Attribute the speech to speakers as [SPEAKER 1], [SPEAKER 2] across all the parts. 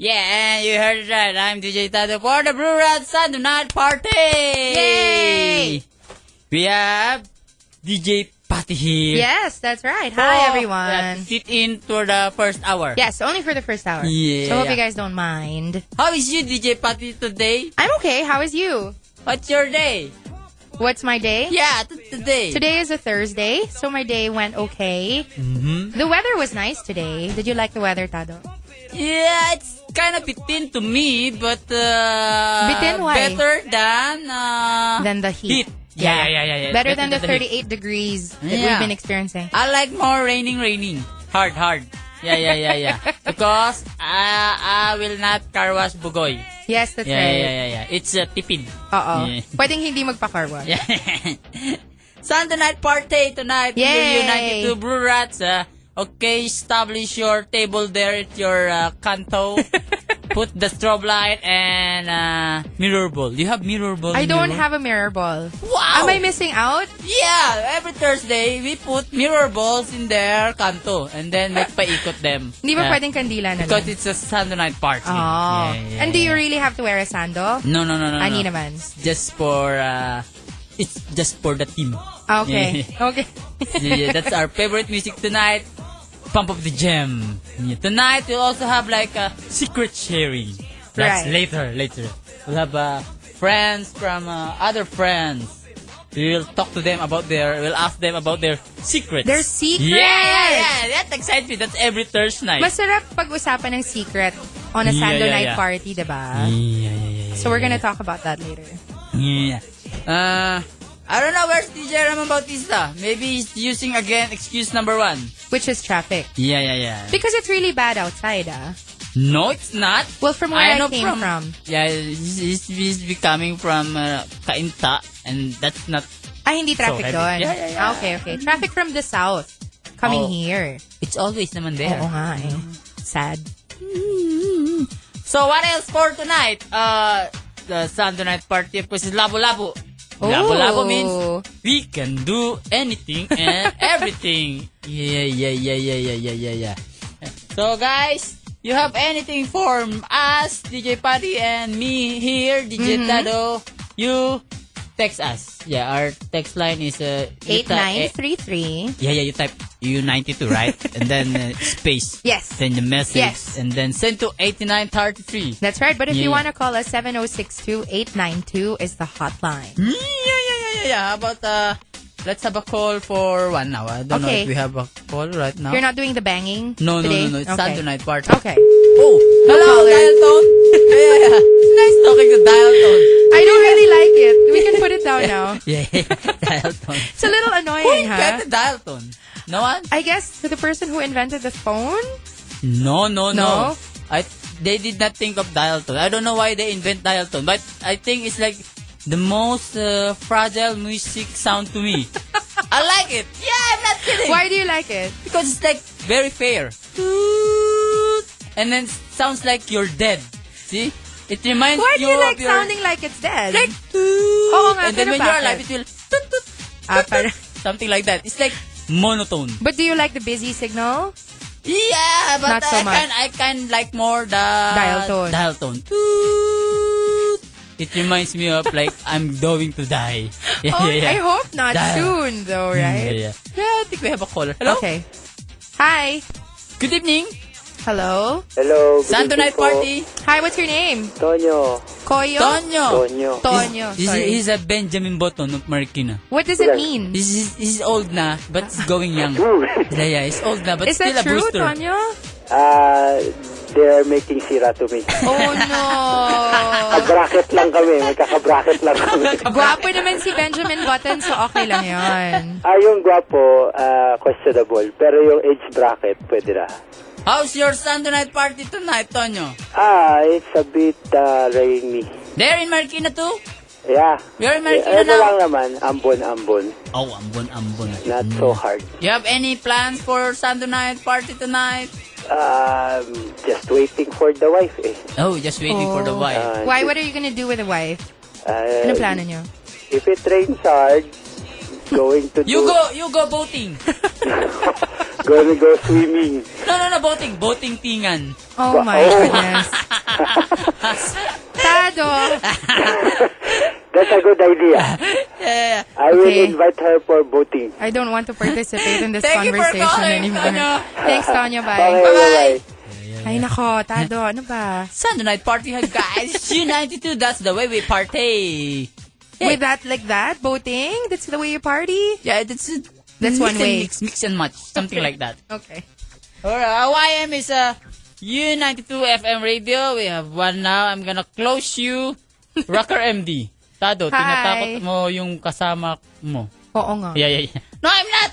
[SPEAKER 1] Yeah, you heard it right. I'm DJ Tato for the Blue Rat Sunday Night Party!
[SPEAKER 2] Yay!
[SPEAKER 1] We have DJ Patty here.
[SPEAKER 2] Yes, that's right.
[SPEAKER 1] Oh,
[SPEAKER 2] Hi,
[SPEAKER 1] uh,
[SPEAKER 2] everyone.
[SPEAKER 1] Sit in for the first hour.
[SPEAKER 2] Yes, only for the first hour.
[SPEAKER 1] Yeah.
[SPEAKER 2] So hope you guys don't mind.
[SPEAKER 1] How is you, DJ Patty, today?
[SPEAKER 2] I'm okay. How is you?
[SPEAKER 1] What's your day?
[SPEAKER 2] What's my day?
[SPEAKER 1] Yeah, t- today.
[SPEAKER 2] Today is a Thursday, so my day went okay. Mm-hmm. The weather was nice today. Did you like the weather, Tado?
[SPEAKER 1] Yeah, it's kind of bitin to me, but uh,
[SPEAKER 2] Bitin, why?
[SPEAKER 1] better than uh,
[SPEAKER 2] Than the heat.
[SPEAKER 1] heat. Yeah, yeah, yeah, yeah.
[SPEAKER 2] Better than the
[SPEAKER 1] heat.
[SPEAKER 2] 38 degrees that
[SPEAKER 1] Yeah.
[SPEAKER 2] we've been experiencing.
[SPEAKER 1] I like more raining, raining. Hard, hard. Yeah, yeah, yeah, yeah. because uh, I, I will not car wash Bugoy.
[SPEAKER 2] Yes, that's
[SPEAKER 1] Yeah, yeah,
[SPEAKER 2] right.
[SPEAKER 1] yeah, yeah, yeah. It's uh, tipid.
[SPEAKER 2] Oo.
[SPEAKER 1] Yeah.
[SPEAKER 2] Pwedeng hindi magpa-car wash.
[SPEAKER 1] Yeah. Sunday night party tonight.
[SPEAKER 2] Yay!
[SPEAKER 1] United to Brew Rats. Uh, okay, establish your table there at your uh, canto. Put the strobe light and uh, mirror ball. You have mirror ball? in
[SPEAKER 2] I don't
[SPEAKER 1] your-
[SPEAKER 2] have a mirror ball.
[SPEAKER 1] Wow!
[SPEAKER 2] Am I missing out?
[SPEAKER 1] Yeah, every Thursday we put mirror balls in their kanto and then nagpaikot them.
[SPEAKER 2] Hindi ba
[SPEAKER 1] Yeah.
[SPEAKER 2] pwedeng kandila na
[SPEAKER 1] Because
[SPEAKER 2] lang?
[SPEAKER 1] it's a Sunday night party.
[SPEAKER 2] Oh. And do you really have to wear a sandal?
[SPEAKER 1] No, no, no, no.
[SPEAKER 2] Ani
[SPEAKER 1] no.
[SPEAKER 2] naman.
[SPEAKER 1] Just for uh, it's just for the team.
[SPEAKER 2] Ah, Okay.
[SPEAKER 1] Yeah.
[SPEAKER 2] Okay.
[SPEAKER 1] yeah, yeah, that's our favorite music tonight. Pump up the jam. Yeah, Tonight we'll also have like a secret sharing. That's
[SPEAKER 2] Right.
[SPEAKER 1] later, later. We'll have uh, friends from uh, other friends. We'll talk to them about their. We'll ask them about their secrets.
[SPEAKER 2] Their secrets!
[SPEAKER 1] Yeah, yeah, yeah. That excites me. That's every Thursday night.
[SPEAKER 2] Masarap pag-usapan ng secret on a
[SPEAKER 1] Yeah,
[SPEAKER 2] Sando
[SPEAKER 1] yeah,
[SPEAKER 2] night
[SPEAKER 1] yeah.
[SPEAKER 2] party, di ba?
[SPEAKER 1] yeah, yeah, yeah, yeah,
[SPEAKER 2] So we're gonna talk about that later.
[SPEAKER 1] Yeah. Uh, I don't know where's DJ Ramon Bautista. Maybe he's using again excuse number one.
[SPEAKER 2] Which is traffic.
[SPEAKER 1] Yeah, yeah, yeah.
[SPEAKER 2] Because it's really bad outside, ah.
[SPEAKER 1] No, it's not.
[SPEAKER 2] Well, from where I,
[SPEAKER 1] know
[SPEAKER 2] came from.
[SPEAKER 1] Yeah, he's, he's, he's be coming from uh, Kainta, and that's not.
[SPEAKER 2] Ah, hindi traffic
[SPEAKER 1] heavy.
[SPEAKER 2] doon.
[SPEAKER 1] Yeah, yeah, yeah.
[SPEAKER 2] Ah, okay, okay. Traffic from the south.
[SPEAKER 1] Oh.
[SPEAKER 2] Coming here.
[SPEAKER 1] It's always naman there. Mm-hmm.
[SPEAKER 2] Oo nga eh. Sad.
[SPEAKER 1] So what else for tonight? Uh, the Sunday night party of course is Labo Labo.
[SPEAKER 2] Oh.
[SPEAKER 1] Labo Labo means we can do anything and everything. Yeah, yeah, yeah, yeah, yeah, yeah, yeah, yeah. So guys, you have anything for us, DJ Patty and me here, DJ
[SPEAKER 2] Mm-hmm.
[SPEAKER 1] Tado, you text us. Yeah, our text line is uh, you type-
[SPEAKER 2] 8933.
[SPEAKER 1] yeah, yeah, you type U92, right? and then uh, space.
[SPEAKER 2] Yes.
[SPEAKER 1] Send the message.
[SPEAKER 2] Yes.
[SPEAKER 1] And then send to 8933.
[SPEAKER 2] That's right. But if
[SPEAKER 1] Yeah,
[SPEAKER 2] you
[SPEAKER 1] yeah.
[SPEAKER 2] want to call us, 7062892 is the hotline.
[SPEAKER 1] Mm, yeah, yeah, yeah, yeah, yeah. How about, uh, let's have a call for one hour. I don't know
[SPEAKER 2] Okay.
[SPEAKER 1] if we have a call right now.
[SPEAKER 2] You're not doing the banging
[SPEAKER 1] no, no,
[SPEAKER 2] today?
[SPEAKER 1] no, no. It's
[SPEAKER 2] okay.
[SPEAKER 1] Sunday night party.
[SPEAKER 2] Okay.
[SPEAKER 1] Oh, hello,
[SPEAKER 2] Caller.
[SPEAKER 1] dial tone. yeah, yeah, yeah. It's nice talking to dial tone.
[SPEAKER 2] I don't really like it. We can put it down now.
[SPEAKER 1] Yeah, dial tone.
[SPEAKER 2] It's a little
[SPEAKER 1] Who
[SPEAKER 2] annoying, huh?
[SPEAKER 1] invented dial tone? No one?
[SPEAKER 2] I guess to the person who invented the phone?
[SPEAKER 1] No, no, no.
[SPEAKER 2] No?
[SPEAKER 1] I they did not think of dial tone. I don't know why they invent dial tone, but I think it's like the most uh, fragile music sound to me. I like it. Yeah, I'm not kidding.
[SPEAKER 2] Why do you like it?
[SPEAKER 1] Because it's like very fair. And then sounds like you're dead. See? It reminds
[SPEAKER 2] Why
[SPEAKER 1] you
[SPEAKER 2] do you like
[SPEAKER 1] of your
[SPEAKER 2] sounding like it's dead?
[SPEAKER 1] like
[SPEAKER 2] Oo nga,
[SPEAKER 1] and then when
[SPEAKER 2] pero
[SPEAKER 1] you're
[SPEAKER 2] bakit?
[SPEAKER 1] alive it will toot, toot,
[SPEAKER 2] Ah,
[SPEAKER 1] toot,
[SPEAKER 2] parang-
[SPEAKER 1] toot. something like that. It's like monotone.
[SPEAKER 2] But do you like the busy signal?
[SPEAKER 1] Yeah, but
[SPEAKER 2] Not so
[SPEAKER 1] I
[SPEAKER 2] much.
[SPEAKER 1] can I can like more the dial
[SPEAKER 2] tone.
[SPEAKER 1] Dial tone. Toot. It reminds me of like I'm going to die. Yeah,
[SPEAKER 2] oh,
[SPEAKER 1] yeah, yeah.
[SPEAKER 2] I hope not
[SPEAKER 1] Dial.
[SPEAKER 2] soon though,
[SPEAKER 1] Yeah,
[SPEAKER 2] right?
[SPEAKER 1] yeah. Yeah, I think we have a caller. Hello.
[SPEAKER 2] Okay. Hi.
[SPEAKER 1] Good evening.
[SPEAKER 2] Hello.
[SPEAKER 3] Hello. good
[SPEAKER 1] Sunday
[SPEAKER 3] evening
[SPEAKER 1] night
[SPEAKER 3] po.
[SPEAKER 1] party.
[SPEAKER 2] Hi, what's your name?
[SPEAKER 3] Tonyo.
[SPEAKER 2] Koyo?
[SPEAKER 1] Tonyo.
[SPEAKER 3] Tonyo.
[SPEAKER 2] Tonyo.
[SPEAKER 1] He's,
[SPEAKER 2] Sorry.
[SPEAKER 1] he's a Benjamin Button of Marikina.
[SPEAKER 2] what does it mean?
[SPEAKER 1] He's, he's, he's old na, but he's going young. Yeah, yeah, he's old na, but
[SPEAKER 2] Is
[SPEAKER 1] still
[SPEAKER 2] that
[SPEAKER 1] a
[SPEAKER 2] true,
[SPEAKER 1] booster.
[SPEAKER 2] Tonyo?
[SPEAKER 3] Ah, they're making sira to me.
[SPEAKER 2] Oh no.
[SPEAKER 3] Kabracket lang kami. Magkakabracket lang kami.
[SPEAKER 2] Gwapo naman si Benjamin Button, so okay lang yon.
[SPEAKER 3] Ah, yung gwapo, ah, questionable. Pero yung age bracket, pwede na.
[SPEAKER 1] How's your Sunday night party tonight, Tonyo?
[SPEAKER 3] Ah, it's a bit ah, rainy.
[SPEAKER 1] There in Marikina too?
[SPEAKER 3] Yeah.
[SPEAKER 1] You're in
[SPEAKER 3] Eh,
[SPEAKER 1] Marikina
[SPEAKER 3] ano lang
[SPEAKER 1] now?
[SPEAKER 3] naman, ambon-ambon.
[SPEAKER 1] Oh, ambon, ambon.
[SPEAKER 3] Not so hard.
[SPEAKER 1] You have any plans for Sunday night party tonight?
[SPEAKER 3] Um, just waiting for the wife eh.
[SPEAKER 1] Oh, just waiting for the
[SPEAKER 2] Oh.
[SPEAKER 1] wife.
[SPEAKER 3] Ah,
[SPEAKER 2] Why, what are you gonna do with a wife?
[SPEAKER 3] ah,
[SPEAKER 2] Ano plano nyo?
[SPEAKER 3] If it rains hard, going to
[SPEAKER 1] you
[SPEAKER 3] do,
[SPEAKER 1] go, you go boating.
[SPEAKER 3] Gonna go swimming.
[SPEAKER 1] no, no, no, boating. Boating tingan.
[SPEAKER 2] Oh my
[SPEAKER 3] Oh.
[SPEAKER 2] goodness. Tado.
[SPEAKER 3] That's a good idea.
[SPEAKER 1] yeah.
[SPEAKER 3] I will
[SPEAKER 2] Okay.
[SPEAKER 3] invite her for voting.
[SPEAKER 2] I don't want to participate in this
[SPEAKER 1] Thank you for
[SPEAKER 2] conversation
[SPEAKER 1] calling,
[SPEAKER 2] anymore.
[SPEAKER 1] Tanya.
[SPEAKER 2] Thanks, Tonya.
[SPEAKER 3] Okay,
[SPEAKER 2] Bye.
[SPEAKER 1] Bye-bye.
[SPEAKER 3] bye-bye.
[SPEAKER 2] Ay, nako. Tado, ano ba?
[SPEAKER 1] Sunday night party, ha, guys. G92, that's the way we party. Yeah.
[SPEAKER 2] With that, like that? Boating? That's the way you party?
[SPEAKER 1] Yeah, that's
[SPEAKER 2] That's
[SPEAKER 1] mix
[SPEAKER 2] one
[SPEAKER 1] and
[SPEAKER 2] way.
[SPEAKER 1] Mix, mix and match, something like that.
[SPEAKER 2] Okay.
[SPEAKER 1] Or uh, YM is a U92 FM radio. We have one now. I'm gonna close you. Rocker MD. Tado,
[SPEAKER 2] Hi. Oh.
[SPEAKER 1] tinatakot mo yung kasama mo.
[SPEAKER 2] Oo nga.
[SPEAKER 1] Yeah, yeah, yeah. No, I'm not!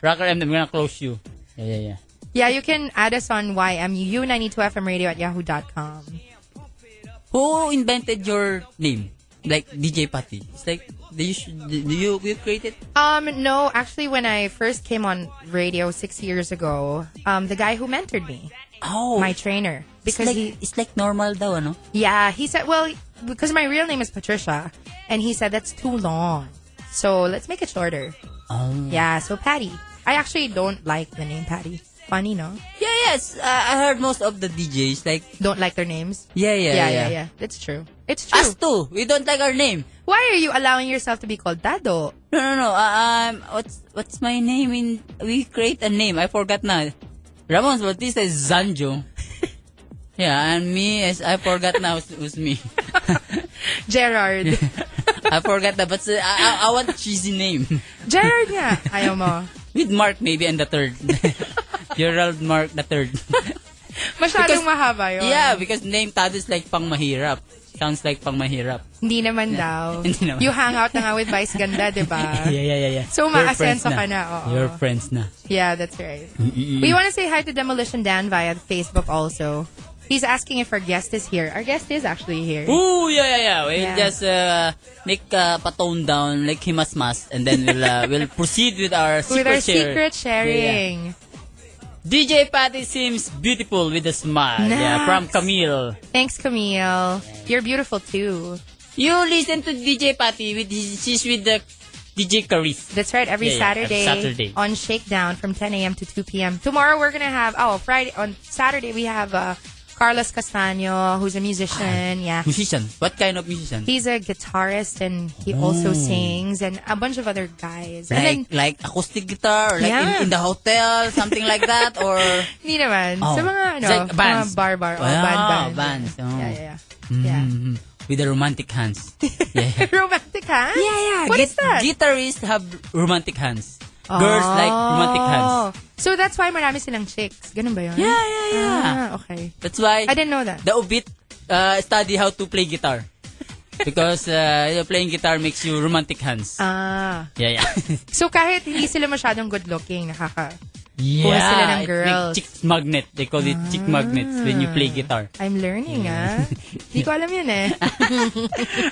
[SPEAKER 1] Rocker MD, I'm gonna close you. Yeah, yeah, yeah.
[SPEAKER 2] Yeah, you can add us on YMU92FM radio at yahoo.com.
[SPEAKER 1] Who invented your name? Like DJ Patty. It's like, do you, do you, you create it?
[SPEAKER 2] Um, no, actually, when I first came on radio six years ago, um, the guy who mentored me,
[SPEAKER 1] Oh,
[SPEAKER 2] my trainer,
[SPEAKER 1] it's
[SPEAKER 2] because
[SPEAKER 1] like,
[SPEAKER 2] he,
[SPEAKER 1] it's like normal daw, ano?
[SPEAKER 2] yeah, he said, well, because my real name is Patricia, and he said that's too long, so let's make it shorter.
[SPEAKER 1] Oh.
[SPEAKER 2] Yeah, so Patty. I actually don't like the name Patty. Funny, no?
[SPEAKER 1] Yeah, yes. Uh, I heard most of the DJs like,
[SPEAKER 2] Don't like their names.
[SPEAKER 1] yeah, yeah,
[SPEAKER 2] yeah,
[SPEAKER 1] yeah.
[SPEAKER 2] yeah. It's true. It's true.
[SPEAKER 1] Us too. We don't like our name.
[SPEAKER 2] Why are you allowing yourself to be called Dado?
[SPEAKER 1] No, no, no. Uh, um, what's what's my name in? We create a name. I forgot now. Ramon Bautista is Zanjo. yeah, and me is I forgot now. It was me.
[SPEAKER 2] Gerard.
[SPEAKER 1] I forgot that, but uh, I, I, I want cheesy name
[SPEAKER 2] Gerard nga. Ayaw mo.
[SPEAKER 1] with Mark maybe and the third. Gerald Mark the third.
[SPEAKER 2] Masyadong
[SPEAKER 1] Because-
[SPEAKER 2] mahaba yun.
[SPEAKER 1] yeah, because name Tado is like pang mahirap. Sounds like pang mahirap.
[SPEAKER 2] Hindi naman daw.
[SPEAKER 1] Hindi naman.
[SPEAKER 2] You hang out na nga with Vice Ganda, di ba?
[SPEAKER 1] yeah, yeah, yeah, yeah.
[SPEAKER 2] So,
[SPEAKER 1] You're
[SPEAKER 2] umaasenso
[SPEAKER 1] friends
[SPEAKER 2] ka na, oo.
[SPEAKER 1] You're friends na.
[SPEAKER 2] Yeah, that's right.
[SPEAKER 1] Mm.
[SPEAKER 2] We want to say hi to Demolition Dan via Facebook also. He's asking if our guest is here. Our guest is actually here.
[SPEAKER 1] Ooh, yeah, yeah, yeah. We'll
[SPEAKER 2] Yeah.
[SPEAKER 1] just uh, make uh, patone down, like himasmas, and then we'll uh, we'll proceed with our secret
[SPEAKER 2] with our
[SPEAKER 1] share.
[SPEAKER 2] secret
[SPEAKER 1] Yeah, yeah.
[SPEAKER 2] sharing.
[SPEAKER 1] DJ Patty seems beautiful with a smile. Yeah,
[SPEAKER 2] Nice.
[SPEAKER 1] from Camille.
[SPEAKER 2] Thanks, Camille. You're beautiful too.
[SPEAKER 1] You listen to DJ Patty with his, she's with the DJ Karis.
[SPEAKER 2] That's right. Every
[SPEAKER 1] Yeah, yeah,
[SPEAKER 2] Saturday,
[SPEAKER 1] every Saturday.
[SPEAKER 2] on Shakedown from 10 a.m. to 2 p.m. Tomorrow we're gonna have oh Friday on Saturday we have uh, Carlos Castaño who's a musician. Yeah,
[SPEAKER 1] Ah, Musician. What kind of musician?
[SPEAKER 2] he's a guitarist and he
[SPEAKER 1] Oh.
[SPEAKER 2] also sings and a bunch of other guys.
[SPEAKER 1] like
[SPEAKER 2] And then,
[SPEAKER 1] like acoustic guitar, or like
[SPEAKER 2] Yeah.
[SPEAKER 1] in, in the hotel, something like that, or
[SPEAKER 2] hindi naman.
[SPEAKER 1] Oh.
[SPEAKER 2] Sa mga ano,
[SPEAKER 1] It's like bands.
[SPEAKER 2] mga bar bar, oh,
[SPEAKER 1] Ah,
[SPEAKER 2] band band.
[SPEAKER 1] bands, oh.
[SPEAKER 2] Yeah, yeah, yeah. yeah.
[SPEAKER 1] Mhm. with the romantic hands. Yeah.
[SPEAKER 2] Romantic, huh?
[SPEAKER 1] Yeah, yeah.
[SPEAKER 2] What
[SPEAKER 1] Gui-
[SPEAKER 2] is that?
[SPEAKER 1] Guitarists have romantic hands. Girls like romantic hands.
[SPEAKER 2] Oh. So that's why marami silang chicks. Ganun ba yun?
[SPEAKER 1] Yeah, yeah, yeah.
[SPEAKER 2] Ah, okay.
[SPEAKER 1] That's why
[SPEAKER 2] I didn't know that.
[SPEAKER 1] the Ubit uh, study how to play guitar. Because uh, you know, playing guitar makes you romantic hands.
[SPEAKER 2] Ah.
[SPEAKER 1] yeah, yeah.
[SPEAKER 2] So kahit hindi sila masyadong good looking, nakaka
[SPEAKER 1] yeah.
[SPEAKER 2] Buhay sila ng
[SPEAKER 1] it
[SPEAKER 2] girls. Ah.
[SPEAKER 1] make chick magnet. They call it chick magnets when you play guitar.
[SPEAKER 2] I'm learning ah. Hindi ko alam yun eh.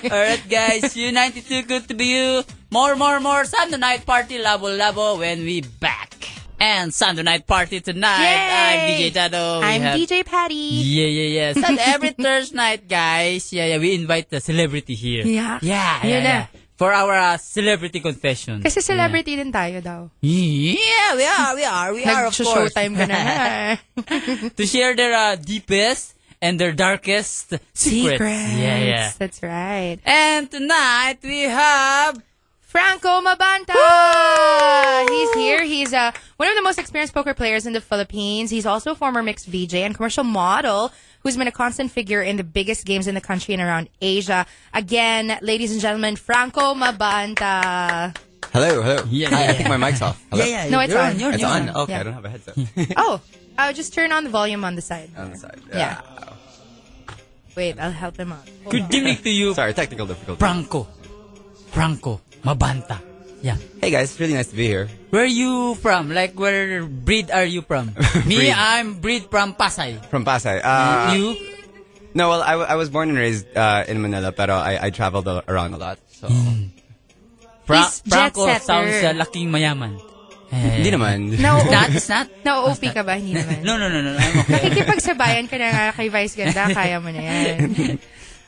[SPEAKER 1] Alright guys, U92, good to be you. More, more, more Sunday night party, labo, labo, when we back. And Sunday night party tonight. I'm
[SPEAKER 2] Yay!
[SPEAKER 1] DJ Tado. We
[SPEAKER 2] I'm
[SPEAKER 1] have
[SPEAKER 2] DJ Patty.
[SPEAKER 1] Yeah, yeah, yeah. It's not every Thursday night, guys. Yeah, yeah. We invite the celebrity here.
[SPEAKER 2] Yeah.
[SPEAKER 1] Yeah, yeah,
[SPEAKER 2] Yun na.
[SPEAKER 1] yeah. For our uh, celebrity confession.
[SPEAKER 2] Kasi celebrity din tayo daw.
[SPEAKER 1] Yeah, we are, we are, we are, of course.
[SPEAKER 2] Nag-showtime ka na. nga, eh.
[SPEAKER 1] to share their uh, deepest and their darkest secrets. Yeah, yeah.
[SPEAKER 2] That's right.
[SPEAKER 1] And tonight we have
[SPEAKER 2] Franco Mabanta! He's here. He's uh, one of the most experienced poker players in the Philippines. He's also a former mixed VJ and commercial model who's been a constant figure in the biggest games in the country and around Asia. Again, ladies and gentlemen, Franco Mabanta.
[SPEAKER 4] Hello, hello.
[SPEAKER 1] Yeah,
[SPEAKER 4] Hi,
[SPEAKER 1] yeah,
[SPEAKER 4] I think my mic's off. Hello?
[SPEAKER 1] yeah, yeah.
[SPEAKER 2] No, it's
[SPEAKER 1] you're
[SPEAKER 2] on.
[SPEAKER 1] You're
[SPEAKER 4] It's
[SPEAKER 1] you're
[SPEAKER 4] on. Okay,
[SPEAKER 2] Yeah.
[SPEAKER 4] I don't have a headset.
[SPEAKER 2] Oh, uh, just turn on the volume on the side.
[SPEAKER 4] on the side.
[SPEAKER 2] Yeah. Wait, I'll help him out. Hold
[SPEAKER 1] Good
[SPEAKER 2] on.
[SPEAKER 1] evening to you,
[SPEAKER 4] Sorry, technical difficulty.
[SPEAKER 1] Franco. Franco Mabanta. Yeah.
[SPEAKER 4] Hey guys, it's really nice to be here.
[SPEAKER 1] Where you from? Like where breed are you from? Me,
[SPEAKER 4] Breed.
[SPEAKER 1] I'm breed from Pasay.
[SPEAKER 4] From Pasay. Uh,
[SPEAKER 1] you?
[SPEAKER 4] No, well, I, w- I was born and raised uh, in Manila, pero I, I traveled a- around a lot. So,
[SPEAKER 1] Fra-
[SPEAKER 2] He's jet
[SPEAKER 1] Franco
[SPEAKER 2] setter.
[SPEAKER 1] sounds uh, laking mayaman. Eh,
[SPEAKER 4] hindi naman.
[SPEAKER 2] No,
[SPEAKER 1] That is not.
[SPEAKER 2] Na-OP ka ba? Hindi naman.
[SPEAKER 1] No, no, no, no. no, I'm okay.
[SPEAKER 2] Nakikipagsabayan ka na nga kay Vice Ganda. Kaya mo na yan.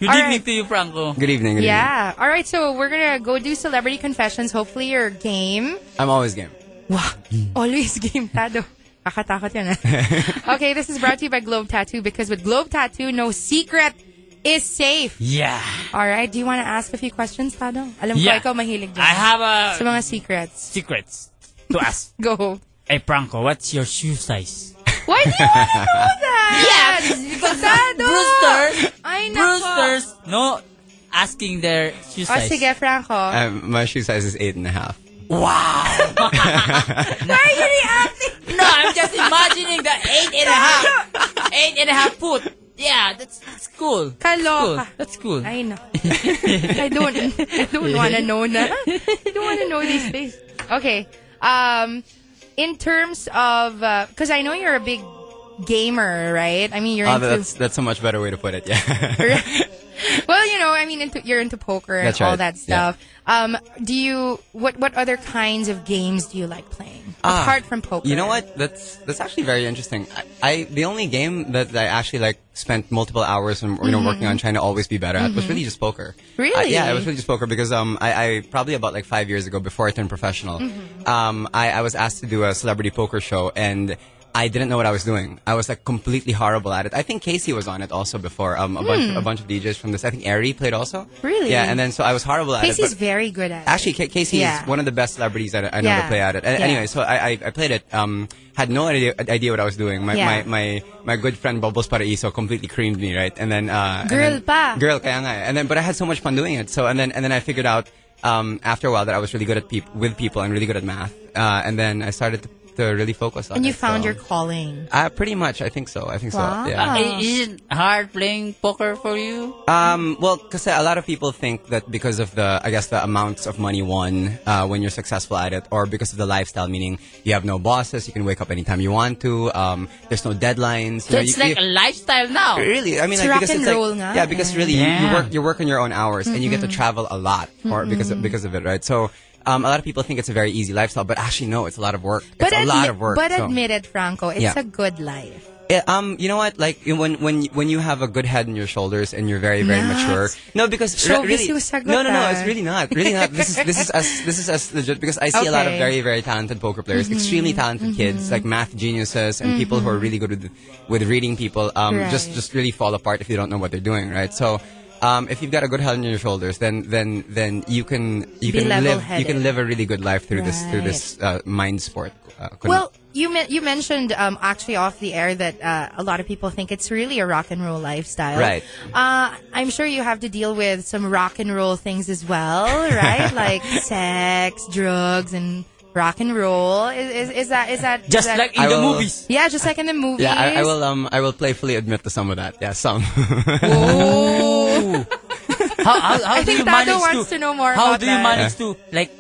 [SPEAKER 1] Good
[SPEAKER 2] All
[SPEAKER 1] evening
[SPEAKER 2] right.
[SPEAKER 1] to you, Franco.
[SPEAKER 4] Good evening. Good
[SPEAKER 2] Yeah. All right, so we're gonna go do celebrity confessions. Hopefully you're game.
[SPEAKER 4] evening. I'm always game.
[SPEAKER 2] Wow. Always game, Tado. Kakatakot yun, ah. okay, this is brought to you by Globe Tattoo because with Globe Tattoo, no secret is safe.
[SPEAKER 1] Yeah.
[SPEAKER 2] All right, do you want to ask a few questions, Tadong? Alam
[SPEAKER 1] Yeah.
[SPEAKER 2] ko ikaw mahilig dyan.
[SPEAKER 1] I have a
[SPEAKER 2] Sa mga secrets.
[SPEAKER 1] secrets to ask.
[SPEAKER 2] Go.
[SPEAKER 1] hey, Franco, what's your shoe size?
[SPEAKER 2] Why do you want to know that? Yeah, because Tadong!
[SPEAKER 1] Brewsters,
[SPEAKER 2] Ay, nako.
[SPEAKER 1] Brewsters, no asking their shoe
[SPEAKER 2] O
[SPEAKER 1] size.
[SPEAKER 2] sige, Franco.
[SPEAKER 4] Um, my shoe size is eight and a half.
[SPEAKER 1] Wow.
[SPEAKER 2] Why are you reacting?
[SPEAKER 1] no, I'm just imagining the eight and a half, eight and a half foot. Yeah, that's, that's cool.
[SPEAKER 2] Kaloka.
[SPEAKER 1] That's cool. That's cool.
[SPEAKER 2] I know. I don't. I don't want to know na. I don't want to know these things. Okay. Um, in terms of, because I know you're a big gamer, right? I mean, you're
[SPEAKER 4] Oh,
[SPEAKER 2] into.
[SPEAKER 4] that's that's a much better way to put it. Yeah.
[SPEAKER 2] well, you know, I mean, into, you're into poker and
[SPEAKER 4] That's
[SPEAKER 2] all
[SPEAKER 4] right,
[SPEAKER 2] that
[SPEAKER 4] yeah.
[SPEAKER 2] stuff. Um, do you what what other kinds of games do you like playing
[SPEAKER 4] Ah,
[SPEAKER 2] apart from poker?
[SPEAKER 4] You know what? That's that's actually very interesting. I, I the only game that I actually like spent multiple hours and you know working on trying to always be better at was really just poker.
[SPEAKER 2] Mm-hmm. Really?
[SPEAKER 4] Uh, yeah, it was really just poker because um I, I probably about like five years ago before I turned professional,
[SPEAKER 2] Mm-hmm.
[SPEAKER 4] um I, I was asked to do a celebrity poker show and. I didn't know what I was doing. I was like completely horrible at it. I think Casey was on it also before. Um, a bunch, a bunch of DJs from this. I think Ari played also.
[SPEAKER 2] Hmm. Really?
[SPEAKER 4] Yeah, and then so I was horrible at it.
[SPEAKER 2] Casey's
[SPEAKER 4] but-
[SPEAKER 2] very good at. it.
[SPEAKER 4] Actually, Ca- Casey
[SPEAKER 2] Yeah.
[SPEAKER 4] is one of the best celebrities that I I know
[SPEAKER 2] Yeah.
[SPEAKER 4] to play at it. A-
[SPEAKER 2] Yeah.
[SPEAKER 4] Anyway, so I, I, I played it. Um, had no idea, idea what I was doing. My, my,
[SPEAKER 2] Yeah.
[SPEAKER 4] my, my good friend Bubbles Paraiso completely creamed me, right? And then uh, and
[SPEAKER 2] Girl
[SPEAKER 4] then-
[SPEAKER 2] pa.
[SPEAKER 4] girl, kaya nga. eh. And then but I had so much fun doing it. So and then and then I figured out um, after a while that I was really good at peop- with people and really good at math. Uh, and then I started to, to really focus on.
[SPEAKER 2] and
[SPEAKER 4] it,
[SPEAKER 2] you found
[SPEAKER 4] so.
[SPEAKER 2] your calling.
[SPEAKER 4] Uh, pretty much, I think so. I think
[SPEAKER 2] Wow.
[SPEAKER 4] so. Yeah.
[SPEAKER 1] I- Isn't hard playing poker for you?
[SPEAKER 4] Um, well, because a lot of people think that because of the, I guess, the amounts of money won uh, when you're successful at it, or because of the lifestyle, meaning you have no bosses, you can wake up anytime you want to, um, there's no deadlines. You know,
[SPEAKER 1] It's
[SPEAKER 4] you- you-
[SPEAKER 1] like a lifestyle now.
[SPEAKER 4] Really, I mean,
[SPEAKER 2] It's
[SPEAKER 4] like,
[SPEAKER 2] rock
[SPEAKER 4] because it's
[SPEAKER 2] and
[SPEAKER 4] like,
[SPEAKER 2] roll nga,
[SPEAKER 4] yeah, because
[SPEAKER 2] eh.
[SPEAKER 4] really you,
[SPEAKER 1] Yeah.
[SPEAKER 4] you work you work on your own hours and you get to travel a lot, or because of, because of it, right? So, um, a lot of people think it's a very easy lifestyle, but actually no, it's a lot of work. It's a lot
[SPEAKER 2] admi-
[SPEAKER 4] of work.
[SPEAKER 2] But
[SPEAKER 4] so-
[SPEAKER 2] admit it, Franco, it's
[SPEAKER 4] Yeah.
[SPEAKER 2] a good life.
[SPEAKER 4] yeah, um, you know what? Like when when when you have a good head on your shoulders and you're very very
[SPEAKER 2] Nuts.
[SPEAKER 4] mature. No, because re-
[SPEAKER 2] Showbiz
[SPEAKER 4] really,
[SPEAKER 2] yung sagot,
[SPEAKER 4] no, no, no,
[SPEAKER 2] ah.
[SPEAKER 4] it's really not, really not. This is this is us this is us legit because I see a lot of
[SPEAKER 2] Okay. Mm-hmm.
[SPEAKER 4] very very talented poker players, extremely talented kids, like math geniuses and people who are really good with with reading people. Um, just
[SPEAKER 2] Right.
[SPEAKER 4] just really fall apart if they don't know what they're doing, right? So. Um, if you've got a good head on your shoulders, then then then you can you
[SPEAKER 2] Be
[SPEAKER 4] can live you
[SPEAKER 2] level-headed.
[SPEAKER 4] can live a really good life through this through this uh, mind sport. Uh, kun-
[SPEAKER 2] Well, you men- you mentioned um, actually off the air that uh, a lot of people think it's really a rock and roll lifestyle.
[SPEAKER 4] Right.
[SPEAKER 2] Uh, I'm sure you have to deal with some rock and roll things as well, right? like sex, drugs, and rock and roll. Is, is, is that is that is
[SPEAKER 1] Just
[SPEAKER 2] that-
[SPEAKER 1] like
[SPEAKER 4] I
[SPEAKER 1] in the
[SPEAKER 4] will-
[SPEAKER 1] movies.
[SPEAKER 2] yeah, just like in the movies.
[SPEAKER 4] Yeah, I, I
[SPEAKER 1] uh,
[SPEAKER 4] will. Um, I will playfully admit to some of that. Yeah, some.
[SPEAKER 1] Oh. how how, how
[SPEAKER 2] I
[SPEAKER 1] do
[SPEAKER 2] think
[SPEAKER 1] you
[SPEAKER 2] Dado
[SPEAKER 1] manage
[SPEAKER 2] wants to know more
[SPEAKER 1] How
[SPEAKER 2] about
[SPEAKER 1] do you
[SPEAKER 2] that.
[SPEAKER 1] manage to like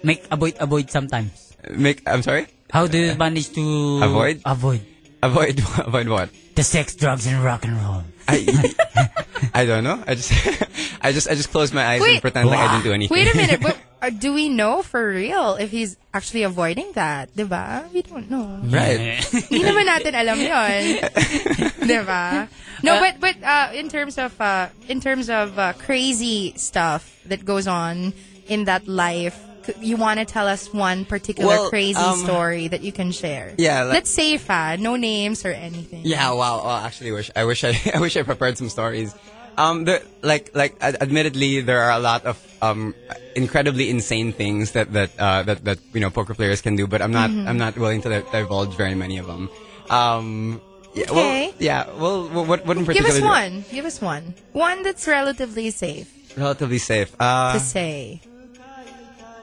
[SPEAKER 1] make avoid avoid sometimes?
[SPEAKER 4] Make. I'm sorry.
[SPEAKER 1] How do you manage to
[SPEAKER 4] Avoid?
[SPEAKER 1] avoid
[SPEAKER 4] Avoid. Avoid what?
[SPEAKER 1] the sex, drugs, and rock and roll?
[SPEAKER 4] I. I don't know. I just. I just. I just close my eyes
[SPEAKER 2] Wait.
[SPEAKER 4] and pretend like I didn't do anything.
[SPEAKER 2] Wait a minute, but uh, do we know for real if he's actually avoiding that? Diba? We don't know.
[SPEAKER 4] Right.
[SPEAKER 2] Hindi naman natin alam yun. Diba? No, but but uh, in terms of uh, in terms of uh, crazy stuff that goes on in that life, c- you want to tell us one particular
[SPEAKER 4] Well,
[SPEAKER 2] crazy
[SPEAKER 4] um,
[SPEAKER 2] story that you can share.
[SPEAKER 4] Yeah, like-
[SPEAKER 2] That's safe, ah. No names or anything.
[SPEAKER 4] Yeah. Wow. Oh, actually, wish. I wish. I. I wish I prepared some stories. Um. There, like. Like. ad- Admittedly, there are a lot of um incredibly insane things that that uh, that that you know poker players can do, but I'm not.
[SPEAKER 2] Mm-hmm.
[SPEAKER 4] I'm not willing to di- divulge very many of them. Um. Yeah,
[SPEAKER 2] Okay.
[SPEAKER 4] Well, yeah. Well, what, what in
[SPEAKER 2] Give
[SPEAKER 4] particular?
[SPEAKER 2] us one. Give us one. One that's relatively safe
[SPEAKER 4] Relatively safe. Uh,
[SPEAKER 2] to say.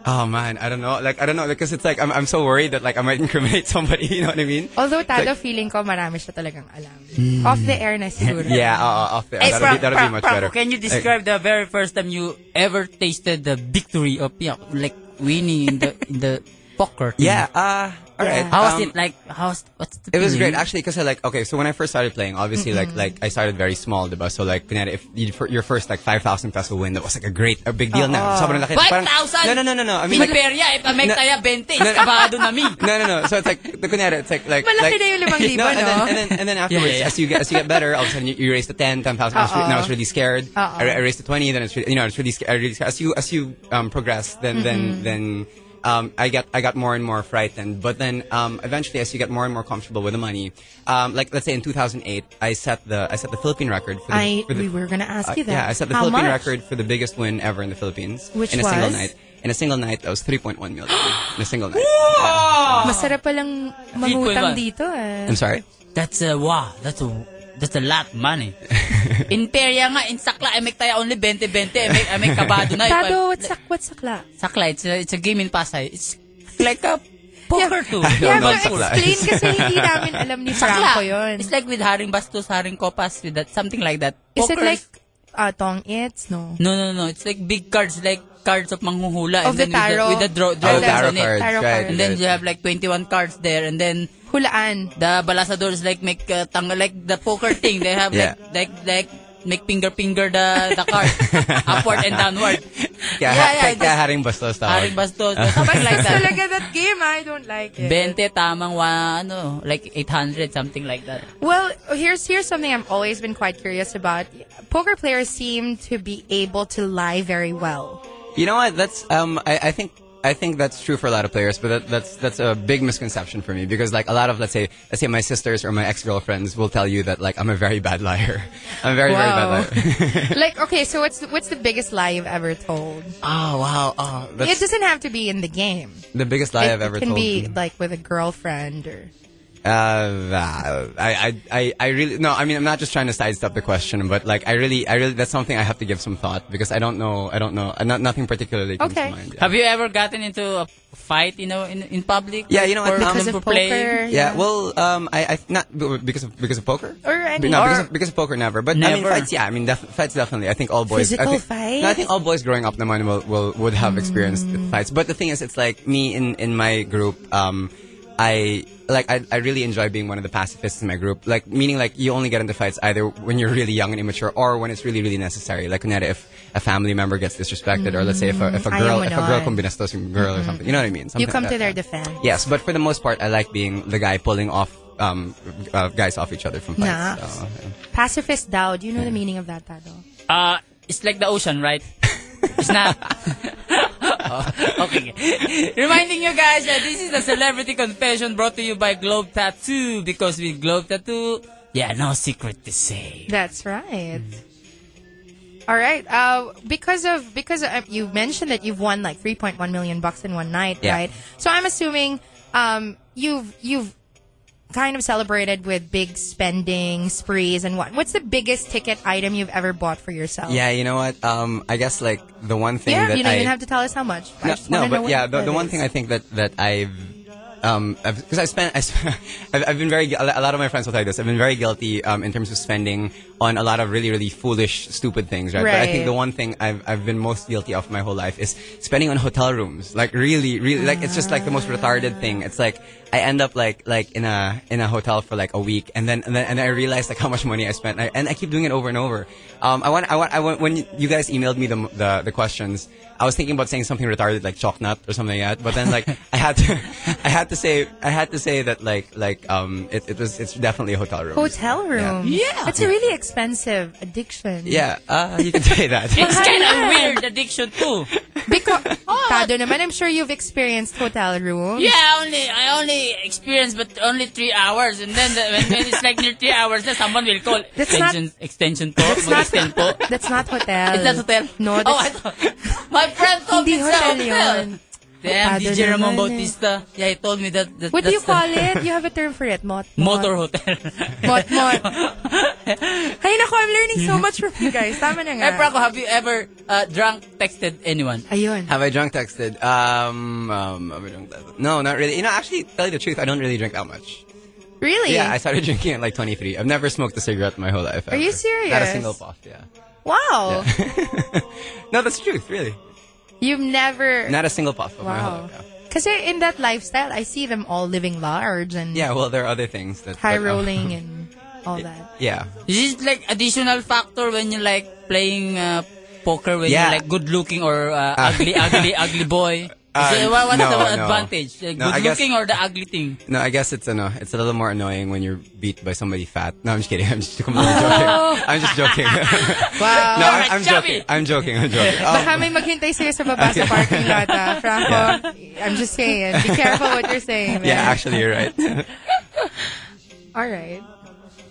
[SPEAKER 4] Oh man, I don't know. Like I don't know because it's like I'm I'm so worried that like I might incriminate somebody. You know what I mean?
[SPEAKER 2] Although, Tado, feeling ko marami siya talagang alam. Off the air na siguro.
[SPEAKER 4] Hmm. Yeah, uh, off
[SPEAKER 1] Eh,
[SPEAKER 4] the, that'll, be, that'll be much better. Eh.
[SPEAKER 1] Can you describe the very first time you ever tasted the victory of yeah, like winning in the in the poker?
[SPEAKER 4] Like, yeah. Uh, all right.
[SPEAKER 1] How was
[SPEAKER 4] um,
[SPEAKER 1] it like? How's what's the?
[SPEAKER 4] It was great
[SPEAKER 1] feeling?
[SPEAKER 2] Mm-hmm.
[SPEAKER 4] actually because I like okay so when I first started playing obviously like like I started very small diba so like kunyari, if you, for your first like 5,000 peso win that was like a great a big deal
[SPEAKER 2] Ah.
[SPEAKER 4] na
[SPEAKER 2] Uh-uh.
[SPEAKER 4] sobrang laki
[SPEAKER 1] 5,000?
[SPEAKER 4] no no no no no I mean like,
[SPEAKER 1] Piperya, if I make
[SPEAKER 4] No.
[SPEAKER 1] eh, taya
[SPEAKER 4] No,
[SPEAKER 1] 20,
[SPEAKER 4] no.
[SPEAKER 1] kabado na mi.
[SPEAKER 4] no no no so it's like the kunyari it's like like like,
[SPEAKER 2] Malaki na yung limang libo,
[SPEAKER 4] no, and, then,
[SPEAKER 2] no?
[SPEAKER 4] and then and then afterwards
[SPEAKER 1] yeah,
[SPEAKER 4] as
[SPEAKER 1] yeah.
[SPEAKER 4] you get as you get better all of a sudden you, you raise to 10 10,000 I was re- and I was really scared
[SPEAKER 2] Uh-oh.
[SPEAKER 4] uh,
[SPEAKER 2] Mm-hmm.
[SPEAKER 4] I, I raised to 20 then it's really, you know it's really sca- I really scared. as you as you um progress then then then um, I got I got more and more frightened. But then um, eventually, as you get more and more comfortable with the money, um, like let's say in 2008, I set the I set the Philippine record for the,
[SPEAKER 2] I
[SPEAKER 4] for the
[SPEAKER 2] we were gonna ask
[SPEAKER 4] uh,
[SPEAKER 2] you that.
[SPEAKER 4] Yeah, I set the
[SPEAKER 2] How
[SPEAKER 4] Philippine
[SPEAKER 2] much?
[SPEAKER 4] record for the biggest win ever in the Philippines
[SPEAKER 2] Which
[SPEAKER 4] in a single
[SPEAKER 2] was?
[SPEAKER 4] night. In a single night, that was 3.1 million in a single night.
[SPEAKER 2] Masarap palang
[SPEAKER 1] Equal ba?
[SPEAKER 2] mangutang dito eh.
[SPEAKER 4] I'm sorry.
[SPEAKER 1] That's a, wow, that's a, that's a lot money. in Peria nga, in Sakla, I make tayo only eh, 20-20, I make, I make kabado na. eh.
[SPEAKER 2] Tado, what's sak, what's sakla?
[SPEAKER 1] Sakla, it's a, it's a game in Pasay. It's like a poker too.
[SPEAKER 4] I
[SPEAKER 2] Yeah,
[SPEAKER 4] don't know
[SPEAKER 2] but
[SPEAKER 4] what sakla
[SPEAKER 2] explain
[SPEAKER 4] is.
[SPEAKER 2] kasi hindi namin alam ni Franco yun.
[SPEAKER 1] It's like with Haring Bastos, Haring Copas, with that, something like that.
[SPEAKER 2] Is it
[SPEAKER 1] Poker
[SPEAKER 2] like uh, tong its? No.
[SPEAKER 1] No, no, no. It's like big cards, like cards of manghuhula.
[SPEAKER 2] Of
[SPEAKER 1] and
[SPEAKER 2] the
[SPEAKER 1] then with
[SPEAKER 2] tarot.
[SPEAKER 1] the, with the draw,
[SPEAKER 2] Oh,
[SPEAKER 1] drawings
[SPEAKER 4] tarot
[SPEAKER 1] on it.
[SPEAKER 4] cards,
[SPEAKER 2] Tarot
[SPEAKER 4] right,
[SPEAKER 2] cards.
[SPEAKER 1] And then
[SPEAKER 4] right.
[SPEAKER 1] you have like 21 cards there. And then
[SPEAKER 2] Hulaan.
[SPEAKER 1] the balasador is like make uh, tang- like the poker thing. They have
[SPEAKER 4] Yeah.
[SPEAKER 1] like, like, like, make finger finger the, the card. upward and downward.
[SPEAKER 4] Kaya,
[SPEAKER 1] Yeah, yeah,
[SPEAKER 4] kaya, kaya
[SPEAKER 1] just-
[SPEAKER 4] haring bastos tawag.
[SPEAKER 1] Haring bastos. Something like that.
[SPEAKER 2] Talaga that game, I don't like it.
[SPEAKER 1] 20 tamang wa, ano, like 800, something like that.
[SPEAKER 2] Well, here's here's something I've always been quite curious about. Poker players seem to be able to lie very well.
[SPEAKER 4] You know what? That's um, I, I think I think that's true for a lot of players, but that, that's that's a big misconception for me because like a lot of let's say let's say my sisters or my ex girlfriends will tell you that like I'm a very bad liar. I'm a very
[SPEAKER 2] Wow.
[SPEAKER 4] very bad liar.
[SPEAKER 2] like, okay, so what's what's the biggest lie you've ever told?
[SPEAKER 4] oh wow! Oh, that's
[SPEAKER 2] it doesn't have to be in the game.
[SPEAKER 4] the biggest lie
[SPEAKER 2] it,
[SPEAKER 4] I've ever
[SPEAKER 2] it can
[SPEAKER 4] told.
[SPEAKER 2] be like with a girlfriend or
[SPEAKER 4] Uh, I, I, I, I really no. I mean, I'm not just trying to sidestep the question, but like, I really, I really, that's something I have to give some thought because I don't know, I don't know, uh, not, nothing particularly comes
[SPEAKER 2] Okay.
[SPEAKER 4] to mind. Yeah.
[SPEAKER 1] Have you ever gotten into a fight, you know, in, in public?
[SPEAKER 4] Yeah, you know what,
[SPEAKER 1] For,
[SPEAKER 4] um,
[SPEAKER 2] because
[SPEAKER 1] for
[SPEAKER 2] of poker.
[SPEAKER 1] playing?
[SPEAKER 4] Yeah, well, um, I, I not b- because of because of poker
[SPEAKER 2] Or any-
[SPEAKER 4] No, because
[SPEAKER 2] or-
[SPEAKER 4] of, because of poker, never. But I mean,
[SPEAKER 1] Never.
[SPEAKER 4] fights. Yeah, I mean, def- fights definitely. I think all boys. I
[SPEAKER 2] Physical
[SPEAKER 4] think,
[SPEAKER 2] fights? Mm.
[SPEAKER 4] No, I think all boys growing up, naman will, will would have experienced fights. But the thing is, it's like me in in my group. Um, I like I, I really enjoy being one of the pacifists in my group. Like meaning like you only get into fights either when you're really young and immature, or when it's really really necessary. Like kunyari, if a family member gets disrespected, or let's say if a, if a
[SPEAKER 2] Ayaw
[SPEAKER 4] girl
[SPEAKER 2] mo
[SPEAKER 4] if a girl
[SPEAKER 2] nun.
[SPEAKER 4] kumbinastos yung girl or something. You know what I mean?
[SPEAKER 2] Mm-hmm. you
[SPEAKER 4] Something
[SPEAKER 2] come
[SPEAKER 4] like
[SPEAKER 2] to
[SPEAKER 4] that.
[SPEAKER 2] their defense.
[SPEAKER 4] Yes, but for the most part, I like being the guy pulling off um, uh, guys off each other from fights.
[SPEAKER 2] Nah.
[SPEAKER 4] So, yeah.
[SPEAKER 2] Pacifist Dow, do you know the meaning of that, Tado?
[SPEAKER 1] Uh, it's like the ocean, right? It's not. okay. Reminding you guys that this is the celebrity confession brought to you by Globe Tattoo because with Globe Tattoo, yeah, no secret to say.
[SPEAKER 2] That's right. All right. Uh, because of because uh, you mentioned that you've won like 3.1 million bucks in one night,
[SPEAKER 4] Yeah.
[SPEAKER 2] right? So I'm assuming um, you've you've kind of celebrated with big spending sprees and what? What's the biggest ticket item you've ever bought for yourself?
[SPEAKER 4] Yeah, you know what? Um, I guess like the one thing
[SPEAKER 2] Oh. Yeah,
[SPEAKER 4] that
[SPEAKER 2] you don't
[SPEAKER 4] I
[SPEAKER 2] even have to tell us how much. I
[SPEAKER 4] no,
[SPEAKER 2] just
[SPEAKER 4] no,
[SPEAKER 2] wanna know
[SPEAKER 4] but
[SPEAKER 2] what
[SPEAKER 4] yeah, the,
[SPEAKER 2] that
[SPEAKER 4] the one
[SPEAKER 2] is.
[SPEAKER 4] thing I think that that I've um because I spent I spent, I've, I've been very gu- a lot of my friends will tell you this I've been very guilty um in terms of spending on a lot of really really foolish stupid things right, but I think
[SPEAKER 2] Right.
[SPEAKER 4] the one thing I've I've been most guilty of my whole life is spending on hotel rooms like really really like it's just like the most retarded thing it's like I end up like like in a in a hotel for like a week and then and then and I realized like how much money I spent I, and I keep doing it over and over um I want I want I want when you guys emailed me the the, the questions I was thinking about saying something retarded like chalk nut or something like that, but then like I had to, I had to say, I had to say that like like um it, it was it's definitely a hotel room.
[SPEAKER 2] hotel room.
[SPEAKER 1] Yeah.
[SPEAKER 2] It's a really expensive addiction.
[SPEAKER 4] Yeah, uh, you can say that.
[SPEAKER 1] It's kind of
[SPEAKER 2] yeah.
[SPEAKER 1] weird addiction too.
[SPEAKER 2] Because Tado naman, I'm sure you've experienced hotel rooms.
[SPEAKER 1] Yeah, I only I only experienced but only three hours, and then the, when, when it's like near three hours, then someone will call
[SPEAKER 2] That's not-
[SPEAKER 1] extension extension po,
[SPEAKER 2] That's not,
[SPEAKER 1] mag-extend po.
[SPEAKER 2] that's not hotel.
[SPEAKER 1] It's not hotel.
[SPEAKER 2] No,
[SPEAKER 1] oh, I
[SPEAKER 2] that's,
[SPEAKER 1] thought, my friend told me
[SPEAKER 2] hindi
[SPEAKER 1] it's a
[SPEAKER 2] hotel
[SPEAKER 1] hotel.
[SPEAKER 2] yun.
[SPEAKER 1] Damn,
[SPEAKER 2] Hotel
[SPEAKER 1] DJ Ramon
[SPEAKER 2] naman eh.
[SPEAKER 1] Bautista. Yeah, he told me that. that
[SPEAKER 2] What do you
[SPEAKER 1] that's the-
[SPEAKER 2] call it? You have a term for it. Mot. mot.
[SPEAKER 1] Motor hotel.
[SPEAKER 2] Mot, mot. Ay, naku, I'm learning so much from you guys. Tama na nga.
[SPEAKER 1] Hey, Franco, have you ever uh, drunk texted anyone?
[SPEAKER 2] Ayun.
[SPEAKER 4] Have I drunk texted? Um, um, have I drunk texted? No, not really. You know, actually, tell you the truth, I don't really drink that much.
[SPEAKER 2] Really?
[SPEAKER 4] Yeah, I started drinking at like 23. I've never smoked a cigarette my whole life. Are
[SPEAKER 2] you
[SPEAKER 4] Not a
[SPEAKER 2] serious?
[SPEAKER 4] single puff. Yeah.
[SPEAKER 2] wow.
[SPEAKER 4] No, that's the truth. Really,
[SPEAKER 2] You've never...
[SPEAKER 4] not a single puff of my whole
[SPEAKER 2] Er, wow.
[SPEAKER 4] life. Yeah.
[SPEAKER 2] Kasi in that lifestyle, I see them all living large and
[SPEAKER 4] Yeah, well, there are other things that
[SPEAKER 2] high
[SPEAKER 4] but, um,
[SPEAKER 2] rolling and all that.
[SPEAKER 4] Yeah.
[SPEAKER 1] Is it like additional factor when you like playing uh, poker when
[SPEAKER 4] Yeah.
[SPEAKER 1] you're like good looking or uh, ugly, ugly, ugly boy?
[SPEAKER 4] Uh,
[SPEAKER 1] So, what- what's
[SPEAKER 4] no,
[SPEAKER 1] the
[SPEAKER 4] no.
[SPEAKER 1] advantage? The
[SPEAKER 4] No,
[SPEAKER 1] good
[SPEAKER 4] I guess-
[SPEAKER 1] looking or the ugly thing?
[SPEAKER 4] No, I guess it's ano, it's a little more annoying when you're beat by somebody fat. No, I'm just kidding. I'm just completely joking. I'm just joking. no,
[SPEAKER 2] Wow.
[SPEAKER 1] Oh. Alright,
[SPEAKER 4] I'm, I'm joking.
[SPEAKER 1] chubby.
[SPEAKER 4] I'm joking. I'm joking. Um,
[SPEAKER 2] Baka may maghintay sa'yo sa baba sa parking lot, ah. Franco, I'm just saying. Be careful what you're saying, man.
[SPEAKER 4] yeah, actually, you're right.
[SPEAKER 2] All right.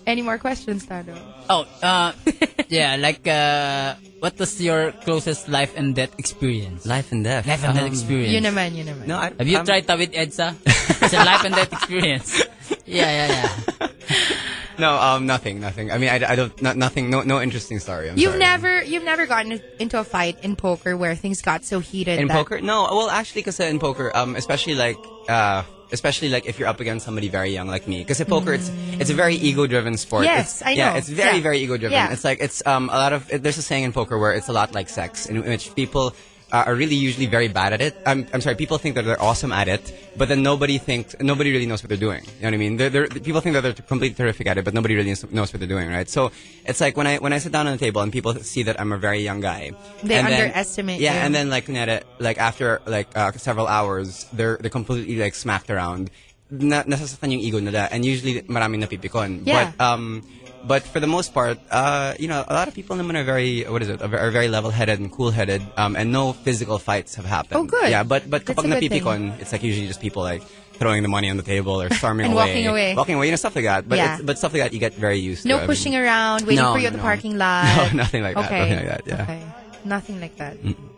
[SPEAKER 2] Any more questions, Tado?
[SPEAKER 1] Oh, uh, yeah, like, uh, what was your closest life and death experience?
[SPEAKER 4] Life and death.
[SPEAKER 1] Life and death Um, experience.
[SPEAKER 2] Yun naman, yun naman.
[SPEAKER 4] No, I,
[SPEAKER 1] Have you
[SPEAKER 4] I'm-
[SPEAKER 1] tried Tawid EDSA? It's a life and death experience. Yeah, yeah, yeah.
[SPEAKER 4] No, um, nothing, nothing. I mean, I, I don't, no, nothing, no, no interesting story. I'm
[SPEAKER 2] You've
[SPEAKER 4] sorry.
[SPEAKER 2] never you've never gotten into a fight in poker where things got so heated.
[SPEAKER 4] in
[SPEAKER 2] that-
[SPEAKER 4] poker? No, well, actually, because in poker, um, especially like, uh, especially like if you're up against somebody very young like me, because poker, it's it's a very ego-driven sport. It's-
[SPEAKER 2] Yes, I
[SPEAKER 4] Yeah,
[SPEAKER 2] know.
[SPEAKER 4] it's very
[SPEAKER 2] Yeah.
[SPEAKER 4] very ego-driven.
[SPEAKER 2] Yeah.
[SPEAKER 4] It's like it's um a lot of it, there's a saying in poker where it's a lot like sex, in which people. uh, Are are really usually very bad at it. I'm, I'm sorry. People think that they're awesome at it, but then nobody thinks nobody really knows what they're doing. You know what I mean? They're, they're, people think that they're completely terrific at it, but nobody really knows what they're doing, right? So it's like when I when I sit down on the table and people see that I'm a very young guy,
[SPEAKER 2] They
[SPEAKER 4] and then-
[SPEAKER 2] underestimate
[SPEAKER 4] Yeah,
[SPEAKER 2] you.
[SPEAKER 4] and then then like kunyari, like after like uh, several hours, they're they're completely like smacked around. Na nasasaktan yung ego nila and usually maraming napipikon.
[SPEAKER 2] Yeah.
[SPEAKER 4] But um but for the most part, uh, you know, a lot of people naman are very what is it? Are ve- are very level-headed and cool-headed um and no physical fights have happened.
[SPEAKER 2] Oh, good.
[SPEAKER 4] Yeah, but but
[SPEAKER 2] That's
[SPEAKER 4] kapag
[SPEAKER 2] a good thing.
[SPEAKER 4] napipikon, it's like usually just people like throwing the money on the table or storming
[SPEAKER 2] And
[SPEAKER 4] away.
[SPEAKER 2] walking away.
[SPEAKER 4] Walking away, you know stuff like that. But
[SPEAKER 2] Yeah.
[SPEAKER 4] it's, but stuff like that you get very used
[SPEAKER 2] no
[SPEAKER 4] to. Um, I mean-
[SPEAKER 2] pushing around, waiting
[SPEAKER 4] No,
[SPEAKER 2] for you
[SPEAKER 4] no,
[SPEAKER 2] at the
[SPEAKER 4] no.
[SPEAKER 2] parking lot.
[SPEAKER 4] No, nothing like that,
[SPEAKER 2] Okay.
[SPEAKER 4] nothing like that, yeah. Mm.
[SPEAKER 2] Okay. Nothing like that.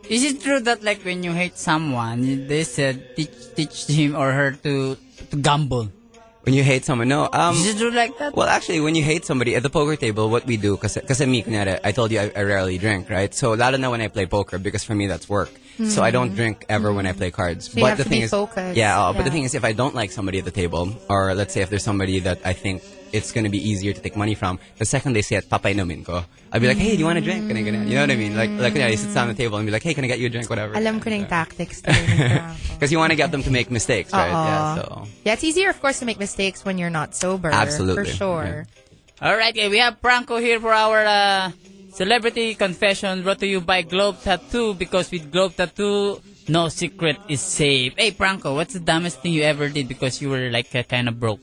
[SPEAKER 1] Is it true that like when you hate someone, they said teach teach him or her to, to gamble?
[SPEAKER 4] When you hate someone, no. Um,
[SPEAKER 1] Is it true like that?
[SPEAKER 4] Well, actually, when you hate somebody at the poker table, what we do, because me, kunyari, I told you I, I rarely drink, right? So, lalo na when I play poker, because for me that's work. So I don't drink ever when I play cards.
[SPEAKER 2] Hmm. you have to be focused.
[SPEAKER 4] yeah, uh, But the thing
[SPEAKER 2] Yeah.
[SPEAKER 4] is, if I don't like somebody at the table, or let's say if there's somebody that I think it's gonna be easier to take money from, the second they say it, papainumin ko, I'll be like, hey, do you want a drink? Ganyan, ganyan. You know what I mean? Like, like kunyari, sits down at the table and be like, hey, can I get you a drink? Whatever.
[SPEAKER 2] Alam ko na yung tactics. Because
[SPEAKER 4] Because you want to get them to make mistakes, right?
[SPEAKER 2] Uh-uh.
[SPEAKER 4] Yeah. So.
[SPEAKER 2] yeah, it's easier, of course, to make mistakes when you're not sober.
[SPEAKER 4] Absolutely.
[SPEAKER 2] For sure.
[SPEAKER 1] All right, okay, we have Franco here for our uh, celebrity confession brought to you by Globe Tattoo because with Globe Tattoo, no secret is safe. Hey, Franco, what's the dumbest thing you ever did because you were like uh, kind of broke?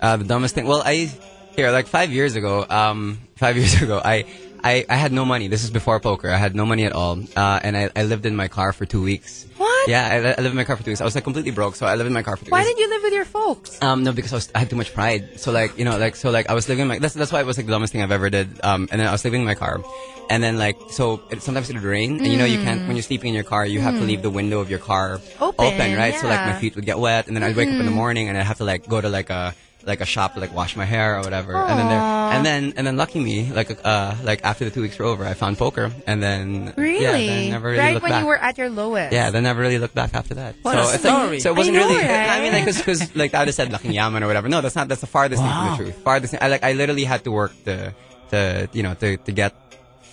[SPEAKER 4] Uh, the dumbest thing. Well, I here like five years ago. Um, five years ago, I, I I had no money. This is before poker. I had no money at all, uh, and I, I lived in my car for two weeks.
[SPEAKER 2] What?
[SPEAKER 4] Yeah, I, li- I lived in my car for two weeks. I was like completely broke, so I lived in my car for two
[SPEAKER 2] Why
[SPEAKER 4] weeks.
[SPEAKER 2] did you live with your folks?
[SPEAKER 4] Um, no, because I, was, I had too much pride. So like, you know, like, so like, I was living in my, that's, that's why it was like the dumbest thing I've ever did. Um, and then I was living in my car. And then like, so it, sometimes it would rain and you know, you can't, when you're sleeping in your car, you have to leave the window of your car
[SPEAKER 2] Mm. Open,
[SPEAKER 4] right? So like my
[SPEAKER 2] yeah. Mm-hmm.
[SPEAKER 4] feet would get wet and then I'd wake up in the morning and I'd have to like go to like a, like a shop to like wash my hair or whatever. And then there, and then, and then lucky me, like, uh, like after the two weeks were over, I found poker and then,
[SPEAKER 2] Really?
[SPEAKER 4] yeah, then I never really
[SPEAKER 2] right
[SPEAKER 4] looked
[SPEAKER 2] when
[SPEAKER 4] back.
[SPEAKER 2] you were at your lowest.
[SPEAKER 4] Yeah, then never really looked back after that.
[SPEAKER 1] What
[SPEAKER 4] so
[SPEAKER 1] a
[SPEAKER 4] it's like-
[SPEAKER 1] story.
[SPEAKER 4] so it wasn't
[SPEAKER 2] I know,
[SPEAKER 4] really.
[SPEAKER 2] right?
[SPEAKER 4] I mean, like, because like I just said "Laking yaman" or whatever. No, that's not. That's the farthest thing
[SPEAKER 1] Wow.
[SPEAKER 4] from the truth. Farthest. Thing, I like. I literally had to work to, to you know, to, to get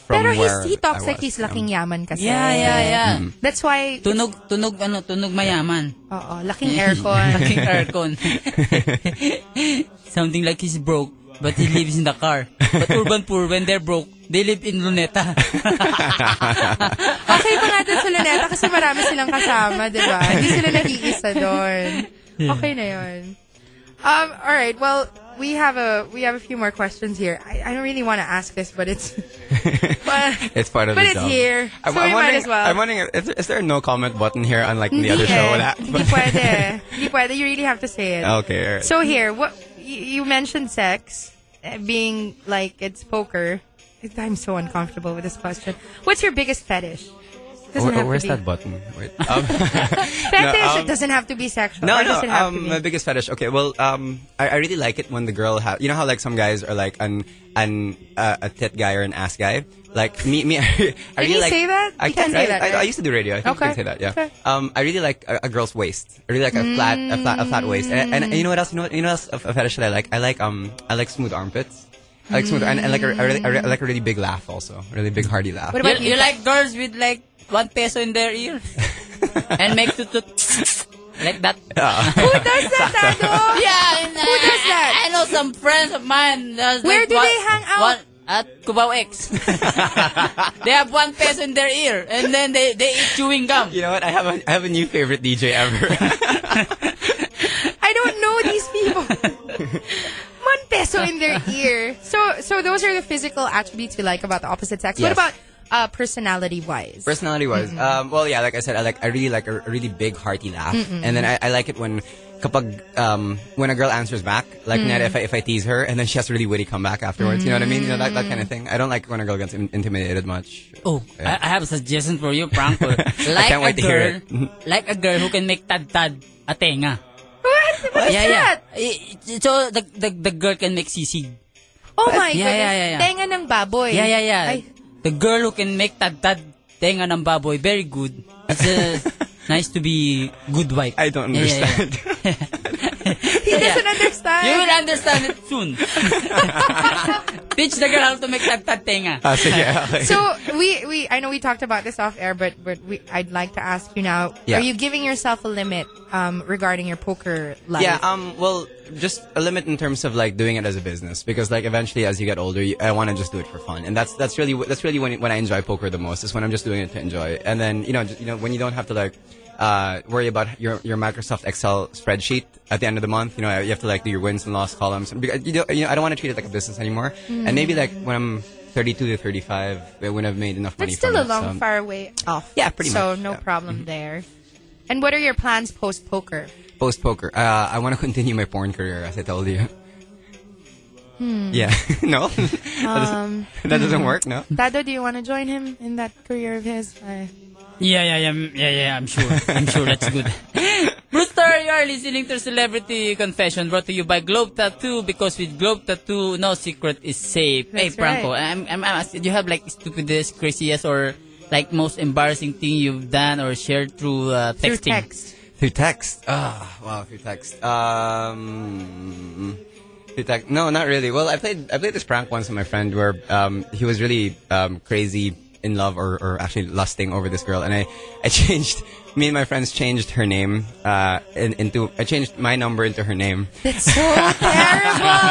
[SPEAKER 4] from
[SPEAKER 2] Pero
[SPEAKER 4] where
[SPEAKER 2] he's, he talks
[SPEAKER 4] I
[SPEAKER 2] like
[SPEAKER 4] was. Mm-hmm.
[SPEAKER 2] he's laking yaman kasi.
[SPEAKER 1] Yeah, yeah, yeah.
[SPEAKER 2] That's why,
[SPEAKER 1] Tunog, tunog, ano, tunog mayaman.
[SPEAKER 2] oo, laking aircon.
[SPEAKER 1] Fucking aircon. Something like he's broke, but he lives in the car. But urban poor, when they're broke, they live in Luneta.
[SPEAKER 2] Okay pa nga dun sa Luneta kasi marami silang kasama, di ba? Hindi sila nag-iisa doon. Okay na yun. Um, all right. Well, we have a we have a few more questions here. I, I don't really want to ask this, but it's but,
[SPEAKER 4] It's part of
[SPEAKER 2] but
[SPEAKER 4] the
[SPEAKER 2] it's
[SPEAKER 4] job.
[SPEAKER 2] here,
[SPEAKER 4] I'm,
[SPEAKER 2] so
[SPEAKER 4] I'm
[SPEAKER 2] we might
[SPEAKER 4] wondering,
[SPEAKER 2] as well.
[SPEAKER 4] I'm wondering, is there, is there a no comment button here, unlike the other
[SPEAKER 2] Hindi
[SPEAKER 4] show?
[SPEAKER 2] eh.
[SPEAKER 4] Wala.
[SPEAKER 2] Hindi pwede. Hindi pwede. You really have to say it.
[SPEAKER 4] okay. all right.
[SPEAKER 2] So here, what you, you mentioned sex eh, being like it's poker. I'm so uncomfortable with this question. What's your biggest fetish? Doesn't
[SPEAKER 4] Where-
[SPEAKER 2] have to
[SPEAKER 4] where's
[SPEAKER 2] be-
[SPEAKER 4] that button? Wait. Um,
[SPEAKER 2] Fetish
[SPEAKER 4] No, um,
[SPEAKER 2] it doesn't have to be sexual.
[SPEAKER 4] No,
[SPEAKER 2] or
[SPEAKER 4] no.
[SPEAKER 2] does it have to
[SPEAKER 4] Um,
[SPEAKER 2] be?
[SPEAKER 4] my biggest fetish. Okay, well, um, I, I really like it when the girl has. You know how like some guys are like an an uh, a tit guy or an ass guy. Like me, me. I really
[SPEAKER 2] you
[SPEAKER 4] like,
[SPEAKER 2] say that?
[SPEAKER 4] I
[SPEAKER 2] You can say
[SPEAKER 4] right?
[SPEAKER 2] that,
[SPEAKER 4] I- I,
[SPEAKER 2] right?
[SPEAKER 4] used to do radio. I think
[SPEAKER 2] Okay,
[SPEAKER 4] you can say that. Yeah.
[SPEAKER 2] okay.
[SPEAKER 4] Um, I really like a, a girl's waist. I really like a flat, a flat, a flat waist. And, and, you know what else? You know what? You know what else? A, a fetish that I like. I like um, I like smooth armpits. I like smooth and, and like a, a really, a re- I like a really big laugh also. A really big hearty laugh.
[SPEAKER 2] What
[SPEAKER 1] you,
[SPEAKER 2] about
[SPEAKER 1] you like girls with like one peso in their ear? and make tutut. like that.
[SPEAKER 2] Who does that, Tado?
[SPEAKER 1] Yeah, and, uh,
[SPEAKER 2] Who does that?
[SPEAKER 1] I, I know some friends of mine. there's
[SPEAKER 2] Where
[SPEAKER 1] like
[SPEAKER 2] do
[SPEAKER 1] one-
[SPEAKER 2] they hang out?
[SPEAKER 1] one- at Cubao X. they have one peso in their ear and then they, they eat chewing gum.
[SPEAKER 4] You know what? I have a I have a new favorite DJ ever.
[SPEAKER 2] I don't know these people. One peso in their ear. So, so those are the physical attributes you like about the opposite sex. What
[SPEAKER 4] Yes.
[SPEAKER 2] about uh, personality wise?
[SPEAKER 4] personality wise um, well yeah like i said i like i really like a, a really big hearty laugh and then I, I like it when kapag um, when a girl answers back like net if I, if I tease her and then she has a really witty comeback afterwards you know what i mean you know that, that kind of thing i don't like when a girl gets in- intimidated much
[SPEAKER 1] Oh, I, I have a suggestion for you, Franco. Like
[SPEAKER 4] can't
[SPEAKER 1] a
[SPEAKER 4] wait to hear
[SPEAKER 1] girl, like a girl who can make tad-tad a tenga.
[SPEAKER 2] what? What is
[SPEAKER 1] yeah,
[SPEAKER 2] that?
[SPEAKER 1] yeah. I- So the, the the girl can make sisig.
[SPEAKER 2] Oh my
[SPEAKER 1] Yeah,
[SPEAKER 2] goodness.
[SPEAKER 1] yeah, yeah, yeah.
[SPEAKER 2] Tenga ng baboy.
[SPEAKER 1] Yeah, yeah, yeah.
[SPEAKER 2] Ay,
[SPEAKER 1] The girl who can make tad-tad tenga ng baboy, very good. It's uh, nice to be good wife.
[SPEAKER 4] i don't
[SPEAKER 1] Yeah, yeah, yeah.
[SPEAKER 4] understand
[SPEAKER 2] he doesn't understand.
[SPEAKER 1] You will understand it soon. Teach the girl how to make tad-tad tenga.
[SPEAKER 4] Ah, sige, okay.
[SPEAKER 2] so we, we I know we talked about this off air, but but we, I'd like to ask you now:
[SPEAKER 4] Yeah.
[SPEAKER 2] Are you giving yourself a limit um, regarding your poker life?
[SPEAKER 4] yeah um well just a limit in terms of like doing it as a business because like eventually as you get older you, i want to just do it for fun and that's that's really wh- that's really when when i enjoy poker the most is when i'm just doing it to enjoy and then you know just, you know when you don't have to like uh, worry about your your Microsoft Excel spreadsheet at the end of the month. You know you have to like do your wins and loss columns. And beca- You know, you know I don't want to treat it like a business anymore. And maybe like when I'm 32 to 35, when I've made enough money.
[SPEAKER 2] That's still
[SPEAKER 4] from
[SPEAKER 2] a
[SPEAKER 4] it,
[SPEAKER 2] long,
[SPEAKER 4] so-
[SPEAKER 2] far way off.
[SPEAKER 4] Yeah, pretty
[SPEAKER 2] so
[SPEAKER 4] much,
[SPEAKER 2] no
[SPEAKER 4] yeah. Mm-hmm.
[SPEAKER 2] problem there. And what are your plans post poker?
[SPEAKER 4] post poker. Uh, I want to continue my porn career, as I told you. Yeah, no, that, doesn't, that doesn't work. No,
[SPEAKER 2] Dado, do you want to join him in that career of his? I-
[SPEAKER 1] Yeah, yeah, yeah, mm, yeah, yeah, I'm sure. I'm sure that's good. Brewster, you are listening to Celebrity Confession brought to you by Globe Tattoo because with Globe Tattoo, no secret is safe. hey,
[SPEAKER 2] That's
[SPEAKER 1] Franco,
[SPEAKER 2] right.
[SPEAKER 1] I'm, I'm asking, do you have like stupidest, craziest, or like most embarrassing thing you've done or shared through uh,
[SPEAKER 2] through
[SPEAKER 1] texting?
[SPEAKER 2] text.
[SPEAKER 4] through text. Ah, wow, through text. Um, through text. No, not really. Well, I played I played this prank once with my friend where um, he was really um, crazy in love or, or actually lusting over this girl, and I I changed. Me and my friends changed her name uh, in, into. I changed my number into her name.
[SPEAKER 2] That's so terrible.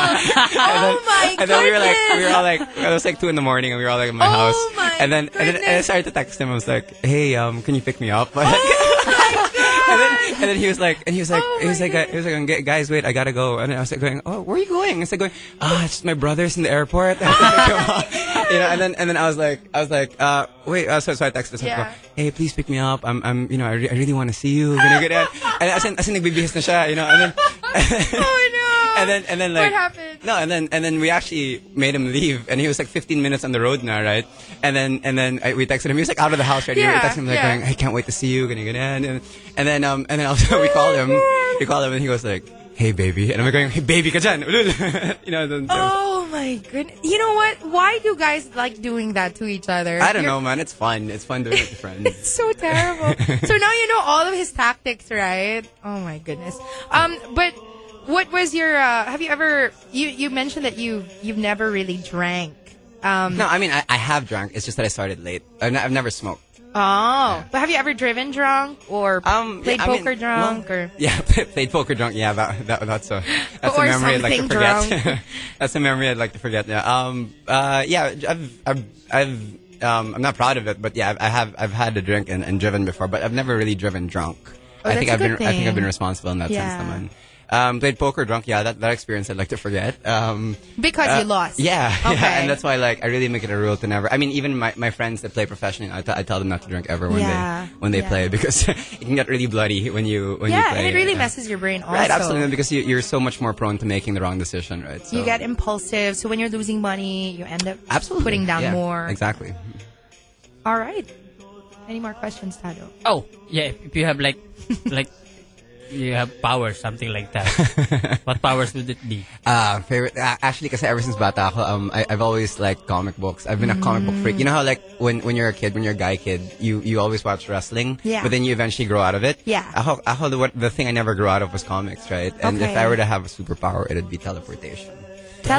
[SPEAKER 2] oh my
[SPEAKER 4] And then we were like, we
[SPEAKER 2] goodness.
[SPEAKER 4] were all like, it was like two in the morning, and we were all like at my
[SPEAKER 2] Oh
[SPEAKER 4] house.
[SPEAKER 2] my
[SPEAKER 4] and then, and then and I
[SPEAKER 2] goodness.
[SPEAKER 4] started to text him. I was like, hey, um, can you pick me
[SPEAKER 2] Oh
[SPEAKER 4] up? and then, and then he was like, and he was like,
[SPEAKER 2] Oh
[SPEAKER 4] he was
[SPEAKER 2] my
[SPEAKER 4] like, uh, he was like, "Gu- guys, wait, I gotta go. And I was like, going, oh, where are you going? I was like, going, ah, it's just my brother's in the airport. I have to pick him up. You know, and then, and then I was like, I was like, uh, wait, uh, so, so I texted him,
[SPEAKER 2] Yeah.
[SPEAKER 4] hey, please pick me up. I'm, I'm, you know, I, re- I really want to see you. Ganyan, ganyan. And as in, as in, nagbibihis na siya, you know, and then,
[SPEAKER 2] oh no.
[SPEAKER 4] and then and then
[SPEAKER 2] What
[SPEAKER 4] like
[SPEAKER 2] happened?
[SPEAKER 4] No, and then and then we actually made him leave, and he was like 15 minutes on the road now, right? And then and then I, we texted him. He was like out of the house already.
[SPEAKER 2] Yeah,
[SPEAKER 4] we texted him like,
[SPEAKER 2] yeah.
[SPEAKER 4] going, "I can't wait to see you." Gonna get in, and, and then um and then also
[SPEAKER 2] Oh,
[SPEAKER 4] we called him. We called him, and he was like, "Hey, baby," and I'm going, "Hey, baby, ka dyan?" Ulul. you know. Then, so-
[SPEAKER 2] Oh my goodness. You know what? Why do guys like doing that to each other?
[SPEAKER 4] I don't
[SPEAKER 2] You're-
[SPEAKER 4] know, man. It's fun. It's fun doing it with friends.
[SPEAKER 2] It's so terrible. so now you know all of his tactics, right? Oh my goodness. Um, but what was your? Uh, have you ever? You you mentioned that you you've never really drank. Um,
[SPEAKER 4] No, I mean I, I have drunk. It's just that I started late. I've, n- I've never smoked.
[SPEAKER 2] oh, but have you ever driven drunk or
[SPEAKER 4] Um,
[SPEAKER 2] played
[SPEAKER 4] yeah, I mean,
[SPEAKER 2] poker drunk
[SPEAKER 4] well,
[SPEAKER 2] or?
[SPEAKER 4] yeah, played poker drunk. Yeah, that, that that's a that's
[SPEAKER 2] Or
[SPEAKER 4] a memory I'd like to
[SPEAKER 2] something
[SPEAKER 4] forget. that's a memory I'd like to forget. Yeah. Um. Uh. Yeah. I've I've, I've um. I'm not proud of it, but yeah, I've, I have I've had a drink and, and driven before, but I've never really driven drunk.
[SPEAKER 2] Oh,
[SPEAKER 4] I think
[SPEAKER 2] that's
[SPEAKER 4] I've
[SPEAKER 2] a
[SPEAKER 4] been
[SPEAKER 2] good
[SPEAKER 4] I think I've
[SPEAKER 2] thing.
[SPEAKER 4] been responsible in that
[SPEAKER 2] Yeah.
[SPEAKER 4] sense, naman. Um, played poker drunk. Yeah, that, that experience I'd like to forget. Um,
[SPEAKER 2] Because
[SPEAKER 4] uh,
[SPEAKER 2] you lost.
[SPEAKER 4] Yeah,
[SPEAKER 2] Okay.
[SPEAKER 4] yeah, and that's why like I really make it a rule to never. I mean, even my, my friends that play professionally, I, t- I tell them not to drink ever when
[SPEAKER 2] Yeah,
[SPEAKER 4] they when they
[SPEAKER 2] yeah.
[SPEAKER 4] play because it can get really bloody when you when you
[SPEAKER 2] yeah,
[SPEAKER 4] play.
[SPEAKER 2] and it really
[SPEAKER 4] yeah.
[SPEAKER 2] messes your brain. Also,
[SPEAKER 4] Right, absolutely, because you, you're so much more prone to making the wrong decision, right? So,
[SPEAKER 2] You get impulsive, so when you're losing money, you end up
[SPEAKER 4] absolutely
[SPEAKER 2] putting down
[SPEAKER 4] Yeah,
[SPEAKER 2] more.
[SPEAKER 4] Exactly.
[SPEAKER 2] All right. Any more questions, Tado?
[SPEAKER 1] Oh, yeah, if, if you have like, like, you have power, something like that. what powers would it be?
[SPEAKER 4] Uh, favorite. Uh, actually, kasi ever since bata ako, um, I, I've always liked comic books. I've been a comic book freak. You know how like when when you're a kid, when you're a guy kid, you you always watch wrestling.
[SPEAKER 2] Yeah.
[SPEAKER 4] But then you eventually grow out of it.
[SPEAKER 2] Yeah.
[SPEAKER 4] Ako, ako the, what, the thing I never grew out of was comics, right? And if
[SPEAKER 2] Okay.
[SPEAKER 4] I were to have a superpower, it'd be teleportation.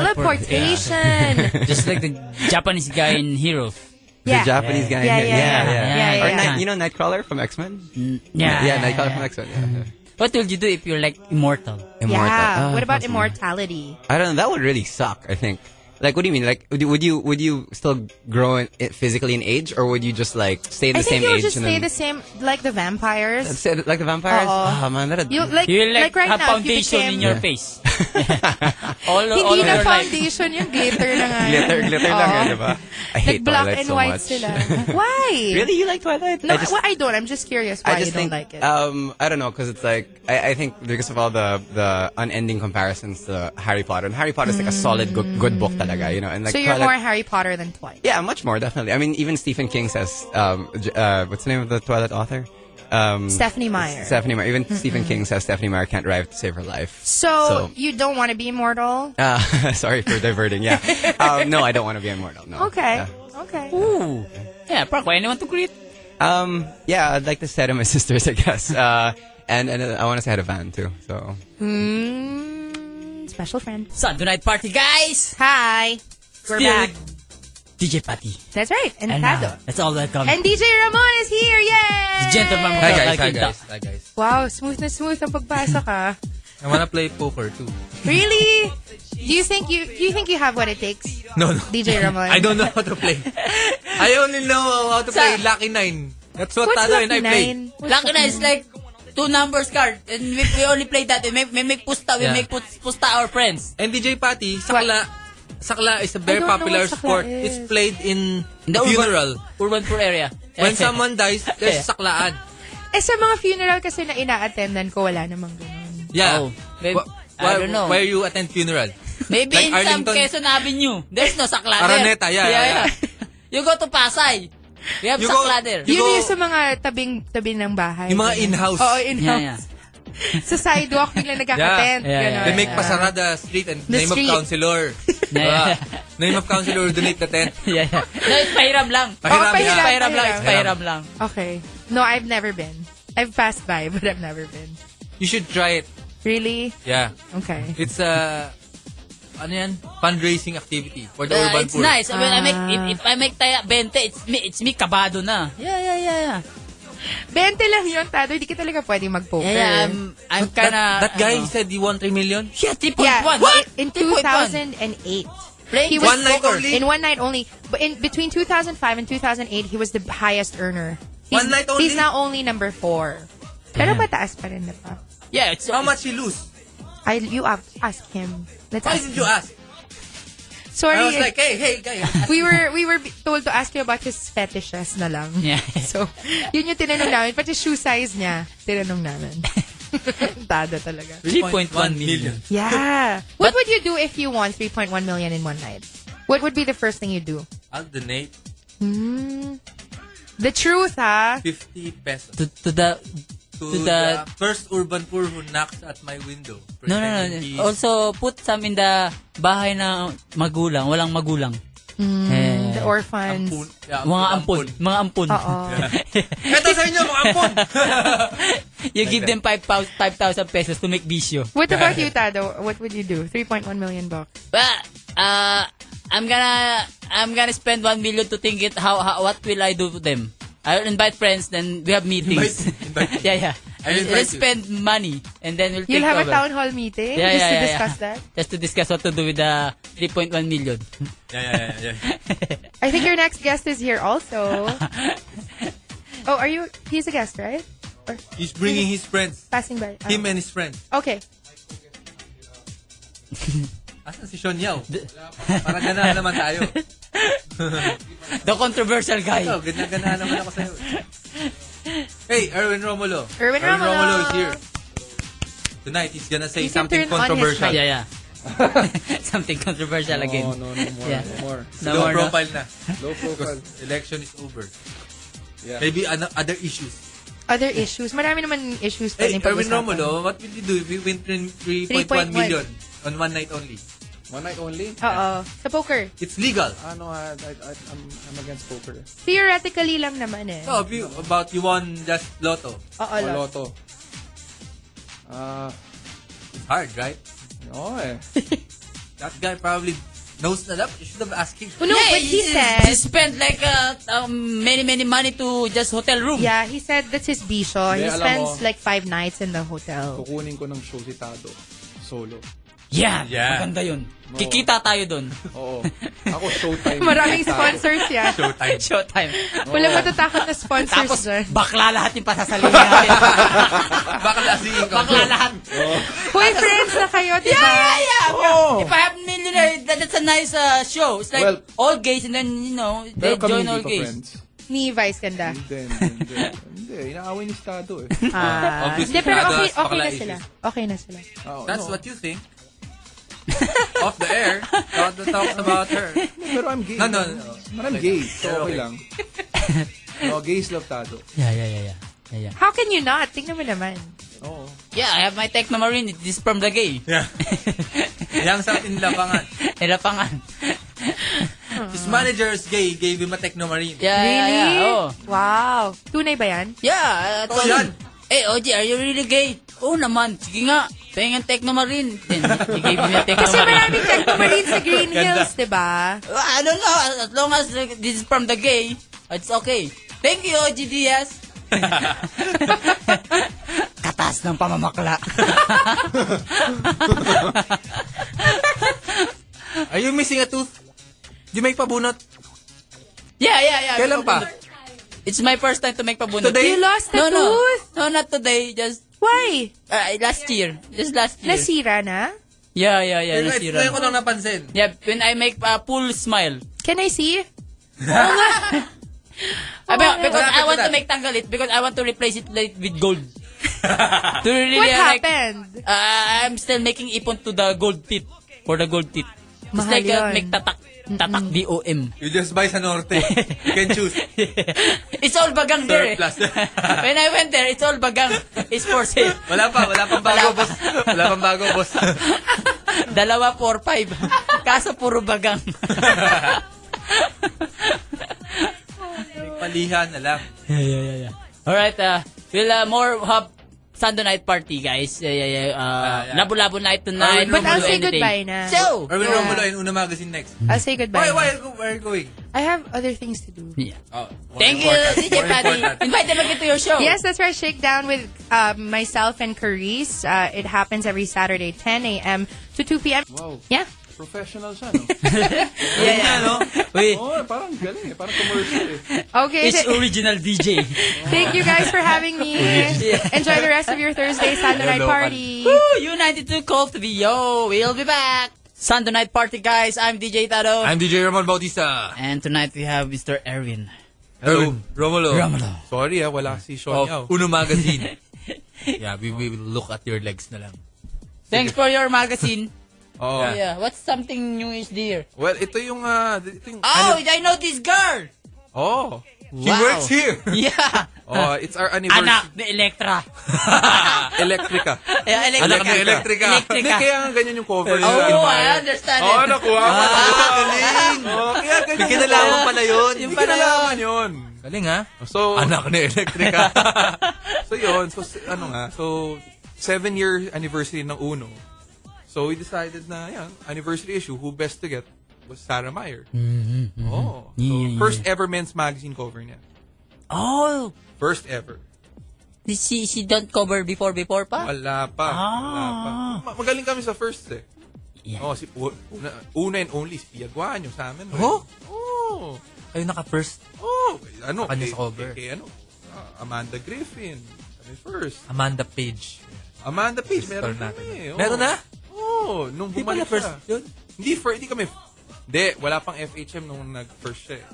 [SPEAKER 2] Teleportation.
[SPEAKER 1] Just like the Japanese guy in Heroes.
[SPEAKER 2] Yeah.
[SPEAKER 4] The Japanese guy. in
[SPEAKER 2] Yeah,
[SPEAKER 4] here-
[SPEAKER 2] yeah, yeah.
[SPEAKER 1] Yeah, yeah,
[SPEAKER 4] Or
[SPEAKER 1] yeah.
[SPEAKER 4] Night, you know Nightcrawler from X Men.
[SPEAKER 1] Yeah,
[SPEAKER 4] yeah, Nightcrawler from X Men. Yeah.
[SPEAKER 1] What will you do if you're like immortal?
[SPEAKER 4] Immortal.
[SPEAKER 2] Yeah.
[SPEAKER 4] Ah,
[SPEAKER 2] what about
[SPEAKER 4] fascinating.
[SPEAKER 2] immortality?
[SPEAKER 4] I don't know. That would really suck. I think. Like, what do you mean? Like, would you would you, would you still grow in, it physically in age, or would you just like stay in the
[SPEAKER 2] I think
[SPEAKER 4] same
[SPEAKER 2] you'll
[SPEAKER 4] age?
[SPEAKER 2] just
[SPEAKER 4] and
[SPEAKER 2] stay
[SPEAKER 4] then-
[SPEAKER 2] the same, like the vampires.
[SPEAKER 4] Say, like the vampires?
[SPEAKER 2] Oo.
[SPEAKER 4] Oh man, that
[SPEAKER 2] You like,
[SPEAKER 1] You will like,
[SPEAKER 2] right
[SPEAKER 1] have
[SPEAKER 2] now, if you
[SPEAKER 1] foundation
[SPEAKER 2] became,
[SPEAKER 1] in your
[SPEAKER 4] Yeah.
[SPEAKER 1] face. all all
[SPEAKER 2] Hindi
[SPEAKER 1] of
[SPEAKER 2] na
[SPEAKER 1] your life.
[SPEAKER 2] foundation yung glitter na nga. yan.
[SPEAKER 4] glitter glitter lang
[SPEAKER 2] Oo.
[SPEAKER 4] yan, diba? I hate
[SPEAKER 2] Like black
[SPEAKER 4] Twilight
[SPEAKER 2] and
[SPEAKER 4] so
[SPEAKER 2] white
[SPEAKER 4] much.
[SPEAKER 2] sila. Why?
[SPEAKER 4] really, you like Twilight? I
[SPEAKER 2] No, I,
[SPEAKER 4] just,
[SPEAKER 2] well, I don't. I'm just curious why
[SPEAKER 4] I just
[SPEAKER 2] you
[SPEAKER 4] think
[SPEAKER 2] don't like it.
[SPEAKER 4] um I don't know because it's like I, I think because of all the the unending comparisons to Harry Potter and Harry Potter is like a solid good, good book talaga you know and like
[SPEAKER 2] Mm. so you're
[SPEAKER 4] Twilight-
[SPEAKER 2] more Harry Potter than Twilight.
[SPEAKER 4] Yeah, much more definitely. I mean, even Stephen King says, um, j- uh, "What's the name of the Twilight author?" Um,
[SPEAKER 2] Stephanie Meyer.
[SPEAKER 4] Stephanie Meyer. Even Stephen King says Stephanie Meyer can't drive to save her life.
[SPEAKER 2] So,
[SPEAKER 4] So-
[SPEAKER 2] you don't want to be immortal?
[SPEAKER 4] Uh, sorry for diverting. Yeah. um, no, I don't want to be immortal. No.
[SPEAKER 2] Okay.
[SPEAKER 4] Yeah.
[SPEAKER 2] Okay.
[SPEAKER 1] Ooh. Yeah, parang why anyone to greet?
[SPEAKER 4] Um, yeah, I'd like to say to my sisters, I guess. Uh, and and uh, I want to say hi to Van too. So
[SPEAKER 2] Mm, special friend.
[SPEAKER 1] Sunday night party, guys!
[SPEAKER 2] Hi. We're
[SPEAKER 1] Still
[SPEAKER 2] back.
[SPEAKER 1] DJ Patty.
[SPEAKER 2] That's right. And
[SPEAKER 1] And uh, um,
[SPEAKER 2] Tado.
[SPEAKER 1] now, that's all that comes.
[SPEAKER 2] And DJ Ramon is here. Yay!
[SPEAKER 1] Gentleman
[SPEAKER 5] Hi
[SPEAKER 1] Yeah,
[SPEAKER 5] guys,
[SPEAKER 1] like
[SPEAKER 5] hi
[SPEAKER 1] in
[SPEAKER 5] guys, hi guys.
[SPEAKER 2] Wow, smooth na smooth ang pagbasa ka.
[SPEAKER 5] I wanna play poker too.
[SPEAKER 2] really? Do you think you do you think you have what it takes?
[SPEAKER 5] No, no.
[SPEAKER 2] DJ Ramon.
[SPEAKER 5] I don't know how to play. I only know how to play Lucky Nine. That's what
[SPEAKER 2] What's
[SPEAKER 5] Tado and
[SPEAKER 2] Lucky
[SPEAKER 5] I play.
[SPEAKER 2] Nine? What's
[SPEAKER 1] Lucky na is like two numbers card. And we, we only play that. We make, we make pusta. We
[SPEAKER 5] Yeah.
[SPEAKER 1] make pus- pusta our friends.
[SPEAKER 5] And DJ Patty, sakla. Sakla is a
[SPEAKER 2] I
[SPEAKER 5] very
[SPEAKER 2] don't know
[SPEAKER 5] popular
[SPEAKER 2] what sakla
[SPEAKER 5] sport.
[SPEAKER 2] is.
[SPEAKER 5] It's played in
[SPEAKER 1] The urban-
[SPEAKER 5] funeral.
[SPEAKER 1] Urban poor area.
[SPEAKER 5] When someone dies, there's saklaan.
[SPEAKER 2] Eh, sa mga funeral kasi na ina-attendan ko, wala namang ganun.
[SPEAKER 5] Yeah.
[SPEAKER 1] Oh, maybe-
[SPEAKER 5] Wh-
[SPEAKER 1] I
[SPEAKER 5] why-
[SPEAKER 1] don't know.
[SPEAKER 5] Where you attend funeral?
[SPEAKER 1] Maybe
[SPEAKER 5] Like
[SPEAKER 1] in some
[SPEAKER 5] Arlington.
[SPEAKER 1] Quezon Avenue. There's no sakla there.
[SPEAKER 5] Araneta, yeah, yeah, yeah.
[SPEAKER 1] You go to Pasay. We have
[SPEAKER 5] You go-
[SPEAKER 1] sakla there.
[SPEAKER 5] You
[SPEAKER 2] Yun
[SPEAKER 5] go-
[SPEAKER 2] yung sa mga tabing, tabi ng bahay.
[SPEAKER 5] Yung mga
[SPEAKER 2] Ganun.
[SPEAKER 5] in-house.
[SPEAKER 2] Oo,
[SPEAKER 1] Yeah,
[SPEAKER 2] Oh, in-house.
[SPEAKER 1] yeah.
[SPEAKER 2] Sa sidewalk, biglang nagkakatent.
[SPEAKER 1] Yeah, yeah,
[SPEAKER 2] ganun.
[SPEAKER 5] They make
[SPEAKER 2] Yeah.
[SPEAKER 5] pasarada street and
[SPEAKER 2] The
[SPEAKER 5] name
[SPEAKER 2] street.
[SPEAKER 5] of counselor.
[SPEAKER 1] yeah.
[SPEAKER 5] Diba? Name of counselor, donate the tent.
[SPEAKER 1] Yeah, yeah. No, it's pahiram lang.
[SPEAKER 5] Pahiram,
[SPEAKER 1] It's pahiram, lang.
[SPEAKER 2] yeah. Oh, pahiram.
[SPEAKER 1] It's pahiram lang.
[SPEAKER 2] Okay. No, I've never been. I've passed by, but I've never been.
[SPEAKER 5] You should try it.
[SPEAKER 2] Really?
[SPEAKER 5] Yeah.
[SPEAKER 2] Okay.
[SPEAKER 5] It's a ano yan? Fundraising activity for the
[SPEAKER 1] Uh,
[SPEAKER 5] urban
[SPEAKER 1] it's
[SPEAKER 5] poor.
[SPEAKER 1] nice. When I make,
[SPEAKER 2] Ah.
[SPEAKER 1] if, if I make taya 20, it's me, it's me kabado na. Yeah, yeah, yeah, yeah.
[SPEAKER 2] 20 lang yun, Tado. Hindi ka talaga pwede mag-poker.
[SPEAKER 1] Yeah, yeah, I'm, I'm
[SPEAKER 5] That,
[SPEAKER 1] kinda...
[SPEAKER 5] that guy
[SPEAKER 1] ano.
[SPEAKER 5] said he won 3 million.
[SPEAKER 1] Yeah, 3.1.
[SPEAKER 2] Yeah,
[SPEAKER 1] What?
[SPEAKER 2] in
[SPEAKER 1] 3.1.
[SPEAKER 2] 2008.
[SPEAKER 1] Playing
[SPEAKER 2] He was
[SPEAKER 5] One night only.
[SPEAKER 2] In one night only. But in between 2005 and 2008, he was the highest earner. He's,
[SPEAKER 5] One night only?
[SPEAKER 2] He's now only number four. Pero mataas pa rin na pa.
[SPEAKER 1] Yeah, it's
[SPEAKER 5] How much he lose?
[SPEAKER 2] I, you up, ask him. Let's
[SPEAKER 5] Why
[SPEAKER 2] ask
[SPEAKER 5] did
[SPEAKER 2] him.
[SPEAKER 5] you ask?
[SPEAKER 2] Sorry.
[SPEAKER 5] I was like, hey, hey, guy.
[SPEAKER 2] we were we were told to ask you about his fetishes na lang.
[SPEAKER 1] Yeah.
[SPEAKER 2] So, yun yung tinanong namin. Pati shoe size niya, tinanong namin. Tada talaga.
[SPEAKER 1] 3.1 million.
[SPEAKER 2] Yeah. What would you do if you won 3.1 million in one night? What would be the first thing you do?
[SPEAKER 5] I'll donate
[SPEAKER 2] Hmm. The truth, ah. ha?
[SPEAKER 5] 50 pesos
[SPEAKER 1] To, to the...
[SPEAKER 5] to,
[SPEAKER 1] To
[SPEAKER 5] the,
[SPEAKER 1] the-
[SPEAKER 5] first urban poor who knocks at my window.
[SPEAKER 1] No, Oh. no, no.
[SPEAKER 5] pretending he's-
[SPEAKER 1] Uh, Also, put some in the bahay na magulang. Walang magulang. Eh,
[SPEAKER 2] Mm,
[SPEAKER 5] Ampun.
[SPEAKER 2] the orphans.
[SPEAKER 5] Yeah,
[SPEAKER 1] Mga ampon. Mga ampon.
[SPEAKER 2] Oo.
[SPEAKER 5] Ito sa inyo, mga ampon.
[SPEAKER 1] you give them 5,000 5,000 pesos to make bisyo.
[SPEAKER 2] What about you, Tado? What would you do? 3.1 million bucks.
[SPEAKER 1] Well, uh, I'm gonna I'm gonna spend 1 million to think it how, how what will I do to them. I'll invite friends then we have meetings.
[SPEAKER 5] Invite- invite-
[SPEAKER 1] yeah, yeah.
[SPEAKER 5] I'll invite
[SPEAKER 1] Let's
[SPEAKER 5] you.
[SPEAKER 1] spend money and then we'll
[SPEAKER 2] You'll
[SPEAKER 1] take
[SPEAKER 2] have a
[SPEAKER 1] over.
[SPEAKER 2] town hall meeting
[SPEAKER 1] yeah,
[SPEAKER 2] just
[SPEAKER 1] yeah,
[SPEAKER 2] to
[SPEAKER 1] yeah,
[SPEAKER 2] discuss
[SPEAKER 1] yeah.
[SPEAKER 2] that?
[SPEAKER 1] Just to discuss what to do with the 3.1 million.
[SPEAKER 5] yeah, yeah, yeah, yeah.
[SPEAKER 2] I think your next guest is here also. oh, are you? He's a guest, right? Or
[SPEAKER 5] He's bringing his friends.
[SPEAKER 2] passing by? Oh.
[SPEAKER 5] Him and his friends.
[SPEAKER 2] okay.
[SPEAKER 5] Asan si Sean Yao? Para ganahan naman tayo.
[SPEAKER 1] The controversial guy.
[SPEAKER 5] Ikaw, ganahan naman ako sa'yo. Hey, Erwin Romulo.
[SPEAKER 2] Erwin Romulo.
[SPEAKER 5] is here. Tonight, he's gonna say
[SPEAKER 2] You can
[SPEAKER 5] something
[SPEAKER 2] turn on his
[SPEAKER 5] controversial.
[SPEAKER 2] mic.
[SPEAKER 1] Yeah, yeah. Something controversial again.
[SPEAKER 6] No, no, no more,
[SPEAKER 1] Yeah.
[SPEAKER 6] no more.
[SPEAKER 1] No
[SPEAKER 5] Low
[SPEAKER 1] more, no.
[SPEAKER 5] profile na.
[SPEAKER 6] Low profile.
[SPEAKER 5] Election is over.
[SPEAKER 6] Yeah.
[SPEAKER 5] Maybe ano, other issues.
[SPEAKER 2] Other issues. Marami naman issues pa
[SPEAKER 5] Hey,
[SPEAKER 2] rin
[SPEAKER 5] Erwin
[SPEAKER 2] pag-usapan.
[SPEAKER 5] Romulo, what will you do if you win 3.1
[SPEAKER 2] 3.1
[SPEAKER 5] million on one night only?
[SPEAKER 6] One night only?
[SPEAKER 2] Oo. Sa poker.
[SPEAKER 5] It's legal.
[SPEAKER 6] Ah, no, I, I, I, I'm, I'm against poker.
[SPEAKER 2] Theoretically lang naman eh.
[SPEAKER 5] So, if you, about you won just lotto.
[SPEAKER 2] Oo,
[SPEAKER 6] Or
[SPEAKER 2] lot.
[SPEAKER 6] Oh, Lotto. Ah,
[SPEAKER 5] It's hard, right?
[SPEAKER 6] no eh.
[SPEAKER 5] That guy probably knows na that. You should have asked him.
[SPEAKER 2] Oh, no, but
[SPEAKER 1] he,
[SPEAKER 2] he
[SPEAKER 1] he
[SPEAKER 2] said...
[SPEAKER 1] spent like uh, um, many, many money to just hotel room.
[SPEAKER 2] Yeah, he said that's his bisyo. He
[SPEAKER 6] Hindi, alam
[SPEAKER 2] spends
[SPEAKER 6] mo.
[SPEAKER 2] like five nights in the hotel.
[SPEAKER 6] Kukunin ko ng show si Tado. Solo.
[SPEAKER 1] Yeah,
[SPEAKER 4] Yeah.
[SPEAKER 1] maganda yun. Kikita tayo dun.
[SPEAKER 6] Oo. Ako, showtime.
[SPEAKER 2] Maraming
[SPEAKER 6] Showtime.
[SPEAKER 2] sponsors yan.
[SPEAKER 1] Showtime.
[SPEAKER 2] Walang matatakot na sponsors
[SPEAKER 1] Tapos,
[SPEAKER 2] dyan.
[SPEAKER 1] bakla lahat yung pasasalihin natin.
[SPEAKER 5] Baka lasingin ko.
[SPEAKER 1] bakla lahat.
[SPEAKER 2] Hoy, friends na kayo, di ba?
[SPEAKER 1] yeah.
[SPEAKER 6] Oo.
[SPEAKER 1] If I have millionaire, that, that's a nice uh, show. It's like
[SPEAKER 6] Well-
[SPEAKER 1] all gays and then, you know,
[SPEAKER 6] Pero
[SPEAKER 1] they
[SPEAKER 6] kami
[SPEAKER 1] join
[SPEAKER 6] hindi
[SPEAKER 1] all
[SPEAKER 6] pa
[SPEAKER 1] gays.
[SPEAKER 6] friends.
[SPEAKER 2] Ni Vice Ganda.
[SPEAKER 6] Hindi, hindi, hindi. Inaaway ni Estado eh.
[SPEAKER 2] Ah,
[SPEAKER 5] Obviously,
[SPEAKER 2] hindi, pero okay,
[SPEAKER 5] Prada's
[SPEAKER 2] okay
[SPEAKER 5] bakla
[SPEAKER 2] na
[SPEAKER 5] Oh,
[SPEAKER 2] sila. Okay na sila.
[SPEAKER 6] Oo,
[SPEAKER 5] That's
[SPEAKER 6] Oh, no.
[SPEAKER 5] what you think. Off the air, talk, talk about her.
[SPEAKER 6] Pero I'm gay.
[SPEAKER 5] No, no, no.
[SPEAKER 6] I'm gay. So okay
[SPEAKER 5] Okay.
[SPEAKER 6] lang. No, gay is love tado.
[SPEAKER 1] Yeah, yeah, yeah, yeah. Yeah, yeah.
[SPEAKER 2] How can you not? Tingnan mo naman.
[SPEAKER 6] Oo.
[SPEAKER 1] Yeah, I have my Technomarine. It is from the gay.
[SPEAKER 5] Yeah. Yang sa tinlapangan.
[SPEAKER 1] Nilapangan.
[SPEAKER 5] His manager's gay, gave him a technomarine.
[SPEAKER 1] Yeah, yeah,
[SPEAKER 2] Really?
[SPEAKER 1] yeah. Oh.
[SPEAKER 2] Wow. Tunay ba yan?
[SPEAKER 1] Yeah, uh, at
[SPEAKER 5] Oh, yan.
[SPEAKER 1] Hey, OJ, are you really gay? Oo naman. Sige nga. Tingin Technomarine. Then, he gave me a
[SPEAKER 2] Kasi
[SPEAKER 1] Technomarine.
[SPEAKER 2] maraming technomarine sa Green Hills, di ba?
[SPEAKER 1] Well, I don't know. As long as like, this is from the gay, it's okay. Thank you, OJ Diaz. Katas ng pamamakla.
[SPEAKER 5] Are you missing a tooth? Do you make pabunot?
[SPEAKER 1] yeah, yeah, yeah.
[SPEAKER 5] Kailan pa?
[SPEAKER 1] It's my first time to make pabunod.
[SPEAKER 5] Today?
[SPEAKER 2] You lost the
[SPEAKER 1] no, no.
[SPEAKER 2] tooth?
[SPEAKER 1] No, not today. Just
[SPEAKER 2] Why?
[SPEAKER 1] uh, last year. Just last year.
[SPEAKER 2] Nasira na?
[SPEAKER 1] Yeah, yeah, yeah.
[SPEAKER 5] Right,
[SPEAKER 1] Nasira.
[SPEAKER 5] Ngayon ko lang napansin.
[SPEAKER 1] Yeah, when I make a full smile.
[SPEAKER 2] Can I see?
[SPEAKER 1] Ah, but- because
[SPEAKER 5] What happened
[SPEAKER 1] I want
[SPEAKER 5] to
[SPEAKER 1] to
[SPEAKER 5] that?
[SPEAKER 1] make tanggal it because I want to replace it like with gold. to really
[SPEAKER 2] What
[SPEAKER 1] uh, like,
[SPEAKER 2] happened?
[SPEAKER 1] uh, I'm still making ipon to the gold teeth for the gold teeth. It's
[SPEAKER 2] Mahal
[SPEAKER 1] like uh,
[SPEAKER 2] yun.
[SPEAKER 1] make tatak tatak D O M.
[SPEAKER 5] You just buy sa Norte. You can choose.
[SPEAKER 1] it's all bagang there. eh.
[SPEAKER 5] Surplus.
[SPEAKER 1] when I went there, it's all bagang. It's for sale.
[SPEAKER 5] Wala pa, wala pang bago,
[SPEAKER 1] Wala pa.
[SPEAKER 5] boss. Wala pang bago, boss.
[SPEAKER 1] Dalawa, four, five. Kaso puro bagang.
[SPEAKER 5] Palihan na lang.
[SPEAKER 1] yeah, yeah, yeah, yeah. Alright, uh, we'll uh, more have Sunday night party, guys. Yeah, yeah, yeah. Uh,
[SPEAKER 5] Ah, yeah.
[SPEAKER 1] Labo-labo night tonight.
[SPEAKER 5] But I'll
[SPEAKER 1] We'll do
[SPEAKER 2] say
[SPEAKER 1] anything.
[SPEAKER 2] goodbye na.
[SPEAKER 1] So,
[SPEAKER 5] Erwin
[SPEAKER 2] Yeah.
[SPEAKER 5] Romulo and Una Magazine next.
[SPEAKER 2] I'll say
[SPEAKER 5] Why,
[SPEAKER 2] goodbye.
[SPEAKER 5] why are you where are you going?
[SPEAKER 2] I have other things to do.
[SPEAKER 1] yeah.
[SPEAKER 5] Oh,
[SPEAKER 1] Thank you, DJ Patty. Invite them again to your show.
[SPEAKER 2] Yes, that's right. Shakedown with uh, myself and Carice. Uh, it happens every Saturday, 10 a.m. to 2 p.m.
[SPEAKER 6] Wow.
[SPEAKER 2] Yeah.
[SPEAKER 6] Professional siya, no?
[SPEAKER 1] Yeah, yeah.
[SPEAKER 5] Ano?
[SPEAKER 1] We,
[SPEAKER 6] Oo, parang galing eh. Parang commercial eh.
[SPEAKER 2] Okay.
[SPEAKER 1] it's
[SPEAKER 2] th-
[SPEAKER 1] original DJ.
[SPEAKER 2] Thank you guys for having me. Enjoy the rest of your Thursday Saturday night
[SPEAKER 5] Hello,
[SPEAKER 2] party.
[SPEAKER 1] Woo, U92 Cold to be yo. We'll be back. Sunday night party, guys. I'm DJ Taro.
[SPEAKER 5] I'm DJ Ramon Bautista.
[SPEAKER 1] and tonight we have Mr. Erwin.
[SPEAKER 5] Hello, Romulo.
[SPEAKER 1] Romulo.
[SPEAKER 5] Sorry ah, wala si Sean
[SPEAKER 6] Yao.
[SPEAKER 5] Uno Magazine. yeah, we, we will look at your legs na lang.
[SPEAKER 1] Thanks for your magazine.
[SPEAKER 5] Oh.
[SPEAKER 1] Yeah, what's something new is there?
[SPEAKER 5] Well, ito yung, ah, ito yung,
[SPEAKER 1] Oh, I know this girl.
[SPEAKER 5] oh, she
[SPEAKER 1] Wow.
[SPEAKER 5] works here.
[SPEAKER 1] Yeah.
[SPEAKER 5] Oh, it's our anniversary.
[SPEAKER 1] Anak ni Electra.
[SPEAKER 5] Electrica.
[SPEAKER 1] yeah, Electra.
[SPEAKER 5] Anak ni Electrica. Hindi,
[SPEAKER 1] Electrica.
[SPEAKER 5] kaya nga ah. ganyan yung cover.
[SPEAKER 1] Oh, I understand
[SPEAKER 5] Oh,
[SPEAKER 1] it.
[SPEAKER 5] nakuha ko. Ah, galing. Oh, kaya ganyan. Yung kinalaman pala yun.
[SPEAKER 1] Yung
[SPEAKER 5] Yung
[SPEAKER 1] pala
[SPEAKER 5] kinalaman yun. Galing ha?
[SPEAKER 7] So,
[SPEAKER 5] Anak ni Electrica.
[SPEAKER 7] so yun, so s- ano nga, so seven year anniversary ng Uno. So we decided na yan, anniversary issue, who best to get was Sarah Meyer.
[SPEAKER 5] Mm-hmm,
[SPEAKER 7] Oh. So,
[SPEAKER 1] Yeah, yeah,
[SPEAKER 7] first ever men's magazine cover niya.
[SPEAKER 1] Oh,
[SPEAKER 7] First ever.
[SPEAKER 1] she, she don't cover before before pa?
[SPEAKER 7] Wala pa. Wala pa.
[SPEAKER 5] Ah.
[SPEAKER 7] Ma- magaling kami sa first eh.
[SPEAKER 1] Yeah.
[SPEAKER 7] Oh, si u- una, una and only si Pia Guanyo sa amin. eh.
[SPEAKER 5] Oh?
[SPEAKER 7] Oh.
[SPEAKER 5] Kayo naka-first.
[SPEAKER 7] Oh. Ano?
[SPEAKER 5] Sa kanya
[SPEAKER 7] kay-
[SPEAKER 5] sa cover.
[SPEAKER 7] kay- kay ano? Ah, Amanda Griffin. Kami first.
[SPEAKER 5] Amanda Page.
[SPEAKER 7] Amanda Page, meron
[SPEAKER 5] Store natin.
[SPEAKER 7] kami. Oh.
[SPEAKER 5] Meron na?
[SPEAKER 7] Oo, nung
[SPEAKER 5] Di pala
[SPEAKER 7] bumalik
[SPEAKER 5] first
[SPEAKER 7] siya.
[SPEAKER 5] yun.
[SPEAKER 7] Hindi, first, hindi kami. Hindi, wala pang FHM nung nag-first siya. eh.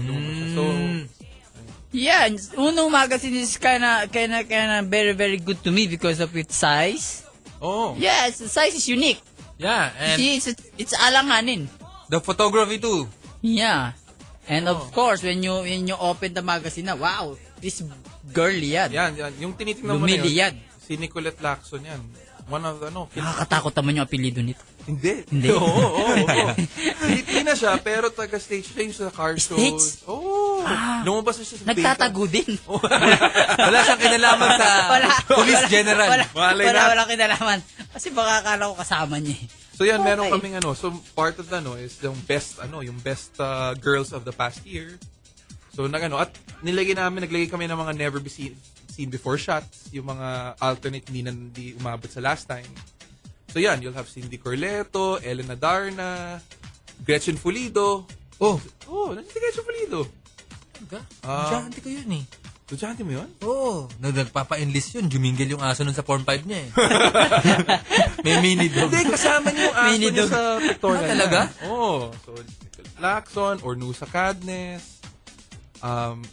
[SPEAKER 7] Nung lumabas siya. So,
[SPEAKER 5] Mm.
[SPEAKER 1] Yeah, and Uno magazine is kinda, kinda, kinda very, very good to me because of its size.
[SPEAKER 7] oh,
[SPEAKER 1] Yes, the size is unique.
[SPEAKER 5] Yeah, and
[SPEAKER 1] See, it's, it's alanganin.
[SPEAKER 5] the photography too.
[SPEAKER 1] Yeah. And
[SPEAKER 7] Oh.
[SPEAKER 1] of course, when you when you open the magazine na, wow, this girl yan.
[SPEAKER 7] yan, yan. Yung tinitingnan mo na
[SPEAKER 1] Lumiliyad.
[SPEAKER 7] si Nicolette Lacson yan. One of the, ano, Phil-
[SPEAKER 1] Nakakatakot naman yung apelido nito.
[SPEAKER 7] hindi.
[SPEAKER 1] Hindi.
[SPEAKER 7] Oo, oo, oo. Pilipina siya, pero taga-stage siya yung sa car shows.
[SPEAKER 1] States?
[SPEAKER 7] Oo. Lumabas na siya sa
[SPEAKER 1] Ah.
[SPEAKER 7] Oh.
[SPEAKER 1] Nagtatago din.
[SPEAKER 5] Wala siyang kinalaman sa
[SPEAKER 1] wala.
[SPEAKER 5] Police
[SPEAKER 1] wala-
[SPEAKER 5] General.
[SPEAKER 1] Wala, wala,
[SPEAKER 7] Malay na.
[SPEAKER 1] wala kinalaman. Kasi baka akala ko kasama niya eh.
[SPEAKER 7] So yan, meron
[SPEAKER 1] Okay.
[SPEAKER 7] kaming ano. So part of the ano is yung best ano, yung best uh, girls of the past year. So nagano at nilagay namin, naglagay kami ng mga never be seen, seen before shots, yung mga alternate hindi na hindi umabot sa last time.
[SPEAKER 5] So yan, you'll have Cindy Corleto, Elena Darna, Gretchen Pulido.
[SPEAKER 8] Oh,
[SPEAKER 5] Oh, nandiyan si Gretchen Pulido.
[SPEAKER 8] ka?
[SPEAKER 5] Ah.
[SPEAKER 8] Diyanti ko yun eh.
[SPEAKER 5] Estudyante mo yun?
[SPEAKER 8] Oo. Oh, nagpapa-enlist yun. Jumingil yung aso nun sa Form 5 niya eh. May mini dog.
[SPEAKER 5] Hindi, kasama niyo yung aso niya
[SPEAKER 1] Minidog.
[SPEAKER 5] sa pictorial.
[SPEAKER 8] Ah,
[SPEAKER 5] niya.
[SPEAKER 8] talaga?
[SPEAKER 5] Oo. So, Lacson or Nusa Cadnes, um,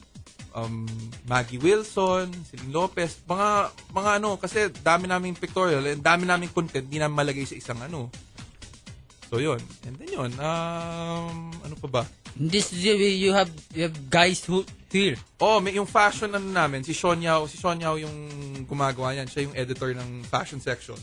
[SPEAKER 5] um, Maggie Wilson, Celine Lopez, mga, mga ano, kasi dami naming pictorial and dami naming content, di namin malagay sa isang ano. So, yun. And then yun, um, ano pa ba?
[SPEAKER 1] This is- you have you have guys who here.
[SPEAKER 5] Oh, may yung fashion ano namin, si Sean Yao, si Sean Yao yung gumagawa niyan. Siya yung editor ng fashion section.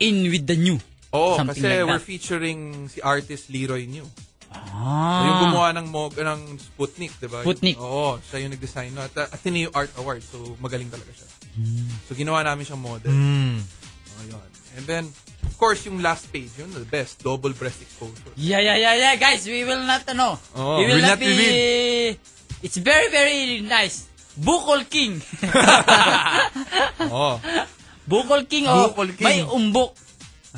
[SPEAKER 1] in with the new.
[SPEAKER 5] Oo,
[SPEAKER 1] Something
[SPEAKER 5] Oh, kasi
[SPEAKER 1] like that.
[SPEAKER 5] we're featuring si artist Leroy New.
[SPEAKER 1] Ah.
[SPEAKER 5] Yung gumawa ng mog ng Sputnik, 'di ba?
[SPEAKER 1] Sputnik.
[SPEAKER 5] Oo, siya yung nag-design no. At uh, Ateneo Art Award. So magaling talaga siya.
[SPEAKER 1] Hmm.
[SPEAKER 5] So ginawa namin siyang model.
[SPEAKER 8] Hmm.
[SPEAKER 5] Oh, yun. And then of course yung last page, yun the best double breast exposure.
[SPEAKER 1] Yeah, yeah, yeah, yeah, guys, we will not ano.
[SPEAKER 5] Oh,
[SPEAKER 1] we will
[SPEAKER 8] will not
[SPEAKER 1] not, be It's very very nice. Bukol King.
[SPEAKER 5] Oo.
[SPEAKER 1] Bukol King o
[SPEAKER 8] Bukol King.
[SPEAKER 1] may umbok.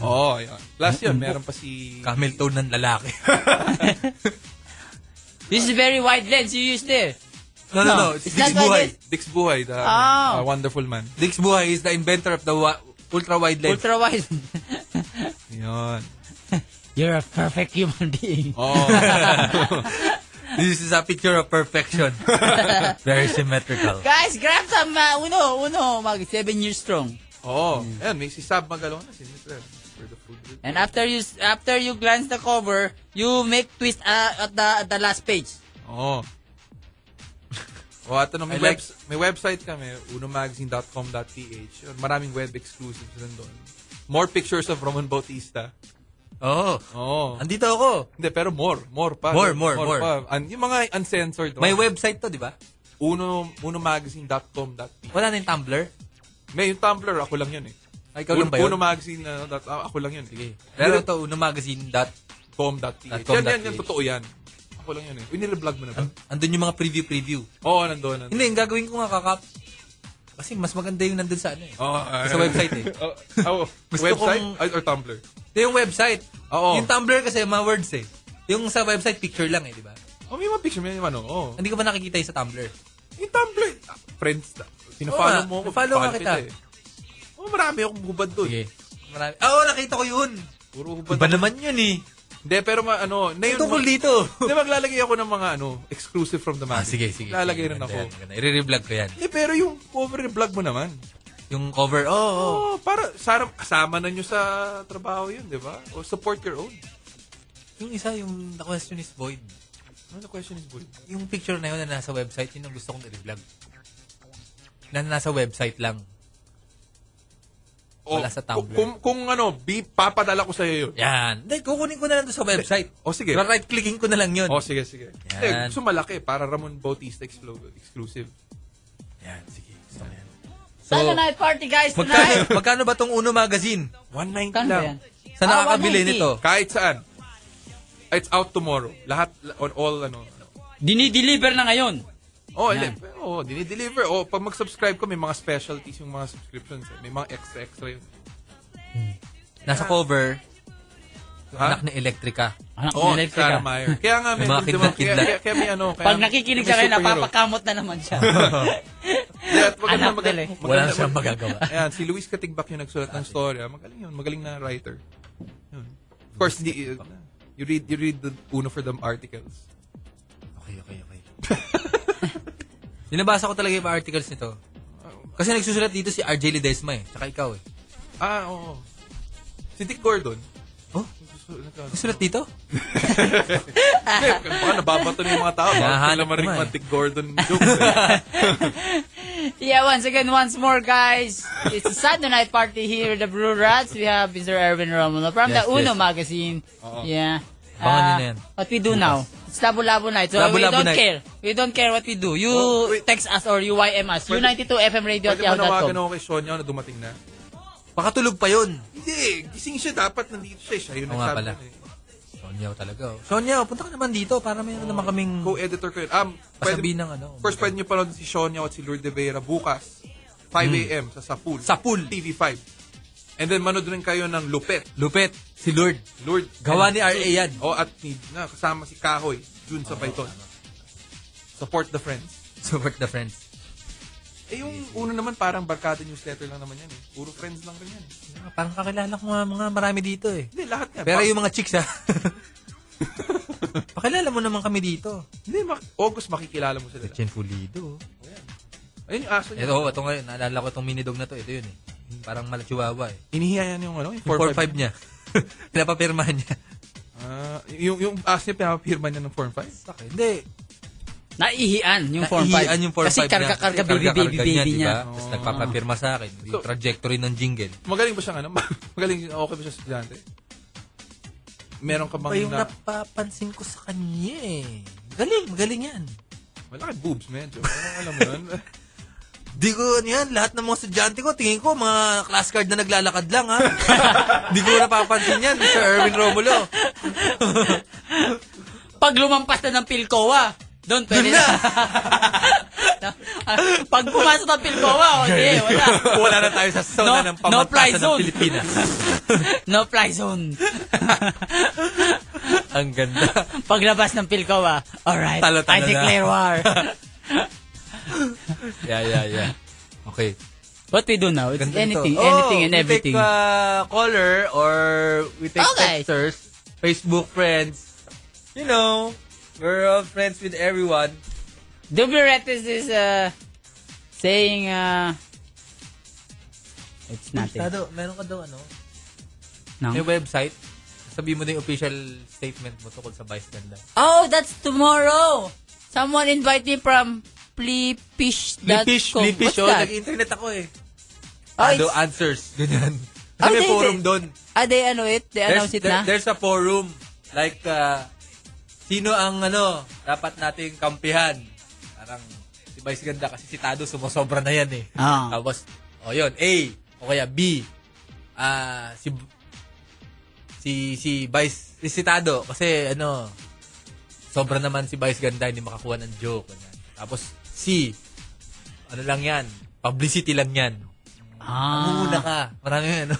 [SPEAKER 5] Oo, yun. Plus yun, meron pa si
[SPEAKER 8] Camel toe ng lalaki.
[SPEAKER 1] This is very wide lens you use there.
[SPEAKER 8] no, no, no.
[SPEAKER 1] No,
[SPEAKER 8] It's
[SPEAKER 1] it's
[SPEAKER 8] Dix
[SPEAKER 1] not like
[SPEAKER 8] Buhay.
[SPEAKER 1] this.
[SPEAKER 5] Dix Buhay, the
[SPEAKER 1] Oh.
[SPEAKER 5] uh, wonderful man.
[SPEAKER 8] Dix Buhay is the inventor of the wa- ultra-wide lens.
[SPEAKER 1] Ultra wide.
[SPEAKER 5] Yun.
[SPEAKER 1] You're a perfect human being.
[SPEAKER 5] Oo.
[SPEAKER 8] This is a picture of perfection. Very symmetrical.
[SPEAKER 1] Guys, grab some uh, uno, uno, mag 7 years strong.
[SPEAKER 5] Oo. Ayun, may si Sab Magalona, si Mr. For the food review.
[SPEAKER 1] And after you after you glance the cover, you make twist uh, at the at the last page.
[SPEAKER 5] Oo. O at ano, may,
[SPEAKER 8] I like-
[SPEAKER 5] webs- may website kami, unomagazine.com.ph. Yun, Maraming web exclusives nandun. More pictures of Roman Bautista.
[SPEAKER 8] Oh.
[SPEAKER 5] Oo.
[SPEAKER 8] Andito ako.
[SPEAKER 5] Hindi, pero more. More pa.
[SPEAKER 8] More, more, more.
[SPEAKER 5] pa. An- yung mga uncensored.
[SPEAKER 8] May website to, di ba?
[SPEAKER 5] Uno, unomagazine.com.ph.
[SPEAKER 8] Wala na yung Tumblr.
[SPEAKER 5] May yung Tumblr, ako lang yun eh.
[SPEAKER 8] Ay, ikaw lang ba yun?
[SPEAKER 5] Uno magazine, ano, dot- ah, ako lang yun eh.
[SPEAKER 8] Sige. Pero ito, unomagazine dot
[SPEAKER 5] Com.ph.
[SPEAKER 8] Com.ph.
[SPEAKER 5] Yan, yan, yan, totoo yan. Ako lang yun eh. Uy, nireblog mo na ba?
[SPEAKER 8] Andun yung mga preview-preview.
[SPEAKER 5] Oo, nandun, nandun.
[SPEAKER 8] Hindi, yung gagawin ko nga kakap. Kasi mas maganda yung nandun sa ano eh.
[SPEAKER 5] Oo, ah,
[SPEAKER 8] Sa website eh.
[SPEAKER 5] Oh, oh,
[SPEAKER 8] Gusto
[SPEAKER 5] website
[SPEAKER 8] kong-
[SPEAKER 5] Ay, or Tumblr?
[SPEAKER 8] Ito yung website.
[SPEAKER 5] Oo.
[SPEAKER 8] Yung Tumblr kasi, mga words eh. Yung sa website, picture lang eh, di ba?
[SPEAKER 5] Oh, may mga picture, may mga ano. Oh.
[SPEAKER 8] Hindi ko ba nakikita yung sa Tumblr?
[SPEAKER 5] Yung Tumblr, ah, friends, ah, pinafollow
[SPEAKER 8] Oo nga,
[SPEAKER 5] mo ako.
[SPEAKER 8] follow nga kita.
[SPEAKER 5] pinafollow eh. Oh, marami akong hubad doon.
[SPEAKER 8] Marami. Ah, Oo, nakita ko yun.
[SPEAKER 5] Puro hubad.
[SPEAKER 8] Iba
[SPEAKER 5] ako.
[SPEAKER 8] naman yun eh.
[SPEAKER 5] Hindi, pero ma, ano, na yun.
[SPEAKER 8] Ito ko
[SPEAKER 5] ma-
[SPEAKER 8] dito.
[SPEAKER 5] Hindi, maglalagay ako ng mga ano, exclusive from the
[SPEAKER 8] Ah,
[SPEAKER 5] magazine.
[SPEAKER 8] sige, sige.
[SPEAKER 5] eh. Lalagay
[SPEAKER 8] Sige,
[SPEAKER 5] rin
[SPEAKER 8] maganda
[SPEAKER 5] ako.
[SPEAKER 8] yan, maganda. I-re-revlog ko yan.
[SPEAKER 5] Eh, pero yung cover yung vlog mo naman.
[SPEAKER 8] Yung cover, oo. Oh, oh.
[SPEAKER 5] Oh, para sana kasama na nyo sa trabaho yun, di ba? O support your own.
[SPEAKER 8] Yung isa, yung the question is void.
[SPEAKER 5] Ano the question is, boy?
[SPEAKER 8] Yung picture na yun na nasa website, yun ang gusto kong i-revlog. Na nasa website lang.
[SPEAKER 5] O,
[SPEAKER 8] Wala sa Tumblr.
[SPEAKER 5] Kung, kung ano, be, papadala ko sa'yo yun.
[SPEAKER 8] Yan. Hindi, kukunin ko na lang doon sa website.
[SPEAKER 5] O, sige.
[SPEAKER 8] Right-clicking ko na lang yun.
[SPEAKER 5] Oh, sige, sige.
[SPEAKER 8] Yan.
[SPEAKER 5] Eh, gusto malaki para Ramon Bautista exclu- exclusive.
[SPEAKER 8] Yan, sige. Gusto ko yan. So,
[SPEAKER 1] Sana night party guys
[SPEAKER 8] magkano,
[SPEAKER 1] tonight.
[SPEAKER 8] magkano ba tong Uno Magazine?
[SPEAKER 5] 190
[SPEAKER 1] Magkano ba
[SPEAKER 5] lang.
[SPEAKER 1] yan?
[SPEAKER 8] Sa
[SPEAKER 1] Ah,
[SPEAKER 8] nakakabili
[SPEAKER 1] 190.
[SPEAKER 8] nito?
[SPEAKER 5] Kahit saan. It's out tomorrow. Lahat, on all, ano.
[SPEAKER 1] Dinideliver na ngayon.
[SPEAKER 5] Oh, yeah. oh, dinideliver. Oh, pag mag-subscribe ko, may mga specialties yung mga subscriptions. eh. May mga extra-extra yun.
[SPEAKER 8] Nasa cover,
[SPEAKER 5] Ha?
[SPEAKER 8] anak ni Electrica.
[SPEAKER 1] Anak
[SPEAKER 5] Oh,
[SPEAKER 1] ng electric,
[SPEAKER 5] Sarah
[SPEAKER 1] ah.
[SPEAKER 5] Meyer. Kaya nga, may,
[SPEAKER 8] Yung mga
[SPEAKER 5] di ba, kaya,
[SPEAKER 8] kidlat-kidlat.
[SPEAKER 5] kaya, kaya may ano. Kaya,
[SPEAKER 1] Pag nakikinig
[SPEAKER 5] may
[SPEAKER 1] siya kayo,
[SPEAKER 5] superhero.
[SPEAKER 1] napapakamot na naman siya.
[SPEAKER 5] Kaya at maganda,
[SPEAKER 1] Anak
[SPEAKER 5] maganda,
[SPEAKER 1] nila eh.
[SPEAKER 5] maganda,
[SPEAKER 8] Wala na siyang magagawa.
[SPEAKER 5] Ayan, si Luis Katigbak yung nagsulat ng story. ah. Magaling yun. Magaling na writer. Yun. Of course, hindi, uh, you read you read the Uno for them articles.
[SPEAKER 8] Okay, okay, okay. Dinabasa ko talaga yung mga articles nito. Kasi nagsusulat dito si RJ Ledesma eh, tsaka ikaw eh.
[SPEAKER 5] Ah, oo. Si Dick Gordon.
[SPEAKER 8] Oh, nagsulat dito?
[SPEAKER 5] Hindi, baka nababato na yung mga tao. Baka
[SPEAKER 8] Nahanap
[SPEAKER 5] sila marinig
[SPEAKER 8] naman eh.
[SPEAKER 5] mga Dick Gordon joke. eh.
[SPEAKER 1] yeah, once again, once more guys. It's a Sunday night party here at the Brew Rats. We have Mr. Erwin Romulo from the
[SPEAKER 8] Yes,
[SPEAKER 1] Uno
[SPEAKER 8] yes.
[SPEAKER 1] magazine. Yeah.
[SPEAKER 8] Abangan nyo
[SPEAKER 1] Ah,
[SPEAKER 8] na yan.
[SPEAKER 1] What we do now. It's Labo-Labo Night. So we
[SPEAKER 8] Labo-Labo
[SPEAKER 1] don't
[SPEAKER 8] Night.
[SPEAKER 1] care. We don't care what we do. You
[SPEAKER 5] Oh, wait.
[SPEAKER 1] text us or you YM us. U92FMradio at
[SPEAKER 5] Pwede manawagan
[SPEAKER 1] yahoo.com.
[SPEAKER 5] ako kay Sonia na dumating na.
[SPEAKER 8] Pakatulog pa yun.
[SPEAKER 5] Hindi, gising siya dapat nandito siya. eh. Siya yun
[SPEAKER 8] Oo nga
[SPEAKER 5] nagsabi
[SPEAKER 8] pala.
[SPEAKER 5] nun eh.
[SPEAKER 8] Sonya talaga oh. Sonya, punta ka naman dito para mayroon naman kaming...
[SPEAKER 5] Co-editor ko yun. Um,
[SPEAKER 8] Pasabi ng ano.
[SPEAKER 5] Of course, pwede nyo panood si Sonia at si Lourdes Vera bukas. 5 a.m. Hmm. sa Sapul.
[SPEAKER 8] Sapul.
[SPEAKER 5] TV5.
[SPEAKER 7] And then manood rin kayo ng Lupet.
[SPEAKER 5] Lupet, si Lord.
[SPEAKER 7] Lord.
[SPEAKER 5] Gawa ni R.A. yan. Ah,
[SPEAKER 7] O at ni, na, kasama si Kahoy, Jun sa Python. Support the friends.
[SPEAKER 5] Support the friends.
[SPEAKER 7] Eh yung uno naman parang barkada newsletter lang naman yan eh. Puro friends lang rin yan. eh.
[SPEAKER 5] Ah, Parang kakilala ko mga, mga marami dito eh.
[SPEAKER 7] Hindi, lahat nga.
[SPEAKER 5] Pero
[SPEAKER 7] Pa-
[SPEAKER 5] yung mga chicks ha. Pakilala mo naman kami dito.
[SPEAKER 7] Hindi, mak- August makikilala mo sila.
[SPEAKER 5] Chen Pulido.
[SPEAKER 7] Ayun yung aso niya.
[SPEAKER 5] Ito, ito ngayon. Naalala ko itong mini dog na to. Ito yun eh. Parang malachihuahua eh.
[SPEAKER 7] Inihiya yan yung ano, yung
[SPEAKER 5] 4-5
[SPEAKER 7] 4-5
[SPEAKER 5] niya. Pinapapirmahan niya.
[SPEAKER 7] Ah, yung, yung aso niya pinapapirma niya ng 4-5.
[SPEAKER 5] Bakit? Hindi.
[SPEAKER 1] Naihian yung form 5.
[SPEAKER 5] Naiian yung 4-5
[SPEAKER 1] Kasi karga-karga baby, baby, baby niya.
[SPEAKER 5] Tapos nagpapapirma sa akin. Yung
[SPEAKER 7] Oh. So-
[SPEAKER 5] trajectory ng jingle.
[SPEAKER 7] Magaling ba siyang ano? Magaling, okay ba siya estudyante? Meron ka bang
[SPEAKER 5] Iba yung
[SPEAKER 7] na...
[SPEAKER 5] napapansin ko sa kanya eh. Galing, magaling yan.
[SPEAKER 7] Malaki boobs, medyo. Ano, alam mo yun?
[SPEAKER 5] Di ko ano yan, lahat ng mga estudyante ko, tingin ko, mga class card na naglalakad lang ha. Di ko napapansin yan, Sir Erwin Romulo.
[SPEAKER 1] Pag lumampas na ng Pilcoa, doon pwede na. Pag pumasok ng Pilcoa, o di, Oh, wala.
[SPEAKER 5] Wala na tayo sa zona ng
[SPEAKER 1] no fly
[SPEAKER 5] pamantasan
[SPEAKER 1] zone.
[SPEAKER 5] ng Pilipinas.
[SPEAKER 1] no fly zone.
[SPEAKER 5] Ang ganda.
[SPEAKER 1] Paglabas ng Pilcoa, alright,
[SPEAKER 5] Talo-talo
[SPEAKER 1] I declare
[SPEAKER 5] na.
[SPEAKER 1] war.
[SPEAKER 5] Yeah, yeah, yeah. Okay.
[SPEAKER 1] What we do now, it's
[SPEAKER 5] Ganda
[SPEAKER 1] anything,
[SPEAKER 5] nito.
[SPEAKER 1] anything
[SPEAKER 5] Oh,
[SPEAKER 1] and everything.
[SPEAKER 5] We take uh, caller or we take
[SPEAKER 1] Okay.
[SPEAKER 5] texters, Facebook friends. You know, we're all friends with everyone.
[SPEAKER 1] Dubiretis is uh, saying uh, it's nothing.
[SPEAKER 5] Tado, meron ka daw ano?
[SPEAKER 1] No?
[SPEAKER 5] May website. Sabi mo na yung official statement mo tungkol sa Vice Ganda.
[SPEAKER 1] Oh, that's tomorrow. Someone invite me from plipish.com. What's
[SPEAKER 5] oh,
[SPEAKER 1] that?
[SPEAKER 5] nag-internet ako eh.
[SPEAKER 1] Oh,
[SPEAKER 5] Tado
[SPEAKER 1] it's-
[SPEAKER 5] answers. Ganyan. Kasi
[SPEAKER 1] Oh,
[SPEAKER 5] may
[SPEAKER 1] they-
[SPEAKER 5] forum
[SPEAKER 1] they-
[SPEAKER 5] doon.
[SPEAKER 1] Ah, they ano it? They announce it
[SPEAKER 5] there-
[SPEAKER 1] na?
[SPEAKER 5] there's a forum. Like, uh, sino ang ano, dapat nating kampihan? Parang, si Vice Ganda kasi si Tado sumosobra na yan eh.
[SPEAKER 1] Ah.
[SPEAKER 5] Tapos, o yun, A. O kaya B. Ah, si si si Vice eh, si Tado kasi ano sobra naman si Vice Ganda hindi makakuha ng joke ganyan. Tapos C ano lang yan publicity lang yan
[SPEAKER 1] Ah.
[SPEAKER 5] muna ka marami yan ano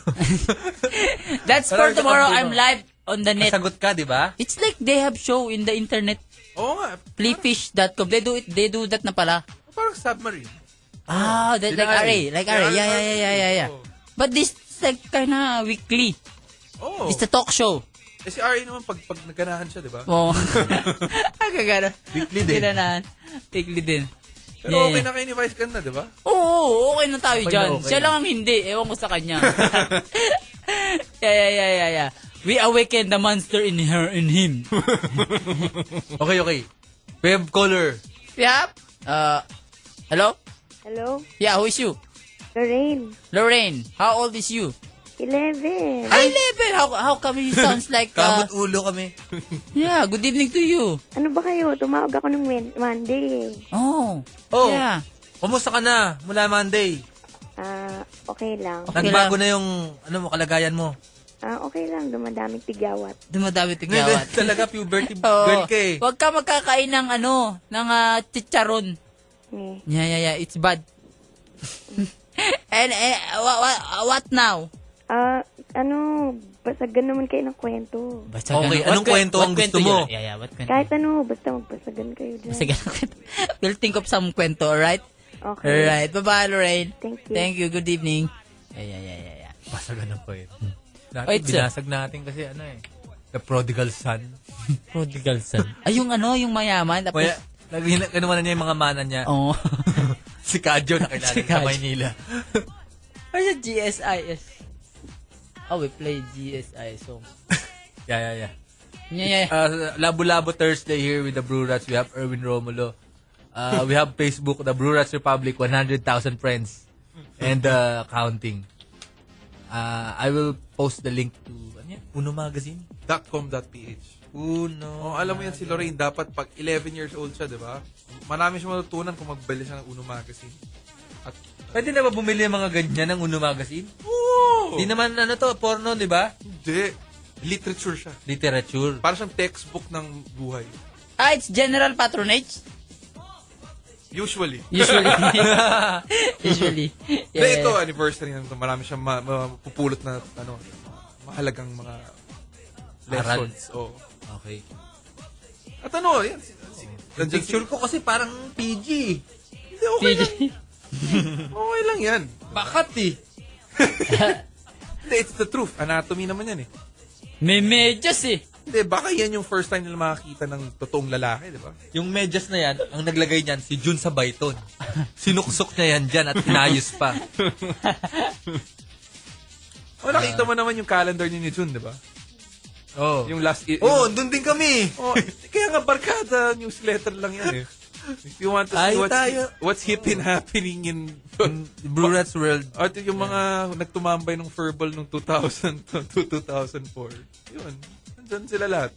[SPEAKER 1] That's for
[SPEAKER 5] Parang
[SPEAKER 1] tomorrow.
[SPEAKER 5] kapag-
[SPEAKER 1] I'm live on the net.
[SPEAKER 5] sagot ka di ba
[SPEAKER 1] It's like they have show in the internet.
[SPEAKER 7] Oo nga,
[SPEAKER 1] Plipish.com. They do it. They do that na pala.
[SPEAKER 7] parang submarine.
[SPEAKER 1] Ah, that, like
[SPEAKER 7] Sila
[SPEAKER 1] array.
[SPEAKER 7] eh.
[SPEAKER 1] Like array.
[SPEAKER 7] Sila
[SPEAKER 1] Yeah, yeah,
[SPEAKER 7] array.
[SPEAKER 1] yeah, yeah, yeah, yeah.
[SPEAKER 7] Oo.
[SPEAKER 1] But this is like kinda weekly.
[SPEAKER 7] Oo.
[SPEAKER 1] It's a talk show.
[SPEAKER 7] Eh, si RA naman, pag, pag naganahan siya, di ba?
[SPEAKER 1] Oo. Ang gagana.
[SPEAKER 7] Weekly din.
[SPEAKER 1] Ginanahan. Weekly din.
[SPEAKER 7] Pero
[SPEAKER 1] Yeah,
[SPEAKER 7] okay
[SPEAKER 1] yeah.
[SPEAKER 7] na kayo ni Vice Ganda, di ba?
[SPEAKER 1] Oo, okay na Ano tayo
[SPEAKER 5] Okay na,
[SPEAKER 1] dyan.
[SPEAKER 5] okay
[SPEAKER 1] Siya
[SPEAKER 5] na.
[SPEAKER 1] lang ang hindi. Ewan ko sa kanya. yeah, yeah, yeah, yeah, yeah. We awaken the monster in her, in him.
[SPEAKER 5] okay okay web caller
[SPEAKER 1] yep. Uh, hello?
[SPEAKER 9] Hello?
[SPEAKER 1] Yeah, who is you?
[SPEAKER 9] Lorraine.
[SPEAKER 1] Lorraine, how old is you?
[SPEAKER 9] 11.
[SPEAKER 1] Hi, Level! How, how come you sounds like, uh,
[SPEAKER 5] kamot ulo kami
[SPEAKER 1] yeah, good evening to you.
[SPEAKER 9] Ano ba kayo? Tumawag ako ng Wed- Monday. eh.
[SPEAKER 1] Oh.
[SPEAKER 5] Oh.
[SPEAKER 1] Yeah.
[SPEAKER 5] kumusta ka na mula Monday
[SPEAKER 9] Ah, okay lang.
[SPEAKER 1] Okay
[SPEAKER 5] nagbago
[SPEAKER 1] lang.
[SPEAKER 5] na yung ano mo kalagayan mo
[SPEAKER 9] Ah, okay lang. Dumadaming tigawat.
[SPEAKER 1] Dumadami tigyawat.
[SPEAKER 5] talaga puberty
[SPEAKER 1] Oo.
[SPEAKER 5] girl ka eh
[SPEAKER 1] Huwag ka magkakain ng ano, ng ah, chicharon.
[SPEAKER 9] Eh,
[SPEAKER 1] Yeah, yeah, yeah. It's bad. and, eh, and wha- wha- what now?
[SPEAKER 9] Ah, ano, basagan naman kayo ng kwento.
[SPEAKER 1] Basagan.
[SPEAKER 5] Okay,
[SPEAKER 1] What
[SPEAKER 5] anong kwento
[SPEAKER 1] what
[SPEAKER 5] ang gusto mo?
[SPEAKER 1] yun? Yeah, yeah, what kwento?
[SPEAKER 9] Kahit ano, basta magbasagan kayo dyan.
[SPEAKER 1] Sige, anong kwento? We'll think of some kwento, alright?
[SPEAKER 9] Okay.
[SPEAKER 1] Alright. Bye-bye, Lorraine.
[SPEAKER 9] Thank you.
[SPEAKER 1] Thank you. Good evening. Yeah, yeah, yeah, yeah, yeah.
[SPEAKER 5] Basagan ng poem.
[SPEAKER 1] Oh,
[SPEAKER 5] Dati
[SPEAKER 1] it's
[SPEAKER 5] ano eh.
[SPEAKER 1] a-
[SPEAKER 5] binasag natin kasi ano eh. The Prodigal Son.
[SPEAKER 1] Prodigal son. Ay, yung ano, yung mayaman. Tapos,
[SPEAKER 5] Kaya, nag- kinuha na ano? niya yung mga mana niya.
[SPEAKER 1] Oo.
[SPEAKER 5] Si Kadyo nakilala
[SPEAKER 1] Si
[SPEAKER 5] niya sa
[SPEAKER 1] Kadyo.
[SPEAKER 5] Maynila.
[SPEAKER 1] Ay, yung GSIS. Oh, we play GSIS song.
[SPEAKER 5] yeah, yeah, yeah.
[SPEAKER 1] Yeah, yeah, yeah.
[SPEAKER 5] Uh, Labo-Labo Thursday here with the Brew Rats. We have Erwin Romulo. Uh, we have Facebook, the Brew Rats Republic, 100,000 friends. And uh, counting. Uh, I will post the link to ano yan? Uno Magazine?
[SPEAKER 7] .com.ph
[SPEAKER 5] Uno.
[SPEAKER 7] Oh, alam mo yan, si Lorraine, dapat pag 11 years old siya, di ba? Marami siya matutunan kung magbali siya ng Uno Magazine. At,
[SPEAKER 5] Pwede na ba bumili ng mga ganyan ng Uno Magazine?
[SPEAKER 7] oo!
[SPEAKER 5] Di naman ano to, porno, di ba?
[SPEAKER 7] Hindi. Literature siya.
[SPEAKER 5] Literature.
[SPEAKER 7] Para siyang textbook ng buhay.
[SPEAKER 1] Ah, it's general patronage?
[SPEAKER 7] Usually.
[SPEAKER 1] Usually. Usually.
[SPEAKER 7] Hindi, ito, anniversary na ito. Marami siyang ma- mapupulot na, ano, mahalagang mga lessons. Oo.
[SPEAKER 5] Okay.
[SPEAKER 7] At ano, yan. si- si-
[SPEAKER 5] Yung
[SPEAKER 7] nandiyan si-
[SPEAKER 5] picture ko kasi parang PG.
[SPEAKER 7] Hindi, okay lang. Okay lang yan.
[SPEAKER 5] Bakat eh.
[SPEAKER 7] Hindi, it's the truth. Anatomy naman yan eh.
[SPEAKER 1] May medyas eh.
[SPEAKER 7] Hindi, baka yan yung first time nila makakita ng totoong lalaki, di ba?
[SPEAKER 5] Yung medyas na yan, ang naglagay niyan, si Jun sa Bayton. Sinuksok niya yan dyan at inayos pa.
[SPEAKER 7] O, Oh, nakita mo naman yung calendar niyo ni Jun, di ba?
[SPEAKER 5] Oh.
[SPEAKER 7] Yung last... i-
[SPEAKER 5] oh,
[SPEAKER 7] yung-
[SPEAKER 5] doon din kami.
[SPEAKER 7] Oh, kaya nga barkada newsletter lang yan eh. If you want to see
[SPEAKER 5] Ayaw
[SPEAKER 7] what's,
[SPEAKER 5] tayo.
[SPEAKER 7] what's hip and happening in...
[SPEAKER 5] Blue Rats World.
[SPEAKER 7] At yung mga nagtumambay ng furball nung 2000 to 2004. Yun. Nandun sila lahat.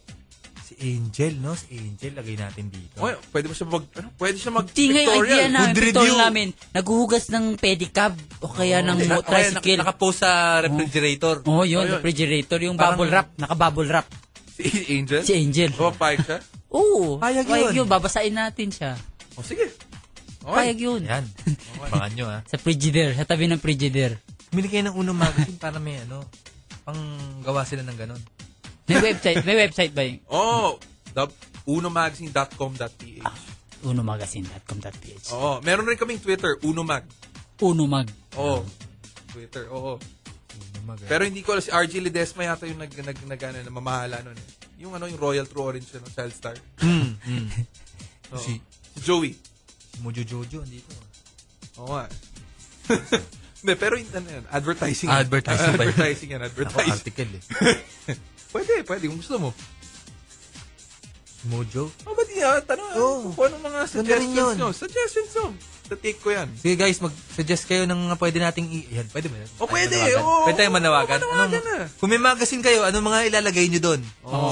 [SPEAKER 5] Si Angel, no? Si Angel, lagay natin dito.
[SPEAKER 7] O, pwede ba siya mag... Ano, pwede siya mag...
[SPEAKER 1] Tingay idea
[SPEAKER 7] pictorial.
[SPEAKER 1] namin,
[SPEAKER 7] Good
[SPEAKER 1] pitol
[SPEAKER 7] review.
[SPEAKER 1] namin. Naghuhugas ng pedicab o kaya ng
[SPEAKER 5] Hindi,
[SPEAKER 1] mo-
[SPEAKER 5] o kaya
[SPEAKER 1] tricycle.
[SPEAKER 5] nak- nakapost sa refrigerator.
[SPEAKER 1] oh, yun,
[SPEAKER 7] Oh, yun.
[SPEAKER 1] refrigerator. Yung
[SPEAKER 7] Parang-
[SPEAKER 1] bubble wrap. Naka-bubble wrap.
[SPEAKER 7] Si Angel?
[SPEAKER 1] Si Angel.
[SPEAKER 7] O, payag siya?
[SPEAKER 1] Oo.
[SPEAKER 5] Payag yun. Oh,
[SPEAKER 1] yun. Babasain natin siya.
[SPEAKER 7] O, sige.
[SPEAKER 1] Payag yun.
[SPEAKER 5] Yan. Abangan nyo, ah. ha?
[SPEAKER 1] Sa frigider. Sa tabi ng frigider.
[SPEAKER 5] Bumili kayo ng unang magazine para may ano, pang gawa sila ng ganun.
[SPEAKER 1] May website. May website ba yung
[SPEAKER 7] Oh, the unomagazine.com.ph.
[SPEAKER 1] Ah, unomagazine.com.ph?
[SPEAKER 7] Oo, meron rin kaming Twitter, unomag.
[SPEAKER 1] Unomag.
[SPEAKER 7] Oo. Twitter, oo.
[SPEAKER 5] Unang magazine.
[SPEAKER 7] Pero hindi ko alam, si RJ Ledesma yata yung nag, nag, nag, ano, namamahala nun eh. Yung ano, yung Royal True Orange, ano, Child Star. Oo.
[SPEAKER 5] Hmm, Si-
[SPEAKER 7] Si Joey.
[SPEAKER 5] Mojo Jojo, andito.
[SPEAKER 7] Oo nga. Hindi, pero yun, ano yun, advertising.
[SPEAKER 5] Ah, advertising ba yun?
[SPEAKER 7] Advertising yan,
[SPEAKER 5] Ako
[SPEAKER 7] advertising.
[SPEAKER 5] article eh.
[SPEAKER 7] pwede, pwede, kung gusto mo.
[SPEAKER 5] Mojo.
[SPEAKER 7] Oh, ba't yan? Tanong,
[SPEAKER 5] Oo.
[SPEAKER 7] kung anong mga suggestions
[SPEAKER 5] yun.
[SPEAKER 7] nyo. Suggestions nyo. Tatake ko yan.
[SPEAKER 5] Sige guys, mag-suggest kayo ng mga pwede nating i- Yan, pwede ba?
[SPEAKER 7] O, Oh,
[SPEAKER 5] Tayo
[SPEAKER 7] pwede, eh,
[SPEAKER 5] manawagan.
[SPEAKER 7] oo.
[SPEAKER 5] Pwede tayong manawagan.
[SPEAKER 7] Oo, manawagan
[SPEAKER 5] Anong-
[SPEAKER 7] na.
[SPEAKER 5] Kung may magazine kayo, anong mga ilalagay nyo doon?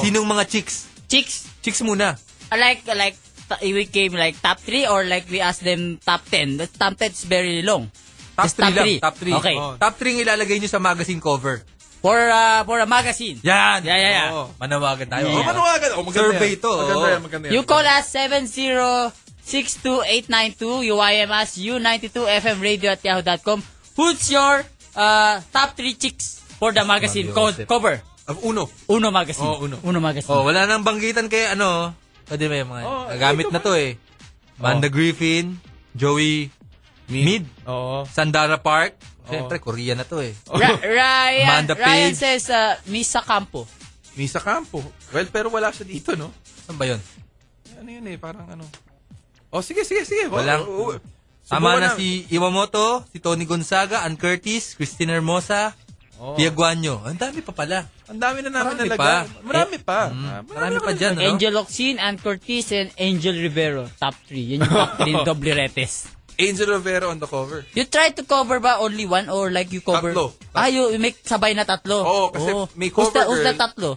[SPEAKER 5] Sinong mga chicks?
[SPEAKER 1] Chicks,
[SPEAKER 5] Chicks muna.
[SPEAKER 1] I Uh, like, I like, t- we came like top 3 or like we asked them top 10. The top 10 is very long.
[SPEAKER 5] Top
[SPEAKER 1] Just
[SPEAKER 5] 3 lang.
[SPEAKER 1] three.
[SPEAKER 5] Top 3.
[SPEAKER 1] Okay.
[SPEAKER 5] Top 3 ang ilalagay nyo sa magazine cover.
[SPEAKER 1] For, uh, for a magazine.
[SPEAKER 5] Yan!
[SPEAKER 1] Yeah, yeah, yeah.
[SPEAKER 5] Oo. Manawagan tayo.
[SPEAKER 1] Yeah.
[SPEAKER 7] Oh, manawagan. Oh, maganda
[SPEAKER 5] Survey
[SPEAKER 7] yan.
[SPEAKER 5] to,
[SPEAKER 7] Maganda
[SPEAKER 5] oo.
[SPEAKER 7] yan, maganda yan.
[SPEAKER 1] You call us 7062892 UIM us U92FM radio at yahoo.com. Who's your uh, top 3 chicks for the magazine co-
[SPEAKER 5] Joseph.
[SPEAKER 1] cover?
[SPEAKER 5] Ah,
[SPEAKER 7] Of uno.
[SPEAKER 1] Uno magazine.
[SPEAKER 7] Oh, Uno.
[SPEAKER 1] magazine.
[SPEAKER 5] Oh, wala nang banggitan kay ano. Pwede ba yung mga
[SPEAKER 7] Oo,
[SPEAKER 5] nagamit
[SPEAKER 7] Oh, ito
[SPEAKER 5] na to eh. Amanda
[SPEAKER 1] Oh.
[SPEAKER 5] Griffin, Joey Mid,
[SPEAKER 7] Oo. Oh.
[SPEAKER 5] Sandara Park. Siyempre, Korea na to eh.
[SPEAKER 1] Ra- Ryan,
[SPEAKER 5] Amanda
[SPEAKER 1] Ryan
[SPEAKER 5] Page.
[SPEAKER 1] says uh, Misa Campo.
[SPEAKER 7] Misa Campo. Well, pero wala siya dito, no?
[SPEAKER 5] Saan ba yun?
[SPEAKER 7] Ano yun eh, parang ano. Oh, sige, sige, sige.
[SPEAKER 5] Walang-
[SPEAKER 7] Oh, oh, oh.
[SPEAKER 5] Tama
[SPEAKER 7] Subukan
[SPEAKER 5] na
[SPEAKER 7] namin.
[SPEAKER 5] si Iwamoto, si Tony Gonzaga, Ann Curtis, Christine Hermosa,
[SPEAKER 7] Oo.
[SPEAKER 5] Pia Guanyo. Ang dami pa pala.
[SPEAKER 7] Oh. Ang dami na namin
[SPEAKER 5] Marami
[SPEAKER 7] nalaga.
[SPEAKER 5] pa.
[SPEAKER 7] Marami pa. Ah,
[SPEAKER 5] Mm, marami pa
[SPEAKER 7] na-
[SPEAKER 5] dyan, ano?
[SPEAKER 1] Angel Oxin, Ann Cortez, and Angel Rivero. Top 3. Yan yung top 3 ng Dobleretes.
[SPEAKER 7] Angel Rivera on the cover.
[SPEAKER 1] You try to cover ba only one or like you cover?
[SPEAKER 7] Tatlo.
[SPEAKER 1] Ah, you make sabay na tatlo.
[SPEAKER 7] Oo,
[SPEAKER 1] Oh.
[SPEAKER 7] kasi may
[SPEAKER 1] Who's
[SPEAKER 7] cover
[SPEAKER 1] the- who's the
[SPEAKER 7] girl.
[SPEAKER 1] tatlo?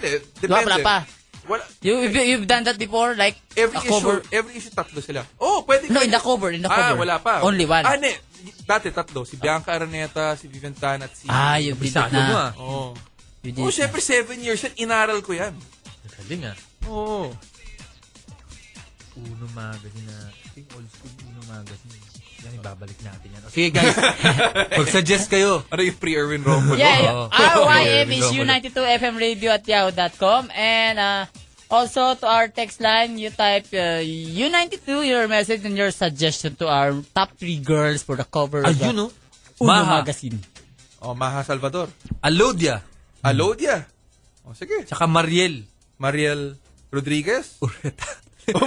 [SPEAKER 7] Hindi, depende.
[SPEAKER 1] Wala pa.
[SPEAKER 7] Wala.
[SPEAKER 1] You, you've, you've done that before? Like,
[SPEAKER 7] Every
[SPEAKER 1] a
[SPEAKER 7] issue,
[SPEAKER 1] cover?
[SPEAKER 7] every issue tatlo sila. Oh, pwede.
[SPEAKER 1] No,
[SPEAKER 7] pwede.
[SPEAKER 1] in the cover, in the
[SPEAKER 7] Ah,
[SPEAKER 1] cover.
[SPEAKER 7] wala pa.
[SPEAKER 1] Only one.
[SPEAKER 7] Ah, ne. Dati tatlo. Si Bianca Araneta, si Vivian Tan, at si...
[SPEAKER 1] Ah, you did it
[SPEAKER 5] Bisado mo ah.
[SPEAKER 1] na.
[SPEAKER 7] Oh.
[SPEAKER 1] You did
[SPEAKER 7] Oh,
[SPEAKER 1] it na.
[SPEAKER 7] syempre, seven years. yan. Inaral ko yan.
[SPEAKER 5] Galing ah.
[SPEAKER 7] Oo.
[SPEAKER 5] Uno magazine na. I think old school Uno magazine. Yan, ibabalik natin yan. Sige guys, mag-suggest kayo.
[SPEAKER 7] Ano yung pre-Erwin Romulo?
[SPEAKER 5] Oo.
[SPEAKER 1] Yeah, RYM is
[SPEAKER 5] Oo.
[SPEAKER 1] U92FM radio at yahoo.com and uh, also to our text line, you type uh, U92, your message and your suggestion to our top three girls for the cover of
[SPEAKER 5] Ayun
[SPEAKER 1] the
[SPEAKER 5] oh.
[SPEAKER 1] Uno
[SPEAKER 5] Maha,
[SPEAKER 1] magazine.
[SPEAKER 7] Oh, Maha Salvador.
[SPEAKER 5] Alodia,
[SPEAKER 7] Alodia. Oh, sige.
[SPEAKER 5] tsaka Mariel.
[SPEAKER 7] Mariel Rodriguez.
[SPEAKER 5] Ureta.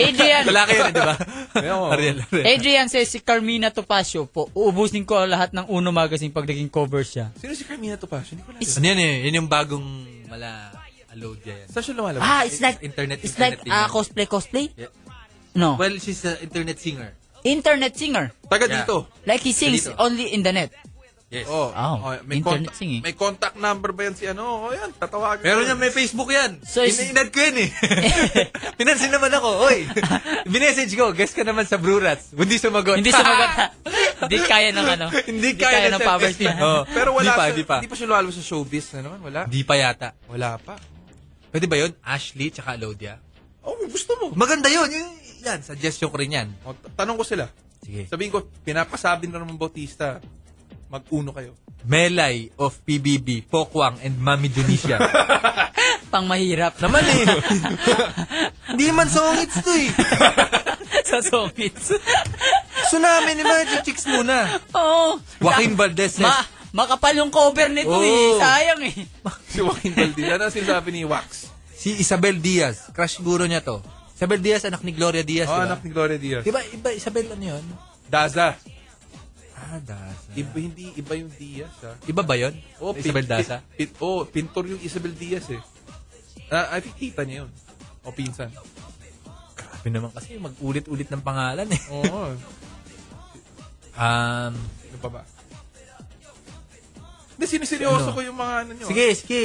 [SPEAKER 1] Adrian,
[SPEAKER 5] Lalaki yun, eh, di ba?
[SPEAKER 7] Ayun.
[SPEAKER 5] Ariel. Ureta.
[SPEAKER 1] Adrian says si Carmina Topacio po, uubusin ko ang lahat ng Uno magazine pag naging cover siya.
[SPEAKER 7] Sino si Carmina Topacio? Hindi ko alam.
[SPEAKER 5] Ano yan eh, yun yung bagong mala Alodia yan.
[SPEAKER 7] Saan siya lumalabas?
[SPEAKER 1] Ah, it's like,
[SPEAKER 5] Internet-
[SPEAKER 1] it's
[SPEAKER 5] internet
[SPEAKER 1] like
[SPEAKER 5] din
[SPEAKER 1] uh,
[SPEAKER 5] yan.
[SPEAKER 1] cosplay, cosplay?
[SPEAKER 5] Yeah.
[SPEAKER 1] No,
[SPEAKER 5] Well, she's an internet singer.
[SPEAKER 1] internet singer.
[SPEAKER 7] Taga
[SPEAKER 5] Yeah.
[SPEAKER 7] dito.
[SPEAKER 1] Like he sings
[SPEAKER 5] Dito.
[SPEAKER 1] only in the net.
[SPEAKER 5] Yes.
[SPEAKER 7] Oh,
[SPEAKER 1] Oh,
[SPEAKER 7] may,
[SPEAKER 1] internet
[SPEAKER 7] contact,
[SPEAKER 1] singing.
[SPEAKER 7] may contact number ba yan si ano? Oh, yan. Tatawagan.
[SPEAKER 5] Meron niya, may Facebook yan.
[SPEAKER 1] So,
[SPEAKER 5] So,
[SPEAKER 1] is-
[SPEAKER 5] Ina-inad ko yan eh. Pinansin naman ako, oy. Binessage ko, guess ka naman sa Brurats. Hindi sumagot.
[SPEAKER 1] Hindi sumagot. Hindi kaya ng ano.
[SPEAKER 5] Hindi kaya,
[SPEAKER 1] ng poverty.
[SPEAKER 5] Oh,
[SPEAKER 7] Pero wala
[SPEAKER 5] di pa,
[SPEAKER 7] siya.
[SPEAKER 5] di pa.
[SPEAKER 7] Di pa siya lumalabas sa showbiz na naman. Wala.
[SPEAKER 5] Di pa yata.
[SPEAKER 7] Wala pa.
[SPEAKER 5] Pwede ba yun? Ashley tsaka Alodia.
[SPEAKER 7] Oh, gusto mo.
[SPEAKER 5] Maganda yun. Yung yan. Suggestion ko rin yan.
[SPEAKER 7] O, t- tanong ko sila.
[SPEAKER 5] Sige.
[SPEAKER 7] Sabihin ko, pinapasabi na naman Bautista, mag-uno kayo.
[SPEAKER 5] Melay of PBB, Pokwang, and Mami Junisha.
[SPEAKER 1] Pang mahirap.
[SPEAKER 5] Naman eh. Hindi man songits to eh.
[SPEAKER 1] sa songits.
[SPEAKER 5] Tsunami ni Magic Chicks muna.
[SPEAKER 1] Oo.
[SPEAKER 5] Joaquin Valdez.
[SPEAKER 1] Oh.
[SPEAKER 5] Oh.
[SPEAKER 1] Ma makapal yung cover nito
[SPEAKER 5] Oo.
[SPEAKER 1] eh. Sayang eh.
[SPEAKER 7] Si Joaquin Valdez. Ano ang sinasabi ni Wax?
[SPEAKER 5] si Isabel Diaz. Crush guro niya to. Isabel Diaz, anak ni Gloria Diaz.
[SPEAKER 7] Oh, anak ni Gloria Diaz.
[SPEAKER 5] Diba, iba Isabel ano yun?
[SPEAKER 7] Daza.
[SPEAKER 5] Ah, Daza.
[SPEAKER 7] Iba, hindi, iba yung Diaz, ha?
[SPEAKER 5] Iba ba yun?
[SPEAKER 7] Oh, pin-
[SPEAKER 5] Isabel Daza?
[SPEAKER 7] pin- pin- oh, pintor yung Isabel Diaz, eh. Ah, I think tita niya yun. O pinsan.
[SPEAKER 5] Grabe naman kasi mag-ulit-ulit ng pangalan eh.
[SPEAKER 7] Oo. Oh,
[SPEAKER 5] Um,
[SPEAKER 7] ano pa ba? Hindi, siniseryoso ko yung mga ano nyo.
[SPEAKER 5] sige, sige.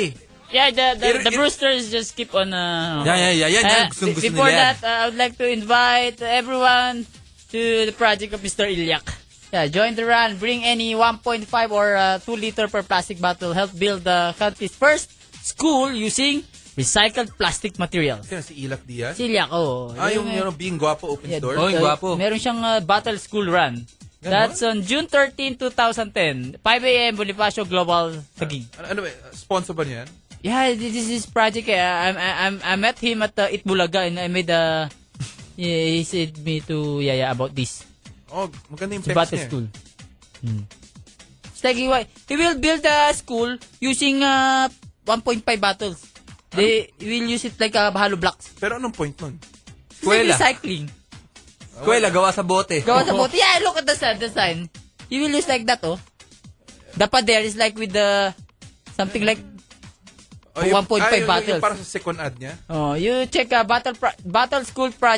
[SPEAKER 1] Yeah, the the,
[SPEAKER 7] Here-
[SPEAKER 1] the Brewsters just keep on. Uh,
[SPEAKER 5] Yeah, yeah, yeah, yeah, yeah.
[SPEAKER 1] Uh,
[SPEAKER 5] Gustong
[SPEAKER 1] be-
[SPEAKER 5] gusto
[SPEAKER 1] before
[SPEAKER 5] nila yan.
[SPEAKER 1] that, uh, I would like to invite everyone to the project of Mr. Ilyak. Yeah, join the run. Bring any 1.5 or uh, 2 liter per plastic bottle. Help build the country's first school using recycled plastic material.
[SPEAKER 7] Sino, si Ilak Diaz?
[SPEAKER 1] Si Ilyak, oh.
[SPEAKER 7] ah, yung, yung, being guapo opens door.
[SPEAKER 5] Oh, yung
[SPEAKER 1] uh,
[SPEAKER 5] gwapo.
[SPEAKER 1] Meron siyang uh, battle school run. That's on June 13, 2010. 5 a.m. Bonifacio Global Taguig.
[SPEAKER 5] Ah,
[SPEAKER 7] Ano, ano ba, sponsor ba niya yan?
[SPEAKER 1] Yeah, this is his project. Eh. I, I, I, I met him at uh, Itbulaga and I made a... Yeah, he said me to Yaya about this.
[SPEAKER 7] Oh, maganda yung
[SPEAKER 1] Sa
[SPEAKER 7] pecs
[SPEAKER 1] battle
[SPEAKER 7] niya. eh.
[SPEAKER 1] school. It's like he, wa- he will build a school using uh, 1.5 bottles. They will use it like a halo blocks.
[SPEAKER 7] Pero anong point nun?
[SPEAKER 1] It's like
[SPEAKER 5] Eskwela.
[SPEAKER 1] recycling.
[SPEAKER 5] Kuwela, gawa sa bote.
[SPEAKER 1] Gawa
[SPEAKER 7] Oh.
[SPEAKER 1] sa bote. Yeah, look at the sign. The sign. You will use like that, oh. The pader is like with the... Something like...
[SPEAKER 7] Oh, yung-
[SPEAKER 1] 1.5
[SPEAKER 7] ah, yun- yun
[SPEAKER 1] bottles.
[SPEAKER 7] Yung para sa second ad niya.
[SPEAKER 1] Oh, you check uh, battle pro-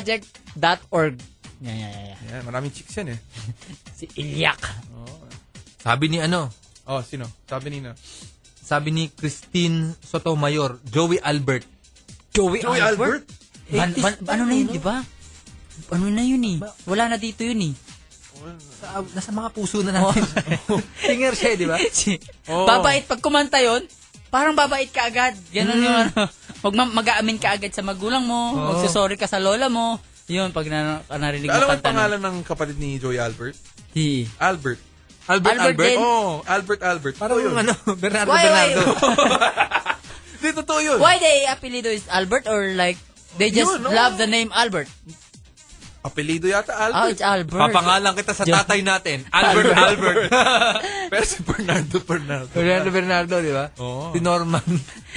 [SPEAKER 1] battleschoolproject.org. Yeah, yeah, yeah, yeah.
[SPEAKER 7] Yan, maraming chicks yan eh.
[SPEAKER 1] Si Ilyak.
[SPEAKER 5] Sabi ni ano,
[SPEAKER 7] Oh, sino? Sabi nina.
[SPEAKER 5] sabi ni Christine Sotomayor, Joey Albert.
[SPEAKER 1] Joey,
[SPEAKER 7] Joey Albert?
[SPEAKER 1] Ban- ban- ano na yun, di ba? Ano na yun eh. Wala na dito yun eh.
[SPEAKER 5] Sa, ah, nasa mga puso na natin. Singer siya, di ba?
[SPEAKER 1] Si-
[SPEAKER 7] Oo.
[SPEAKER 1] Oh. Babait. Pag kumanta yun, parang babait ka agad. Ganun
[SPEAKER 5] Mm.
[SPEAKER 1] yung ano. Huwag ma- mag-aamin ka agad sa magulang mo.
[SPEAKER 5] Oh.
[SPEAKER 1] Magsasorry ka sa lola mo. Yun, pag na- narinig mo
[SPEAKER 7] Alam mo yung
[SPEAKER 1] kanta nun.
[SPEAKER 7] pangalan ng kapatid ni Joey Albert?
[SPEAKER 1] Si-
[SPEAKER 7] Albert.
[SPEAKER 5] Albert,
[SPEAKER 1] Albert
[SPEAKER 5] Albert.
[SPEAKER 1] din.
[SPEAKER 7] Oh, Albert Albert.
[SPEAKER 5] Parang yung ano, Bernardo
[SPEAKER 1] Why, why?
[SPEAKER 5] Bernardo.
[SPEAKER 7] Hindi, totoo yun.
[SPEAKER 1] Why they apelido is Albert or like, they just
[SPEAKER 5] oh.
[SPEAKER 7] Yun, oo.
[SPEAKER 1] love the name Albert?
[SPEAKER 7] Apelido yata
[SPEAKER 1] Oh,
[SPEAKER 7] Albert.
[SPEAKER 1] it's Albert.
[SPEAKER 5] Papangalan kita sa
[SPEAKER 1] Jo-
[SPEAKER 5] tatay natin, Albert Albert.
[SPEAKER 7] Pero si Bernardo Bernardo.
[SPEAKER 5] Bernardo Bernardo, di ba?
[SPEAKER 7] Oo.
[SPEAKER 5] Si Norman.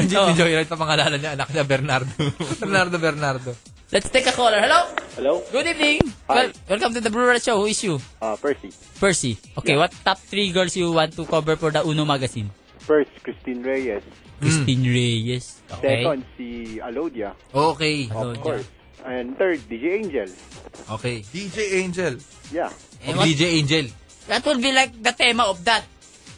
[SPEAKER 5] Hindi
[SPEAKER 1] Oo.
[SPEAKER 5] ni Joyride pangalanan niya, anak niya Bernardo. Bernardo Bernardo.
[SPEAKER 1] Let's take a caller. Hello?
[SPEAKER 3] Hello?
[SPEAKER 1] Good evening.
[SPEAKER 3] Hi.
[SPEAKER 1] Well, welcome to the Brewer Show. Who is you?
[SPEAKER 3] Uh, Percy.
[SPEAKER 1] Percy. Okay, what top three girls you want to cover for the Uno magazine?
[SPEAKER 3] First, Christine Reyes.
[SPEAKER 1] Christine Reyes. Okay.
[SPEAKER 3] Second, si Alodia.
[SPEAKER 5] Okay.
[SPEAKER 1] Hello,
[SPEAKER 3] Of
[SPEAKER 1] Jack.
[SPEAKER 3] course. And third, DJ Angel.
[SPEAKER 5] Okay.
[SPEAKER 7] DJ Angel.
[SPEAKER 3] Yeah.
[SPEAKER 1] Eh,
[SPEAKER 5] Of
[SPEAKER 1] what-
[SPEAKER 5] DJ Angel.
[SPEAKER 1] that will be like the tema of that.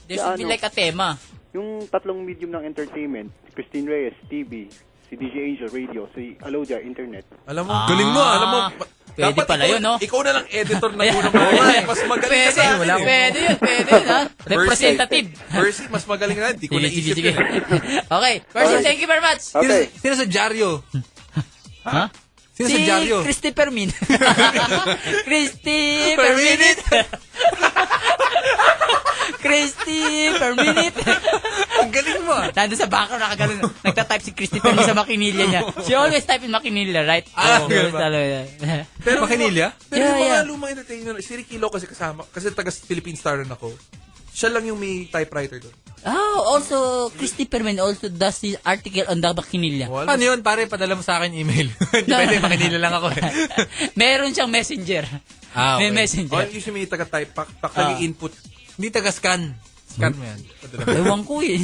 [SPEAKER 1] There
[SPEAKER 3] Yeah,
[SPEAKER 1] should be
[SPEAKER 3] ano?
[SPEAKER 1] like a tema.
[SPEAKER 3] Yung tatlong medium ng entertainment, Christine Reyes, TV, si DJ Angel, radio, si Alodia, internet.
[SPEAKER 7] Alam mo,
[SPEAKER 1] Ah.
[SPEAKER 7] galing mo, alam mo. pa-
[SPEAKER 1] Pwede
[SPEAKER 7] dapat
[SPEAKER 1] pala
[SPEAKER 7] ikaw,
[SPEAKER 1] yun, no?
[SPEAKER 7] Ikaw na lang editor ng
[SPEAKER 1] Ayan.
[SPEAKER 7] unang mga.
[SPEAKER 1] Ayan.
[SPEAKER 7] Mas magaling ka
[SPEAKER 1] Pwede,
[SPEAKER 7] sa akin.
[SPEAKER 1] wala,
[SPEAKER 7] eh.
[SPEAKER 1] pwede yun, pwede yun, ha? Representative.
[SPEAKER 7] Percy, mas magaling na. Hindi ko
[SPEAKER 1] Sige, sige,
[SPEAKER 7] naisip
[SPEAKER 1] sige.
[SPEAKER 7] yun.
[SPEAKER 1] okay, Percy, thank you very much.
[SPEAKER 5] Sino,
[SPEAKER 3] Okay.
[SPEAKER 5] sino sa Jario?
[SPEAKER 1] Ha?
[SPEAKER 5] Sino
[SPEAKER 1] Si
[SPEAKER 5] sa Jario?
[SPEAKER 1] Christy Permin. Christy Perminit. Christy Perminit.
[SPEAKER 5] Ang galing mo. ah.
[SPEAKER 1] Nandun sa background, nakagano'n. Nagtatype si Christy Permin sa makinilya niya. She always type in makinilya, right? Oh,
[SPEAKER 5] Ah,
[SPEAKER 1] Oo,
[SPEAKER 5] ganun ba?
[SPEAKER 1] talo yan.
[SPEAKER 7] Pero
[SPEAKER 5] Makinilya?
[SPEAKER 7] Pero
[SPEAKER 1] Yeah,
[SPEAKER 7] yung mga
[SPEAKER 1] yeah.
[SPEAKER 7] lumang entertainer, si Ricky Lo kasi kasama, kasi taga Philippine Star rin ako. Siya lang yung may typewriter doon.
[SPEAKER 1] Oh, also, Christy Permin also does his article on the makinilya.
[SPEAKER 7] Wala.
[SPEAKER 5] Ano yun, pare? Padala mo sa akin email. Hindi pwede, makinila lang ako eh.
[SPEAKER 1] Meron siyang messenger.
[SPEAKER 5] Ah, okay.
[SPEAKER 1] May
[SPEAKER 7] Oh,
[SPEAKER 1] messenger. Ah.
[SPEAKER 7] usually may taga-type, pak, Hmm? pak, nag-input.
[SPEAKER 5] Hindi taga-scan. Scan mo yan.
[SPEAKER 1] Ewan ko eh.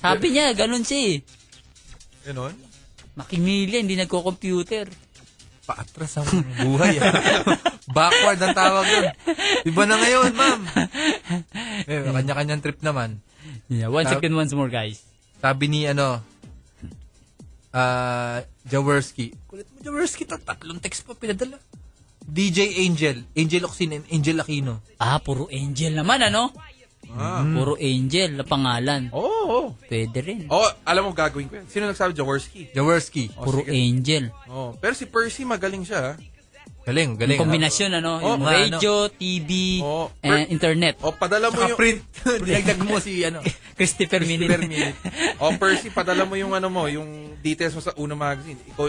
[SPEAKER 1] Sabi niya, ganun siya eh.
[SPEAKER 7] Ganon.
[SPEAKER 1] Makinilya, hindi nagko-computer.
[SPEAKER 5] Paatras ang buhay. ah. Backward ang tawag yun. Iba na ngayon, ma'am. Eh, kanya-kanyang trip naman.
[SPEAKER 1] Yeah, one
[SPEAKER 5] Tab-
[SPEAKER 1] second once more, guys.
[SPEAKER 5] Sabi ni ano, ah, Jaworski. Kulit mo Jaworski to, tatlong text pa pinadala. DJ Angel, Angel Oxin and Angel Aquino. Ah.
[SPEAKER 1] Ah, puro angel naman, ano? Puro angel, na pangalan.
[SPEAKER 7] Oo. Oh,
[SPEAKER 1] Pwede rin.
[SPEAKER 7] oh. oh, alam mo gagawin ko yan. Sino nagsabi? Jaworski. Oh,
[SPEAKER 5] Jaworski.
[SPEAKER 1] puro
[SPEAKER 7] sige.
[SPEAKER 1] angel.
[SPEAKER 7] Oh, pero si Percy magaling siya. ah.
[SPEAKER 5] Galing, galing.
[SPEAKER 1] Yung kombinasyon, ano?
[SPEAKER 5] Oo,
[SPEAKER 1] yung
[SPEAKER 5] nga,
[SPEAKER 1] radio, TV,
[SPEAKER 7] Oo.
[SPEAKER 1] and Eh, internet.
[SPEAKER 7] O, padala mo
[SPEAKER 5] Saka
[SPEAKER 7] yung...
[SPEAKER 5] print. Dinagdag mo si ano.
[SPEAKER 1] Christopher Minin.
[SPEAKER 7] Per minute. O, Oh, Percy, padala mo yung ano mo, yung details mo sa Uno Magazine. Ikaw,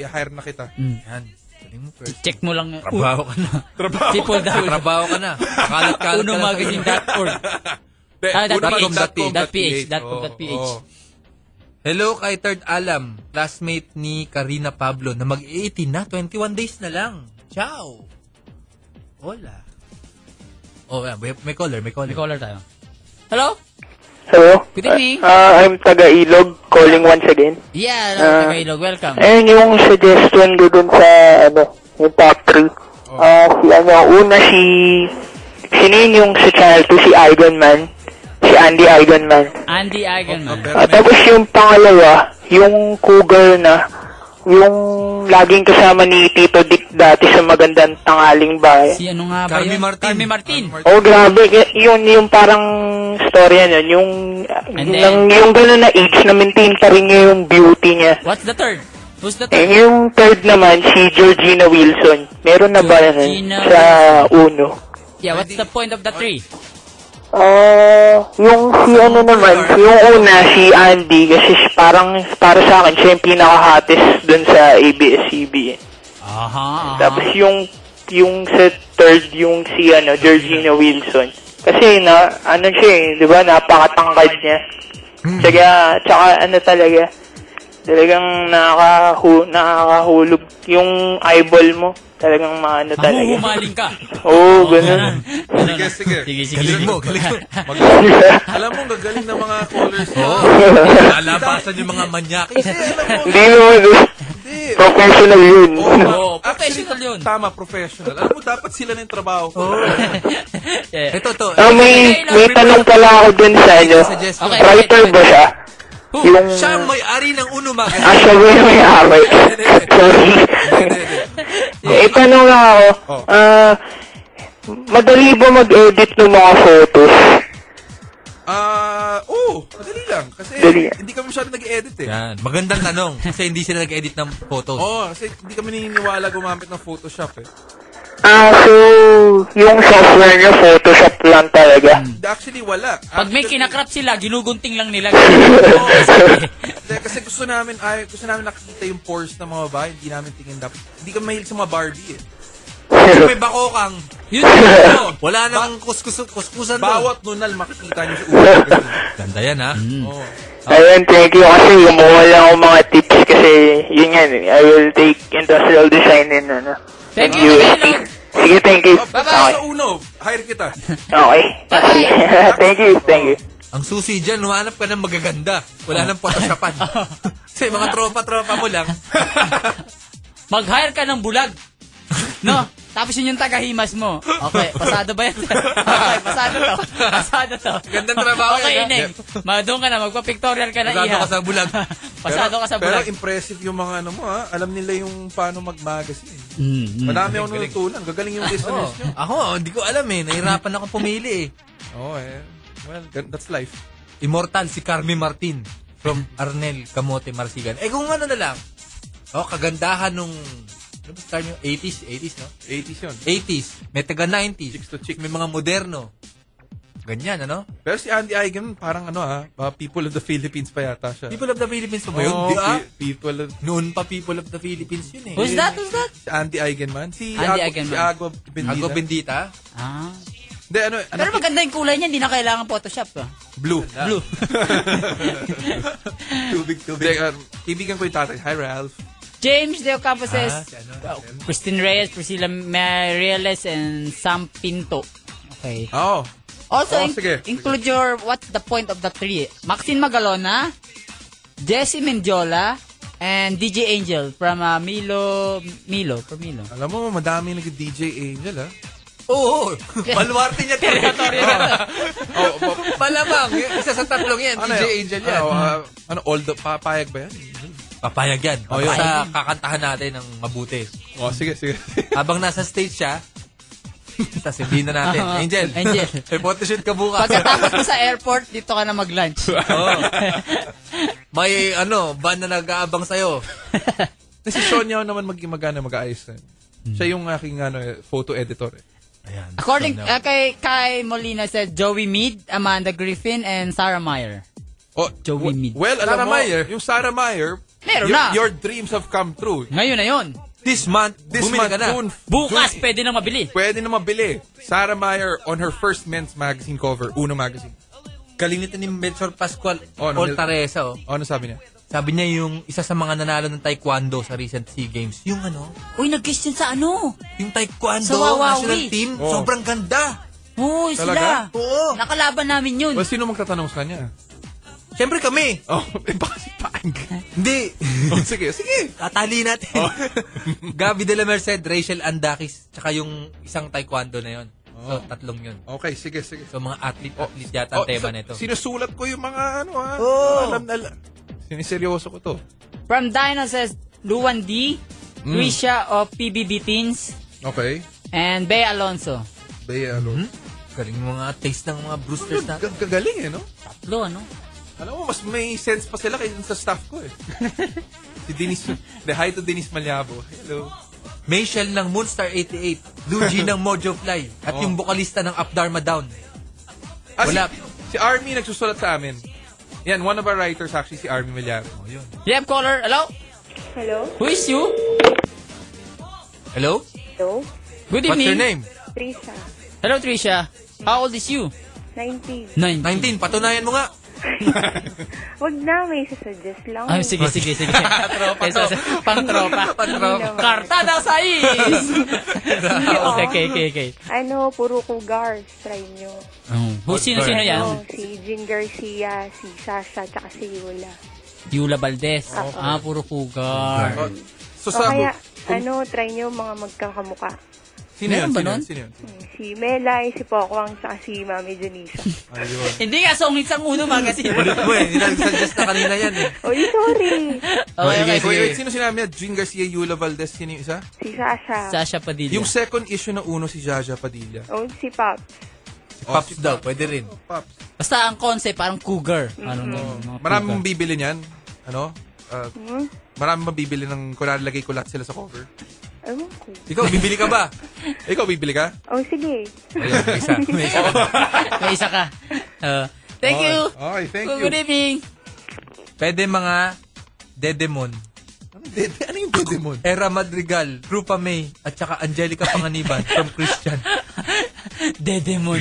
[SPEAKER 7] i-hire na kita.
[SPEAKER 5] Yan. Galing mo, first.
[SPEAKER 1] Hmm. Check mo lang.
[SPEAKER 5] Trabaho ka na.
[SPEAKER 7] Trabaho.
[SPEAKER 1] Triple W.
[SPEAKER 5] Trabaho ka na. Kalat-kalat ka na.
[SPEAKER 1] Unomagazine.org.
[SPEAKER 7] De,
[SPEAKER 1] Ah, dot
[SPEAKER 7] unamagazine
[SPEAKER 1] ph,
[SPEAKER 7] dot com dot
[SPEAKER 1] dot
[SPEAKER 7] Oh,
[SPEAKER 1] ph, dot
[SPEAKER 7] Oo,
[SPEAKER 1] com dot ph.
[SPEAKER 7] oo.
[SPEAKER 5] Hello kay Third Alam, classmate ni Karina Pablo na mag-18 na, 21 days na lang. Ciao! Hola. Oh, yeah, may, may caller, may caller.
[SPEAKER 1] May caller tayo. Hello?
[SPEAKER 8] Hello?
[SPEAKER 1] Good evening.
[SPEAKER 8] Ah, I'm taga Ilog, calling once again.
[SPEAKER 1] Yeah, uh,
[SPEAKER 8] Ah.
[SPEAKER 1] Tagalog. Welcome.
[SPEAKER 8] Ayun yung suggestion ko dun sa, ano, yung top 3.
[SPEAKER 1] Oh.
[SPEAKER 8] Ah, si ano, una si, sino yun yung sa channel 2, si Ironman. Si Andy Ironman.
[SPEAKER 1] Andy Eigenman.
[SPEAKER 8] At tapos yung pangalawa, yung cougar na, yung laging kasama ni Tito Dick dati sa magandang tangaling bahay.
[SPEAKER 1] Si ano nga ba
[SPEAKER 5] Carmi
[SPEAKER 1] yun?
[SPEAKER 5] Martin.
[SPEAKER 1] Carmi Martin.
[SPEAKER 8] Oh, grabe. Y- Yun, yung parang storya niya. Yung,
[SPEAKER 1] And
[SPEAKER 8] yung,
[SPEAKER 1] then-
[SPEAKER 8] yung, ganun na age na maintain pa rin niya yung beauty niya.
[SPEAKER 1] What's the third? Who's the
[SPEAKER 8] And
[SPEAKER 1] third?
[SPEAKER 8] yung third naman, si Georgina Wilson. Meron na ba yan
[SPEAKER 1] Georgina
[SPEAKER 8] sa Uno?
[SPEAKER 1] Yeah, what's the point of the three?
[SPEAKER 8] Ah, yung si ano naman, yung una, si Andy, kasi si- parang para sa akin, siya yung pinakahatis dun sa ABS-CBN.
[SPEAKER 1] Aha, aha.
[SPEAKER 8] Tapos yung, yung sa third, yung si ano, Georgina Wilson. Kasi na, ano siya eh, di ba, napakatangkad niya. Tsaka, tsaka ano talaga, talagang nakakahu, nakakahulog yung eyeball mo. Talagang maano talaga.
[SPEAKER 1] Mahuhumaling ka.
[SPEAKER 8] Oo, ganun.
[SPEAKER 1] Sige,
[SPEAKER 7] sige.
[SPEAKER 1] Ano, Sige, sige.
[SPEAKER 5] Galing
[SPEAKER 1] sige.
[SPEAKER 5] mo, galing mo.
[SPEAKER 7] Alam mo, ang gagaling ng mga callers niya.
[SPEAKER 5] Oo. Lalabasan yung mga manyaki.
[SPEAKER 8] Hindi naman, eh. professional yun.
[SPEAKER 1] Oo,
[SPEAKER 7] ma- actually,
[SPEAKER 1] professional yun.
[SPEAKER 7] Tama, professional. Alam mo, dapat sila na yung trabaho ko.
[SPEAKER 1] Yeah.
[SPEAKER 5] Ito, ito.
[SPEAKER 8] Ah, may, may tanong pala ako dun sa ano.
[SPEAKER 5] Suggest.
[SPEAKER 1] Okay.
[SPEAKER 8] Writer ba siya?
[SPEAKER 5] Who?
[SPEAKER 8] Yung-
[SPEAKER 5] Siya ang may-ari ng Uno Magazine.
[SPEAKER 8] Ah, siya ba yung may away? Sorry. eh, tanong nga ako.
[SPEAKER 5] Oh.
[SPEAKER 8] Ah, madali ba mag-edit ng mga photos?
[SPEAKER 7] Ah, oo. Madali lang. Kasi
[SPEAKER 8] Dali.
[SPEAKER 7] hindi kami masyado nag-edit eh.
[SPEAKER 5] Yan. Magandang tanong. Kasi hindi sila nag-edit ng photos.
[SPEAKER 7] Oo, kasi hindi kami naniniwala gumamit ng Photoshop eh.
[SPEAKER 8] Ah, so, yung software niya, Photoshop lang talaga.
[SPEAKER 5] Hmm.
[SPEAKER 7] Actually, wala.
[SPEAKER 1] Pag may
[SPEAKER 7] Actually,
[SPEAKER 1] kinakrap sila, ginugunting lang nila.
[SPEAKER 7] oo, kasi, kasi gusto namin, ay, gusto namin nakikita yung pores ng mga babae. Hindi namin tingin dapat. Hindi kami mahilig sa mga Barbie eh.
[SPEAKER 5] Yung may bakokang.
[SPEAKER 1] Yun, ano?
[SPEAKER 5] Wala nang kuskus kuskusan doon.
[SPEAKER 7] Bawat nunal makikita niyo sa ulo. Ganun.
[SPEAKER 5] Ganda yan, ah. ha?
[SPEAKER 7] Oo.
[SPEAKER 8] Ayun, thank you. Kasi gumawa lang ako mga tips kasi yun yan. eh. I will take industrial design and ano.
[SPEAKER 1] Thank
[SPEAKER 8] and
[SPEAKER 1] you,
[SPEAKER 8] UST.
[SPEAKER 1] Tagalog.
[SPEAKER 8] Sige, thank you.
[SPEAKER 5] Oh,
[SPEAKER 7] Bye-bye. Sa uno, hire kita.
[SPEAKER 8] Okay. Okay. thank you, thank you.
[SPEAKER 5] Ang susi dyan, humanap ka ng magaganda. Wala nang photoshopan. Kasi mga tropa-tropa mo lang.
[SPEAKER 1] Mag-hire ka ng bulag. No? Tapos yun yung tagahimas mo. Okay, pasado ba yan? okay, pasado to. Pasado to.
[SPEAKER 5] Gandang trabaho
[SPEAKER 1] Okay,
[SPEAKER 5] yan, ha?
[SPEAKER 1] Ineng. Ma, doon ka na. Magpa-pictorial ka na,
[SPEAKER 5] Pasado
[SPEAKER 1] Iha.
[SPEAKER 5] ka sa bulag.
[SPEAKER 1] pasado ka sa
[SPEAKER 7] Pero
[SPEAKER 1] bulag.
[SPEAKER 7] impressive yung mga ano mo ha. Alam nila yung paano mag-magazine.
[SPEAKER 1] Mm, mm.
[SPEAKER 7] Madami akong natutunan. Gagaling yung listeners nyo.
[SPEAKER 5] Mm-hmm. Ako, hindi ko alam eh. Nahirapan ako pumili eh.
[SPEAKER 7] Oo eh. Well, that- that's life.
[SPEAKER 5] Immortal si Carmi Martin from Arnel Camote Marsigan. Eh kung ano na lang. Oh, kagandahan nung ano ba sa term yung 80s, 80s no?
[SPEAKER 7] 80s yun.
[SPEAKER 5] 80s, may taga 90s,
[SPEAKER 7] Chicks to chicks.
[SPEAKER 5] may mga moderno. Ganyan ano?
[SPEAKER 7] Pero si Andy Eigen, parang ano ah, uh, people of the Philippines pa yata siya.
[SPEAKER 5] People of the Philippines pa ba yun?
[SPEAKER 7] Oo,
[SPEAKER 5] Di ah?
[SPEAKER 7] pe- people of...
[SPEAKER 5] Noon pa People of the Philippines yun eh.
[SPEAKER 1] Who's that? Who's that?
[SPEAKER 7] Si Andy Eigen man. Si Andy
[SPEAKER 1] Andy
[SPEAKER 7] Ago,
[SPEAKER 1] Eigen
[SPEAKER 7] Si
[SPEAKER 1] man.
[SPEAKER 7] Ago Bendita.
[SPEAKER 5] Ago Bendita?
[SPEAKER 1] Ah.
[SPEAKER 7] Hindi, ano, ano,
[SPEAKER 1] Pero maganda yung kulay niya. Hindi na kailangan Photoshop. Ah.
[SPEAKER 7] blue.
[SPEAKER 1] Blue.
[SPEAKER 7] tubig, tubig. Hindi, um, kaibigan ko yung tatay. Hi, Ralph.
[SPEAKER 1] James De Ocampo says,
[SPEAKER 5] Ah, si ano?
[SPEAKER 1] Christine Reyes, Priscilla Mariales, and Sam Pinto. Okay.
[SPEAKER 7] Oo.
[SPEAKER 1] Also,
[SPEAKER 7] Oh,
[SPEAKER 1] in-
[SPEAKER 7] sige, sige.
[SPEAKER 1] include your, what's the point of the three? Maxine Magalona, Jesse Mendiola, and DJ Angel from uh, Milo, Milo, from Milo.
[SPEAKER 7] Alam mo, madami nag-DJ Angel ah.
[SPEAKER 5] Oo! Baluarte niya territory na.
[SPEAKER 7] Oh, oh,
[SPEAKER 5] Malamang, yung isa sa tatlong yan,
[SPEAKER 7] ano
[SPEAKER 5] DJ
[SPEAKER 7] yun?
[SPEAKER 5] Angel yan.
[SPEAKER 7] Ano, ah, ano, all the, papayag ba yan?
[SPEAKER 5] Papayag yan.
[SPEAKER 7] Oh, yun.
[SPEAKER 5] Basta kakantahan natin ng mabuti.
[SPEAKER 7] Oh, sige, sige.
[SPEAKER 5] Habang nasa stage siya, tapos sabihin na natin,
[SPEAKER 1] Oo.
[SPEAKER 5] Angel,
[SPEAKER 1] Angel.
[SPEAKER 5] may photoshoot ka bukas.
[SPEAKER 1] Pagkatapos mo sa airport, dito ka na mag-lunch.
[SPEAKER 5] Oo. May ano, van na nag-aabang sa'yo.
[SPEAKER 7] Nasisyon niya naman mag-imagana mag-aayos na. yun. Siya yung aking ano, eh, photo editor. Eh.
[SPEAKER 1] According
[SPEAKER 7] Ano?
[SPEAKER 1] uh, kay Kai Molina said Joey Mead, Amanda Griffin, and Sarah Meyer.
[SPEAKER 7] Oh,
[SPEAKER 1] Joey Mead.
[SPEAKER 7] Well, alam
[SPEAKER 5] Sarah
[SPEAKER 7] mo,
[SPEAKER 5] Meyer.
[SPEAKER 7] yung Sarah Meyer,
[SPEAKER 1] Meron
[SPEAKER 7] your,
[SPEAKER 1] na.
[SPEAKER 7] your dreams have come true.
[SPEAKER 1] Ngayon na yun.
[SPEAKER 7] This month, this
[SPEAKER 5] Bumili
[SPEAKER 7] month,
[SPEAKER 5] ka na.
[SPEAKER 7] June,
[SPEAKER 1] Bukas
[SPEAKER 7] June,
[SPEAKER 1] pwede na mabili.
[SPEAKER 7] pwede na mabili. Sarah Meyer on her first men's magazine cover, Uno Magazine.
[SPEAKER 5] Kalimitan ni Melchor Pascual
[SPEAKER 7] Oh, no, Mel-
[SPEAKER 5] Altaresa, oh.
[SPEAKER 7] Ano sabi niya?
[SPEAKER 5] Sabi niya yung isa sa mga nanalo ng taekwondo sa recent SEA Games. Yung ano,
[SPEAKER 1] Uy, nag-guest yun sa ano?
[SPEAKER 5] yung taekwondo
[SPEAKER 1] Sa Wawawi.
[SPEAKER 5] national team,
[SPEAKER 7] Oh.
[SPEAKER 5] sobrang ganda.
[SPEAKER 1] Oo, sila.
[SPEAKER 7] Talaga?
[SPEAKER 5] Oo.
[SPEAKER 1] Nakalaban namin yun.
[SPEAKER 7] Well, sino magtatanong sa kanya?
[SPEAKER 5] Siyempre kami.
[SPEAKER 7] Oh, eh, bakit si Pag?
[SPEAKER 5] Hindi.
[SPEAKER 7] oh, sige, sige. Oh.
[SPEAKER 5] Tatali natin. Gabi de la Merced, Rachel Andakis, tsaka yung isang taekwondo na yon. So, tatlong yun.
[SPEAKER 7] Oh. Okay, sige, sige.
[SPEAKER 5] So, mga athlete-athlete yata ang tema
[SPEAKER 7] sa-
[SPEAKER 5] nito.
[SPEAKER 7] Sinusulat ko yung mga ano ha.
[SPEAKER 5] Oh.
[SPEAKER 7] Alam na alam. Siniseryoso ko to.
[SPEAKER 1] From Dino says Luan D,
[SPEAKER 7] Hmm.
[SPEAKER 1] Luisha of PBB Teens,
[SPEAKER 7] Okay.
[SPEAKER 1] and Bea Alonso.
[SPEAKER 7] Bea Alonso.
[SPEAKER 5] Hmm? Galing yung mga taste ng mga Brewsters na.
[SPEAKER 7] Gag- Gagaling eh, no?
[SPEAKER 1] Tatlo, ano?
[SPEAKER 7] Alam mo, mas may sense pa sila kaysa sa staff ko eh. si Denise, the hi to Denise Malyabo. Hello.
[SPEAKER 5] Michelle ng Moonstar 88, Luigi ng Mojo Fly, at
[SPEAKER 7] Oh.
[SPEAKER 5] yung vocalista ng Up Dharma Down.
[SPEAKER 7] Ah,
[SPEAKER 5] Wala.
[SPEAKER 7] Si, si Army nagsusulat sa amin. Yan, one of our writers actually, si Army Malyabo.
[SPEAKER 5] Oh, yun.
[SPEAKER 1] Left caller, hello?
[SPEAKER 9] Hello?
[SPEAKER 1] Who is you?
[SPEAKER 5] Hello?
[SPEAKER 9] Hello?
[SPEAKER 1] Good
[SPEAKER 5] What's
[SPEAKER 1] evening.
[SPEAKER 5] your name?
[SPEAKER 9] Trisha.
[SPEAKER 1] Hello, Trisha. How old is you?
[SPEAKER 9] 19.
[SPEAKER 1] 19.
[SPEAKER 5] 19, patunayan mo nga.
[SPEAKER 9] Wag na, may sasuggest lang.
[SPEAKER 1] Ay, Ah, sige, sige, sige.
[SPEAKER 5] Tropa to.
[SPEAKER 1] Pang-tropa.
[SPEAKER 5] Pang-tropa.
[SPEAKER 1] Karta na sa is! okay, okay, okay, okay.
[SPEAKER 9] Ano, puro cougars. Try nyo.
[SPEAKER 1] Who, sino, sino yan?
[SPEAKER 9] Oh, si Jing Garcia, si Sasha, tsaka si Yula.
[SPEAKER 1] Yula Valdez. Ah, puro pugar.
[SPEAKER 7] Oh, so
[SPEAKER 9] O
[SPEAKER 7] sa...
[SPEAKER 9] kaya, ano, try nyo mga magkakamuka.
[SPEAKER 7] Sino yun?
[SPEAKER 1] Meron ba
[SPEAKER 7] Sino yun?
[SPEAKER 1] nun?
[SPEAKER 7] Sino yun?
[SPEAKER 9] Si Melay, si Pokwang, tsaka si Mami Janisa.
[SPEAKER 7] Ayun.
[SPEAKER 1] Hindi nga, songits ang uno magazine.
[SPEAKER 5] Ulit mo eh, nag-suggest na kanina yan eh. Oh,
[SPEAKER 9] Oy, sorry.
[SPEAKER 1] Okay, okay.
[SPEAKER 7] Wait, wait, wait, sino sinabi niya? Jean Garcia, Yula Valdez, sino yung isa?
[SPEAKER 9] Si Sasha.
[SPEAKER 1] Sasha Padilla.
[SPEAKER 7] Yung second issue na uno, si Jaja Padilla.
[SPEAKER 9] O, si Pop.
[SPEAKER 5] Oh, Pops Mm-hmm. Ano daw, pwede rin.
[SPEAKER 7] Pops.
[SPEAKER 1] Basta ang concept, parang cougar.
[SPEAKER 9] Mm-hmm.
[SPEAKER 1] Parang
[SPEAKER 5] Oh,
[SPEAKER 1] ganun, mga
[SPEAKER 7] Mm-hmm. Maraming
[SPEAKER 1] cougar.
[SPEAKER 7] bibili niyan. Ano? Uh,
[SPEAKER 9] Hmm?
[SPEAKER 7] maraming mabibili ng kunwari lagay ko lahat sila sa cover.
[SPEAKER 9] Ewan ko.
[SPEAKER 5] Ikaw, bibili ka ba?
[SPEAKER 7] Ikaw, bibili ka?
[SPEAKER 9] O, sige.
[SPEAKER 5] Ayun, may isa. May isa.
[SPEAKER 1] May isa ka. Uh, thank you.
[SPEAKER 7] Okay, thank you.
[SPEAKER 1] Good evening.
[SPEAKER 5] Pwede mga Dedemon,
[SPEAKER 7] Dede, ano yung Dedemon?
[SPEAKER 5] Era Madrigal, Rupa May, at saka Angelica Panganiban from Christian.
[SPEAKER 1] Dedemon.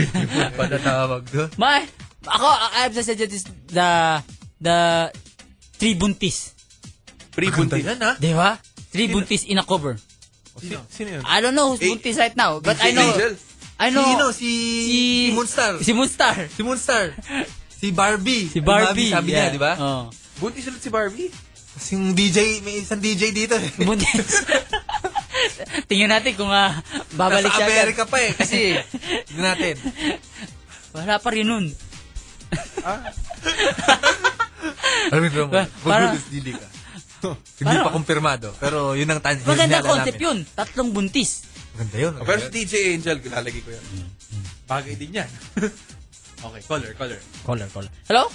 [SPEAKER 5] Patatawag doon.
[SPEAKER 1] Ma, ako, I have suggested is the, the, three buntis.
[SPEAKER 5] Ganda yan ha?
[SPEAKER 1] Di ba? Three buntis in a cover.
[SPEAKER 7] Sino, sino yun?
[SPEAKER 1] I don't know who's
[SPEAKER 7] Eh,
[SPEAKER 1] buntis right now, but I
[SPEAKER 7] Si
[SPEAKER 1] know,
[SPEAKER 7] Angel.
[SPEAKER 1] I know,
[SPEAKER 5] Sino? Si, si Moonstar.
[SPEAKER 1] Si Moonstar.
[SPEAKER 5] Si Moonstar. Si Barbie.
[SPEAKER 1] Si Barbie.
[SPEAKER 5] Sabi niya,
[SPEAKER 1] yeah.
[SPEAKER 5] di ba?
[SPEAKER 1] Oo.
[SPEAKER 7] Buntis ulit si Barbie.
[SPEAKER 5] Kasi yung DJ, may isang DJ dito. eh.
[SPEAKER 1] Buntis. Tingnan natin kung ah, babalik
[SPEAKER 5] Nasa
[SPEAKER 1] siya. agad.
[SPEAKER 5] Amerika pa eh. Kasi, tignan natin.
[SPEAKER 1] Wala pa rin nun.
[SPEAKER 5] Alamin mo,
[SPEAKER 1] Ba- parang-
[SPEAKER 5] magulis dili ka. Hindi
[SPEAKER 1] Parang-
[SPEAKER 5] pa kumpirmado. Pero yun ang tan-
[SPEAKER 1] Maganda
[SPEAKER 5] hinala
[SPEAKER 1] concept
[SPEAKER 5] namin.
[SPEAKER 1] yun. Tatlong buntis.
[SPEAKER 5] Maganda yun.
[SPEAKER 7] Oh, pero si DJ Angel, lalagay ko yan. Bagay din yan. okay, color, color.
[SPEAKER 1] Caller, caller. Hello?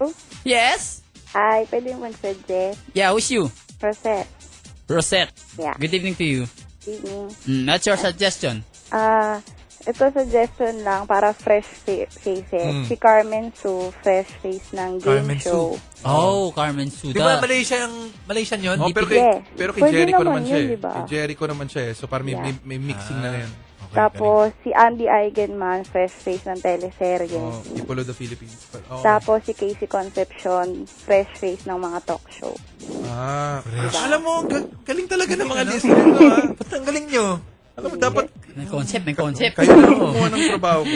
[SPEAKER 9] Oh.
[SPEAKER 1] Yes?
[SPEAKER 9] Hi, pwede yung mag-suggest.
[SPEAKER 1] Yeah, who's you?
[SPEAKER 9] Rosette.
[SPEAKER 1] Rosette.
[SPEAKER 9] Yeah.
[SPEAKER 1] Good evening to you.
[SPEAKER 9] Evening.
[SPEAKER 1] Mm, that's your suggestion.
[SPEAKER 9] Ah, ito suggestion lang para fresh fa- faces. Si Carmen Su, fresh face ng game
[SPEAKER 5] Hmm. Carmen Su.
[SPEAKER 9] show.
[SPEAKER 1] Oh, Carmen
[SPEAKER 5] Di ba
[SPEAKER 1] Suda.
[SPEAKER 5] Malaysia yung Malaysian yun?
[SPEAKER 7] Oh,
[SPEAKER 5] Di-
[SPEAKER 7] pero kay,
[SPEAKER 9] Yes.
[SPEAKER 7] pero kay
[SPEAKER 9] Pwede
[SPEAKER 7] Jericho naman
[SPEAKER 9] naman
[SPEAKER 7] siya
[SPEAKER 9] yun,
[SPEAKER 7] eh.
[SPEAKER 9] diba?
[SPEAKER 7] Kay Jericho naman siya eh. So parang may, may, may mixing na yan.
[SPEAKER 5] Okay,
[SPEAKER 9] Tapos si Andy Eigenman, fresh face ng teleserye.
[SPEAKER 7] Oh, People of the Philippines. But, oh.
[SPEAKER 9] Tapos si Casey Concepcion, fresh face ng mga talk show.
[SPEAKER 7] Ah. Alam mo, ga- galing talaga ng mga listeners to ha.
[SPEAKER 5] galing. Ba't ang galing nyo?
[SPEAKER 7] Alam mo, dapat
[SPEAKER 1] May concept, may concept.
[SPEAKER 7] kayo na kumuha ng trabaho ko.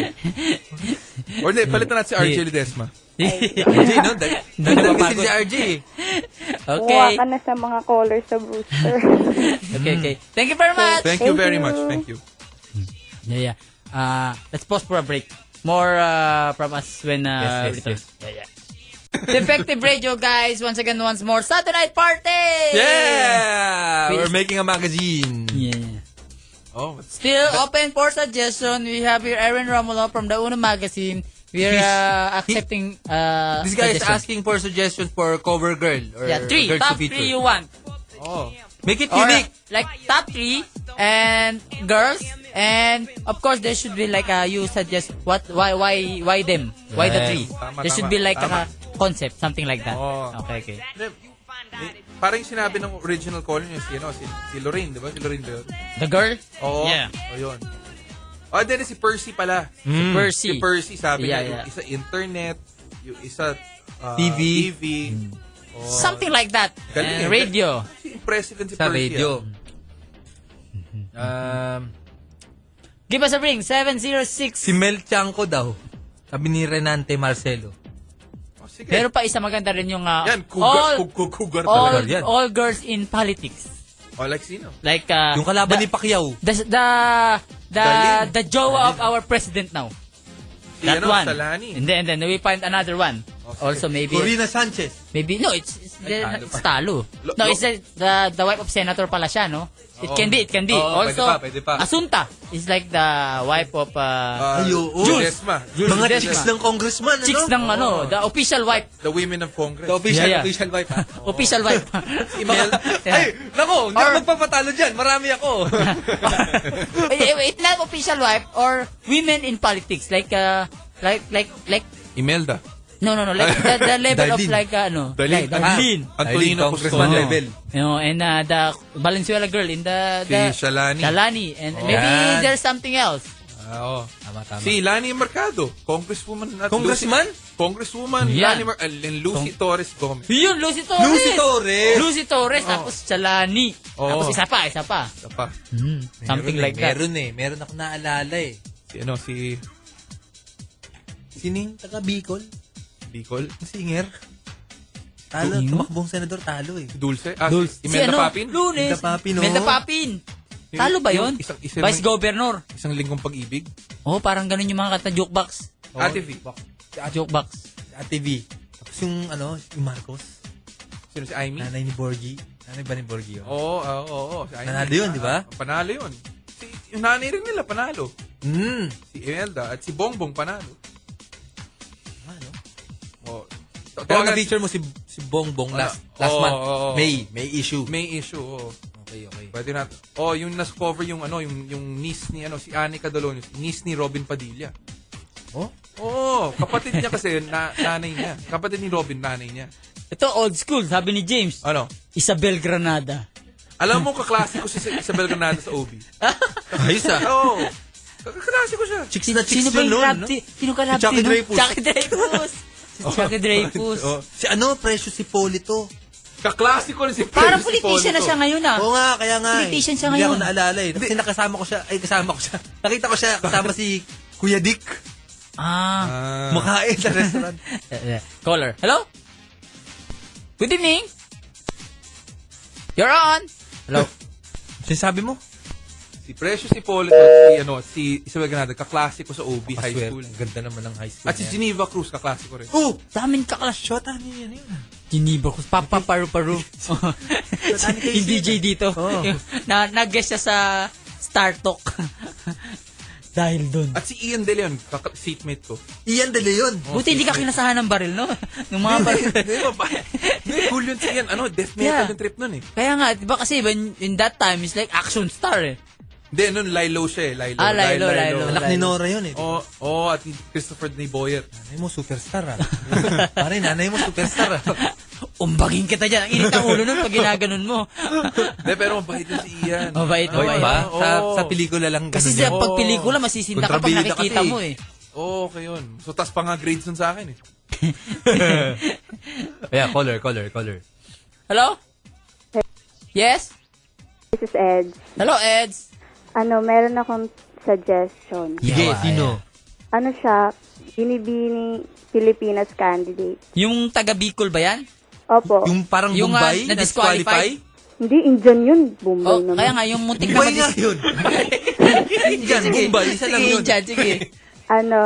[SPEAKER 7] Or hindi, palitan natin si RJ Ledesma.
[SPEAKER 5] RJ, no? Dahil
[SPEAKER 1] Hindi
[SPEAKER 5] dahil kasi
[SPEAKER 1] napapagod.
[SPEAKER 5] si RJ. eh.
[SPEAKER 1] okay.
[SPEAKER 9] Kuha ka na sa mga colors sa Brewster.
[SPEAKER 1] Okay, okay. Thank you very much.
[SPEAKER 7] Thank you
[SPEAKER 9] Thank
[SPEAKER 7] very
[SPEAKER 9] you.
[SPEAKER 7] much. Thank you.
[SPEAKER 1] Yeah, yeah. Uh, let's pause for a break. More uh, from us when uh,
[SPEAKER 5] Yes, yes,
[SPEAKER 1] return. Yeah, yeah. Defective Radio, guys. Once again, once more. Saturday night party!
[SPEAKER 5] Yeah!
[SPEAKER 1] Wait.
[SPEAKER 5] Uh, We're making a magazine.
[SPEAKER 1] Yeah, yeah.
[SPEAKER 7] Oh,
[SPEAKER 1] Still open for suggestion. We have here Aaron Romulo from the Uno Magazine. We are
[SPEAKER 5] He's-
[SPEAKER 1] uh, accepting uh,
[SPEAKER 5] This guy is
[SPEAKER 1] suggestions.
[SPEAKER 5] asking for suggestions for cover girl or
[SPEAKER 1] Yeah, three.
[SPEAKER 5] girls to
[SPEAKER 1] Top
[SPEAKER 5] feature.
[SPEAKER 1] three you want.
[SPEAKER 7] Oh.
[SPEAKER 2] Make it
[SPEAKER 1] Or,
[SPEAKER 2] unique.
[SPEAKER 1] Like top three and girls and of course there should be like a you suggest what why why why them why the
[SPEAKER 2] Yes.
[SPEAKER 1] three
[SPEAKER 5] Tama,
[SPEAKER 1] there should
[SPEAKER 5] tama,
[SPEAKER 1] be like
[SPEAKER 5] tama. Oh.
[SPEAKER 1] a concept something like that
[SPEAKER 5] Oo.
[SPEAKER 1] okay okay
[SPEAKER 5] Parang yung sinabi ng original caller niya, si, ano, si, si Lorraine, di ba? Si Lorraine Leon.
[SPEAKER 1] the girl
[SPEAKER 5] Oo.
[SPEAKER 1] Yeah.
[SPEAKER 5] O, yun. O, then si Percy pala. Si
[SPEAKER 1] Percy
[SPEAKER 5] Percy, sabi niya,
[SPEAKER 1] Yeah,
[SPEAKER 5] yung
[SPEAKER 1] yeah.
[SPEAKER 5] isa internet, yung isa ah,
[SPEAKER 2] TV.
[SPEAKER 5] TV. O,
[SPEAKER 1] something like that
[SPEAKER 5] Hmm. Oh. Galing
[SPEAKER 1] And
[SPEAKER 5] eh.
[SPEAKER 1] radio
[SPEAKER 5] si President si
[SPEAKER 2] Sa
[SPEAKER 5] Percy.
[SPEAKER 2] radio.
[SPEAKER 5] ah.
[SPEAKER 2] Um,
[SPEAKER 1] give us a ring 706
[SPEAKER 2] si Mel Chanco daw. Sabi ni Renante Marcelo.
[SPEAKER 5] O, sige.
[SPEAKER 1] Meron pa isa maganda rin yung uh,
[SPEAKER 5] Yan, cougar,
[SPEAKER 1] all,
[SPEAKER 5] kug- kug- cougar
[SPEAKER 1] all,
[SPEAKER 5] talaga.
[SPEAKER 2] yan.
[SPEAKER 1] all girls in politics.
[SPEAKER 5] O, Oh, like sino?
[SPEAKER 1] Like uh,
[SPEAKER 2] Yung kalaban
[SPEAKER 1] the,
[SPEAKER 2] ni Pacquiao.
[SPEAKER 1] the the the,
[SPEAKER 5] Galing.
[SPEAKER 1] the jowa of our president now.
[SPEAKER 5] Si,
[SPEAKER 1] That
[SPEAKER 5] ano,
[SPEAKER 1] one.
[SPEAKER 5] Salani.
[SPEAKER 1] And then, then we find another one. Also maybe
[SPEAKER 2] Corina Sanchez.
[SPEAKER 1] maybe no it's, it's,
[SPEAKER 5] talo
[SPEAKER 1] the,
[SPEAKER 5] pa.
[SPEAKER 1] it's talo.
[SPEAKER 5] Lo-
[SPEAKER 1] No
[SPEAKER 5] lo-
[SPEAKER 1] it's the, the the wife of senator pala siya no. It
[SPEAKER 5] Oo.
[SPEAKER 1] can be it can be.
[SPEAKER 5] Oo, Oh, pwede
[SPEAKER 1] also
[SPEAKER 5] pa, pwede pa.
[SPEAKER 1] Asunta is like the wife of
[SPEAKER 5] Ah,
[SPEAKER 1] uh,
[SPEAKER 2] Ay, oo.
[SPEAKER 5] Jules Desma. Jules
[SPEAKER 2] Mga
[SPEAKER 1] Desma.
[SPEAKER 2] chicks ng congressman, ano?
[SPEAKER 1] chicks ng ano, the official wife.
[SPEAKER 5] The Women of Congress.
[SPEAKER 2] The official,
[SPEAKER 1] Yeah, yeah.
[SPEAKER 2] official wife. ah.
[SPEAKER 1] Official wife.
[SPEAKER 2] Mga-
[SPEAKER 1] Yeah.
[SPEAKER 2] Ay, nako, hindi ako
[SPEAKER 1] Or-
[SPEAKER 2] magpapatalo dyan. Marami ako.
[SPEAKER 1] it's not official wife or women in politics like uh, like like like
[SPEAKER 5] Imelda.
[SPEAKER 1] no no no like the, the level of
[SPEAKER 2] Darlene.
[SPEAKER 1] like uh, ano
[SPEAKER 5] Darlene.
[SPEAKER 1] like Darlene
[SPEAKER 5] Ah, Antonino
[SPEAKER 2] Darlene
[SPEAKER 5] Postol.
[SPEAKER 2] Congressman.
[SPEAKER 5] Level.
[SPEAKER 1] you know and uh, the Valenzuela girl in the, the
[SPEAKER 5] Si Shalani.
[SPEAKER 1] Shalani and
[SPEAKER 2] Oh.
[SPEAKER 1] maybe
[SPEAKER 2] Yan.
[SPEAKER 1] there's something else
[SPEAKER 5] Ah, oo.
[SPEAKER 2] Tama, tama.
[SPEAKER 5] Si Lani Mercado, Congresswoman at
[SPEAKER 2] Congressman?
[SPEAKER 5] Lucy, Congresswoman
[SPEAKER 1] Yan.
[SPEAKER 5] Lani Mer- and Lucy Torres Gomez.
[SPEAKER 1] yun Lucy Torres
[SPEAKER 2] Lucy Torres. Oh.
[SPEAKER 1] Lucy Torres tapos Shalani
[SPEAKER 5] Oh.
[SPEAKER 1] tapos isa pa isa pa
[SPEAKER 5] Isa pa.
[SPEAKER 1] Hmm, something like
[SPEAKER 2] Meron eh,
[SPEAKER 1] that
[SPEAKER 2] Meron eh. Meron ako naalala eh.
[SPEAKER 5] Si ano, si
[SPEAKER 2] Sining taga Bicol?
[SPEAKER 5] Bicol.
[SPEAKER 2] Ang Singer? Talo. Tumakbong senador, talo eh.
[SPEAKER 5] Si Dulce. Ah,
[SPEAKER 2] Dulce.
[SPEAKER 5] si Imelda
[SPEAKER 1] ano,
[SPEAKER 5] Papin.
[SPEAKER 1] Lunes
[SPEAKER 2] Imelda Papin, oh.
[SPEAKER 1] Imelda Papin talo ba
[SPEAKER 5] Yung
[SPEAKER 1] yun
[SPEAKER 5] isang- isa-
[SPEAKER 1] Vice Governor
[SPEAKER 5] Isang linggong pag-ibig. Oh.
[SPEAKER 1] oh parang ganun yung mga kanta jukebox
[SPEAKER 5] Ate V.
[SPEAKER 1] jukebox
[SPEAKER 2] Ate V. Tapos yung ano, yung Marcos.
[SPEAKER 5] Sino si Aimee?
[SPEAKER 2] Nanay ni Borgi. Nanay ba ni Borgi? Oh.
[SPEAKER 5] Oo, oo, oo, oo. Si Aimee.
[SPEAKER 2] Panalo yun, di ba?
[SPEAKER 5] Ah, Panalo yun. Si, yung nanay rin nila, panalo.
[SPEAKER 2] Mm.
[SPEAKER 5] Si Imelda at si Bongbong, panalo.
[SPEAKER 2] Ano?
[SPEAKER 5] Oh.
[SPEAKER 2] Pero na-feature mo si si Bongbong
[SPEAKER 5] Wala.
[SPEAKER 2] last last
[SPEAKER 5] Oo,
[SPEAKER 2] month.
[SPEAKER 5] oo, oo.
[SPEAKER 2] May. May issue.
[SPEAKER 5] May issue, oo.
[SPEAKER 2] Okay, okay.
[SPEAKER 5] Pwede na. Oh, yung nas-cover yung ano, yung yung niece ni ano si Annie Cadolonius, niece ni Robin Padilla.
[SPEAKER 2] Oh?
[SPEAKER 5] Oo, kapatid niya kasi na, nanay niya. Kapatid ni Robin nanay niya.
[SPEAKER 1] Ito old school, sabi ni James.
[SPEAKER 5] Ano?
[SPEAKER 1] Isabel Granada.
[SPEAKER 5] Alam mo kaklase ko si Isabel Granada sa OB.
[SPEAKER 2] Ayos ah.
[SPEAKER 5] Oo. Kaklase ko siya.
[SPEAKER 2] Chicks na chicks
[SPEAKER 1] Sino ba yung
[SPEAKER 2] yun nun,
[SPEAKER 1] rap
[SPEAKER 2] no?
[SPEAKER 1] ti- Sino ka rap
[SPEAKER 2] Si
[SPEAKER 1] ti-
[SPEAKER 2] Chucky
[SPEAKER 1] no?
[SPEAKER 2] Dreyfus.
[SPEAKER 1] Chucky
[SPEAKER 2] Oh.
[SPEAKER 1] Dreyfus. Si Chucky Dreyfus.
[SPEAKER 5] Oo.
[SPEAKER 2] Si ano, presyo si Polito.
[SPEAKER 5] Kaklase ko rin si
[SPEAKER 1] Parang
[SPEAKER 5] Prince
[SPEAKER 1] politician na
[SPEAKER 5] Polito.
[SPEAKER 1] siya ngayon ah.
[SPEAKER 2] Oo nga, kaya nga. eh.
[SPEAKER 1] Politician siya
[SPEAKER 2] Hindi ako
[SPEAKER 1] ngayon.
[SPEAKER 2] naalala eh. Kasi nakasama ko siya, ay kasama ko siya. Nakita ko siya kasama si Kuya Dick.
[SPEAKER 1] Ah.
[SPEAKER 5] Ah.
[SPEAKER 2] Makain sa restaurant.
[SPEAKER 1] Eh, eh. Caller. Hello? Good evening. You're on. Hello.
[SPEAKER 2] Sinasabi mo?
[SPEAKER 5] Si Precious si Polito at si ano, si Isabel Granada, kaklase ko sa OB high
[SPEAKER 2] Paswerte.
[SPEAKER 5] school.
[SPEAKER 2] Ang ganda naman ng high school.
[SPEAKER 5] At si Geneva Cruz, kaklase ko rin.
[SPEAKER 2] Oh!
[SPEAKER 1] Daming kaklas.
[SPEAKER 2] Shota niya ano yun.
[SPEAKER 1] Geneva ko. Papa paru-paru.
[SPEAKER 2] Tani kayo
[SPEAKER 1] Hindi
[SPEAKER 2] sila.
[SPEAKER 1] J dito.
[SPEAKER 2] Oo.
[SPEAKER 1] Na, nag-guess siya sa Star Talk. Dahil dun.
[SPEAKER 5] At si Ian De Leon, kaka- seatmate ko.
[SPEAKER 2] Iyan de Leon.
[SPEAKER 1] Buti hindi ka kinasahan ng baril, no? Nung mga baril.
[SPEAKER 5] Hindi ba ba? Hindi, cool yun si Ian. Ano, death metal
[SPEAKER 1] Yeah.
[SPEAKER 5] yung trip nun eh.
[SPEAKER 1] Kaya nga, di ba kasi when, in that time, it's like action star eh.
[SPEAKER 5] Hindi, nun Lilo siya eh. Lilo.
[SPEAKER 1] Ah, Lilo, Lilo.
[SPEAKER 2] Anak ni Nora yun eh.
[SPEAKER 5] Oo, oh, at ni Christopher ni Boyer.
[SPEAKER 2] Nanay mo superstar ah. Pare, nanay mo superstar ah.
[SPEAKER 1] Umbagin kita dyan. Ang init ang ulo nun pag ginaganon mo.
[SPEAKER 5] Hindi, pero mabait yun si Ian.
[SPEAKER 1] Mabait,
[SPEAKER 5] Ah,
[SPEAKER 1] mabait.
[SPEAKER 2] ba?
[SPEAKER 5] oo.
[SPEAKER 2] Sa, sa pelikula lang
[SPEAKER 1] Kasi
[SPEAKER 2] ganun
[SPEAKER 1] sa
[SPEAKER 2] yan.
[SPEAKER 5] Oo.
[SPEAKER 1] pagpelikula, masisinta ka pag
[SPEAKER 2] Kontrabida
[SPEAKER 1] nakikita
[SPEAKER 2] kasi.
[SPEAKER 1] mo eh.
[SPEAKER 5] Oo, okay yun. So, tas pa nga grades nun sa akin eh.
[SPEAKER 2] Yeah, color, color, color.
[SPEAKER 1] Hello? Yes?
[SPEAKER 10] This is Ed.
[SPEAKER 1] Hello, Eds?
[SPEAKER 10] Ano, meron akong suggestion.
[SPEAKER 2] Sige, sino?
[SPEAKER 10] Ano siya, binibini Pilipinas candidate.
[SPEAKER 1] Yung taga Bicol ba yan?
[SPEAKER 10] Opo.
[SPEAKER 2] Yung parang
[SPEAKER 1] Yung, ah,
[SPEAKER 2] Bombay, na
[SPEAKER 1] na-disqualify?
[SPEAKER 2] disqualify?
[SPEAKER 10] Hindi, Indian yun. Bumbay
[SPEAKER 1] Oh,
[SPEAKER 10] naman.
[SPEAKER 1] kaya nga, yung muntik na
[SPEAKER 2] Bombay nga
[SPEAKER 1] madis-
[SPEAKER 2] yun. Indian,
[SPEAKER 1] Sige,
[SPEAKER 2] Bombay, isa lang
[SPEAKER 1] sige,
[SPEAKER 2] yun.
[SPEAKER 1] Indian, sige.
[SPEAKER 10] Ano,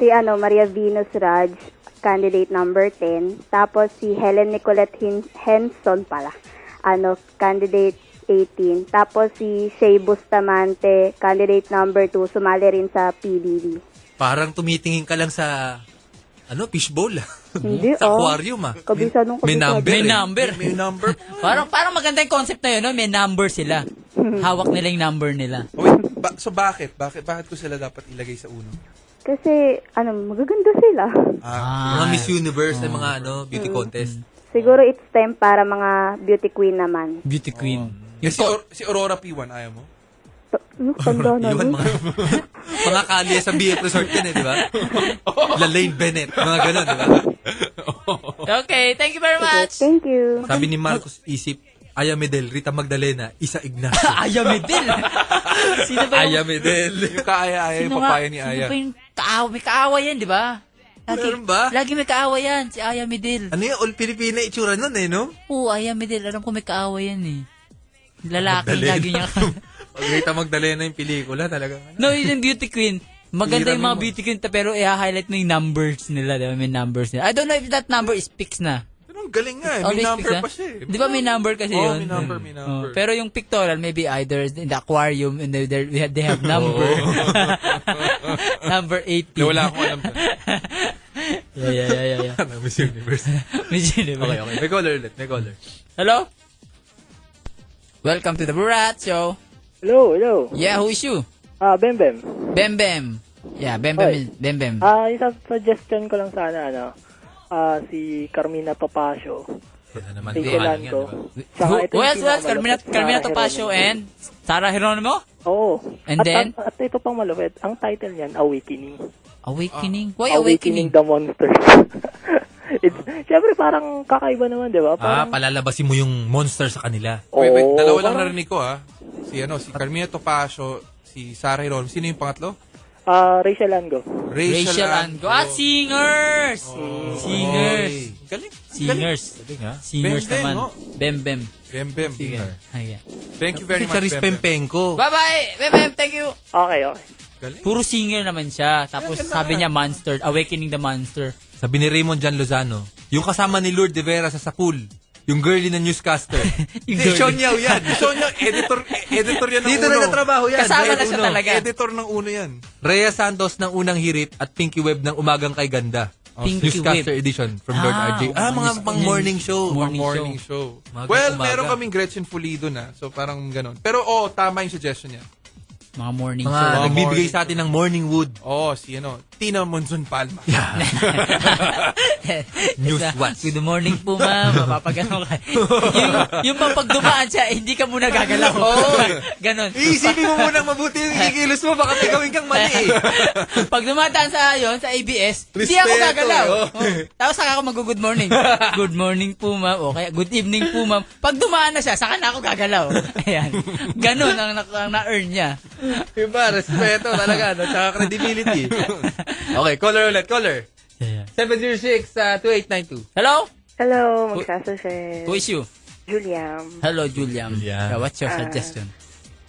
[SPEAKER 10] si ano, Maria Venus Raj, candidate number 10. Tapos si Helen Nicolette Hin- Henson pala, ano, candidate 18. Tapos si Shea Bustamante, candidate number 2, sumali rin sa PBB.
[SPEAKER 2] Parang tumitingin ka lang sa
[SPEAKER 5] Ano? Fishbowl?
[SPEAKER 9] Hindi,
[SPEAKER 5] Sa
[SPEAKER 9] oh.
[SPEAKER 5] aquarium, ah.
[SPEAKER 9] Kabisa nung kabisa.
[SPEAKER 5] May number.
[SPEAKER 1] May
[SPEAKER 5] eh.
[SPEAKER 1] number.
[SPEAKER 5] May number.
[SPEAKER 1] Parang, parang maganda yung concept na yun, no? May number sila. Hawak nila yung number nila.
[SPEAKER 7] Oh, wait, ba- so bakit? Bakit bakit ko sila dapat ilagay sa uno? Ah,
[SPEAKER 9] Kasi, ano, magaganda sila.
[SPEAKER 1] Ah.
[SPEAKER 5] Mga Miss Universe na mga ano, beauty
[SPEAKER 9] Mm.
[SPEAKER 5] contest.
[SPEAKER 1] Mm.
[SPEAKER 9] Siguro it's time para mga beauty queen naman.
[SPEAKER 1] Beauty queen.
[SPEAKER 5] Oh.
[SPEAKER 7] Eh, si, Or- si Aurora P1, ayaw mo?
[SPEAKER 9] Ta- Ano, tanda na
[SPEAKER 5] Yun,
[SPEAKER 9] nun.
[SPEAKER 5] mga, mga kalye sa BF Resort yun eh, di ba? Lalaine Bennett, mga ganun, di ba?
[SPEAKER 1] Okay, thank you very much.
[SPEAKER 9] Thank you.
[SPEAKER 5] Sabi ni Marcos Isip, Aya Medel, Rita Magdalena, Isa Ignacio.
[SPEAKER 1] Aya Medel. Sino ba yung...
[SPEAKER 5] Aya Medel.
[SPEAKER 7] Yung
[SPEAKER 5] Eh,
[SPEAKER 7] kaaya-aya yung
[SPEAKER 1] sino nga-
[SPEAKER 7] papaya ni
[SPEAKER 1] Sino
[SPEAKER 7] Aya.
[SPEAKER 1] ba yung kaawa? May kaawa yan, di ba? Lagi,
[SPEAKER 5] Meron ba?
[SPEAKER 1] Lagi may kaawa yan, si Aya Medel.
[SPEAKER 5] Ano yung all Filipina itsura nun eh, no?
[SPEAKER 1] Oo, Aya Medel. Alam ko may kaawa yan eh. Lalaki
[SPEAKER 5] Magdalena.
[SPEAKER 1] lagi niya.
[SPEAKER 5] Pag Rita Magdalena yung pelikula, talaga.
[SPEAKER 7] eh,
[SPEAKER 1] no, yun yung beauty queen. Maganda
[SPEAKER 5] Hiramin
[SPEAKER 1] yung mga
[SPEAKER 5] mo.
[SPEAKER 1] beauty queen ta, pero i-highlight mo yung numbers nila. Di ba? May numbers nila. I don't know if that number is fixed na.
[SPEAKER 7] Pero ang galing nga eh. May
[SPEAKER 1] Always
[SPEAKER 7] number
[SPEAKER 1] fixed,
[SPEAKER 7] pa
[SPEAKER 1] ah.
[SPEAKER 7] siya eh.
[SPEAKER 1] Di ba may number kasi
[SPEAKER 7] Oo,
[SPEAKER 1] yun?
[SPEAKER 7] may number, may
[SPEAKER 1] Mm.
[SPEAKER 7] number.
[SPEAKER 1] Oo. pero yung pictorial, maybe either in the aquarium and they, they they have number. number 18.
[SPEAKER 7] Wala akong alam.
[SPEAKER 1] yeah, yeah, yeah, yeah, yeah.
[SPEAKER 5] Ano, Miss Universe.
[SPEAKER 1] Medyo, di ba?
[SPEAKER 5] Okay, okay. May color ulit, may color.
[SPEAKER 1] Hello? Welcome to the Burat Show.
[SPEAKER 8] Hello, hello.
[SPEAKER 1] Yeah, who is you?
[SPEAKER 8] Ah, Bem Bem.
[SPEAKER 1] Bem Bem. Yeah, Bem
[SPEAKER 8] Hoy.
[SPEAKER 1] Bem. Bem Bem.
[SPEAKER 8] Ah, isang suggestion ko lang sana, ano, ah, si Carmina Papacio.
[SPEAKER 5] Ano naman,
[SPEAKER 8] Si
[SPEAKER 5] pangalan yan, di ba?
[SPEAKER 8] Colanco. Saka
[SPEAKER 1] Who,
[SPEAKER 8] ito
[SPEAKER 1] who
[SPEAKER 8] yung
[SPEAKER 1] else? Who else?
[SPEAKER 8] pinakamalupit,
[SPEAKER 1] Carmina,
[SPEAKER 8] Sarah
[SPEAKER 1] Carmina
[SPEAKER 8] Geronimo.
[SPEAKER 1] Topacio and Sarah Geronimo?
[SPEAKER 8] Oo.
[SPEAKER 1] And
[SPEAKER 8] Oh. at,
[SPEAKER 1] then?
[SPEAKER 8] At, at ito pang malupit, ang title niyan, Awakening.
[SPEAKER 1] Awakening. Why Awakening?
[SPEAKER 8] Ah, the Monster. It's, syempre parang kakaiba naman, di ba? Parang,
[SPEAKER 5] Ah, palalabasin mo yung monster sa kanila.
[SPEAKER 7] Wait, wait.
[SPEAKER 8] Oo,
[SPEAKER 7] Dalawa lang
[SPEAKER 8] parang-
[SPEAKER 7] narinig ko ah. Si ano, si Carmina Topacio, si Sarah Hiron. Sino yung pangatlo?
[SPEAKER 8] Ah, Rachel Ango.
[SPEAKER 1] Rachel and Go. Ah, singers!
[SPEAKER 5] Oh.
[SPEAKER 1] Singers.
[SPEAKER 7] Galing.
[SPEAKER 1] Singers. Singers
[SPEAKER 7] Bem Bem,
[SPEAKER 1] naman. Ah,
[SPEAKER 7] no?
[SPEAKER 1] Bem Bem.
[SPEAKER 7] Bem Bem.
[SPEAKER 1] Ayan.
[SPEAKER 7] Thank you very
[SPEAKER 5] Si
[SPEAKER 7] much,
[SPEAKER 5] Charis
[SPEAKER 7] Bem Bem.
[SPEAKER 5] Pempenko.
[SPEAKER 1] Bye-bye! Bem Bem, thank you!
[SPEAKER 8] Okay, okay.
[SPEAKER 7] Galing.
[SPEAKER 1] Puro singer naman siya. Tapos sabi niya monster. Awakening the monster.
[SPEAKER 5] Sabi ni Raymond Jan Lozano, yung kasama ni Lourdes de Vera sa Sakul, yung girly na newscaster.
[SPEAKER 1] Yung
[SPEAKER 5] Hindi,
[SPEAKER 1] girly.
[SPEAKER 5] Sean Yao yan.
[SPEAKER 7] Sean Yao, editor, eh, editor yan ng
[SPEAKER 5] Dito
[SPEAKER 7] uno.
[SPEAKER 5] na nagtrabaho yan.
[SPEAKER 1] Kasama
[SPEAKER 5] Red
[SPEAKER 1] na siya
[SPEAKER 5] Uno.
[SPEAKER 1] talaga.
[SPEAKER 7] Editor ng uno yan.
[SPEAKER 5] Rhea Santos ng unang hirit at Pinky Web ng umagang kay ganda.
[SPEAKER 1] Oh, Pinky
[SPEAKER 5] newscaster
[SPEAKER 1] Web.
[SPEAKER 5] edition from Lord
[SPEAKER 1] Ah,
[SPEAKER 5] RJ. Ah, mga
[SPEAKER 1] umaga-
[SPEAKER 5] pang morning show.
[SPEAKER 1] Morning
[SPEAKER 7] Morning
[SPEAKER 1] show.
[SPEAKER 7] show.
[SPEAKER 5] Umaga,
[SPEAKER 7] well,
[SPEAKER 5] umaga.
[SPEAKER 7] meron kaming Gretchen Pulido na. So parang ganon. Pero oh, tama yung suggestion niya.
[SPEAKER 1] Mga morning
[SPEAKER 5] Mga
[SPEAKER 1] show.
[SPEAKER 5] nagbibigay
[SPEAKER 7] morning
[SPEAKER 5] sa atin ng morning wood.
[SPEAKER 7] Oh, si ano, Tina Monson Palma.
[SPEAKER 5] News
[SPEAKER 1] Isa,
[SPEAKER 5] watch.
[SPEAKER 1] Good morning po, ma'am. Mapapagano ka. yung, yung pag pagdumaan siya, eh, hindi ka muna gagalaw. Oo. Ganon.
[SPEAKER 5] Iisipin mo munang mabuti yung ikikilos mo. Baka may gawin kang mali eh.
[SPEAKER 1] pag dumadaan sa yon sa ABS, hindi ako
[SPEAKER 5] Respeto,
[SPEAKER 1] gagalaw.
[SPEAKER 5] oh.
[SPEAKER 1] Oh. Tapos saka ako mag-good morning. good morning po, ma'am. O kaya good evening po, ma'am. Pag dumaan na siya, saka na ako gagalaw. Ayan. Ganon ang, na- ang na-earn niya.
[SPEAKER 5] Iba, respeto talaga. No? Tsaka credibility. Okay, caller ulit, caller. 706-2892.
[SPEAKER 1] Hello?
[SPEAKER 9] Hello, magsasasin.
[SPEAKER 1] Who is you?
[SPEAKER 9] Julian.
[SPEAKER 1] Hello, Julian.
[SPEAKER 5] Julian.
[SPEAKER 1] Yeah, what's your
[SPEAKER 9] Ah.
[SPEAKER 1] suggestion?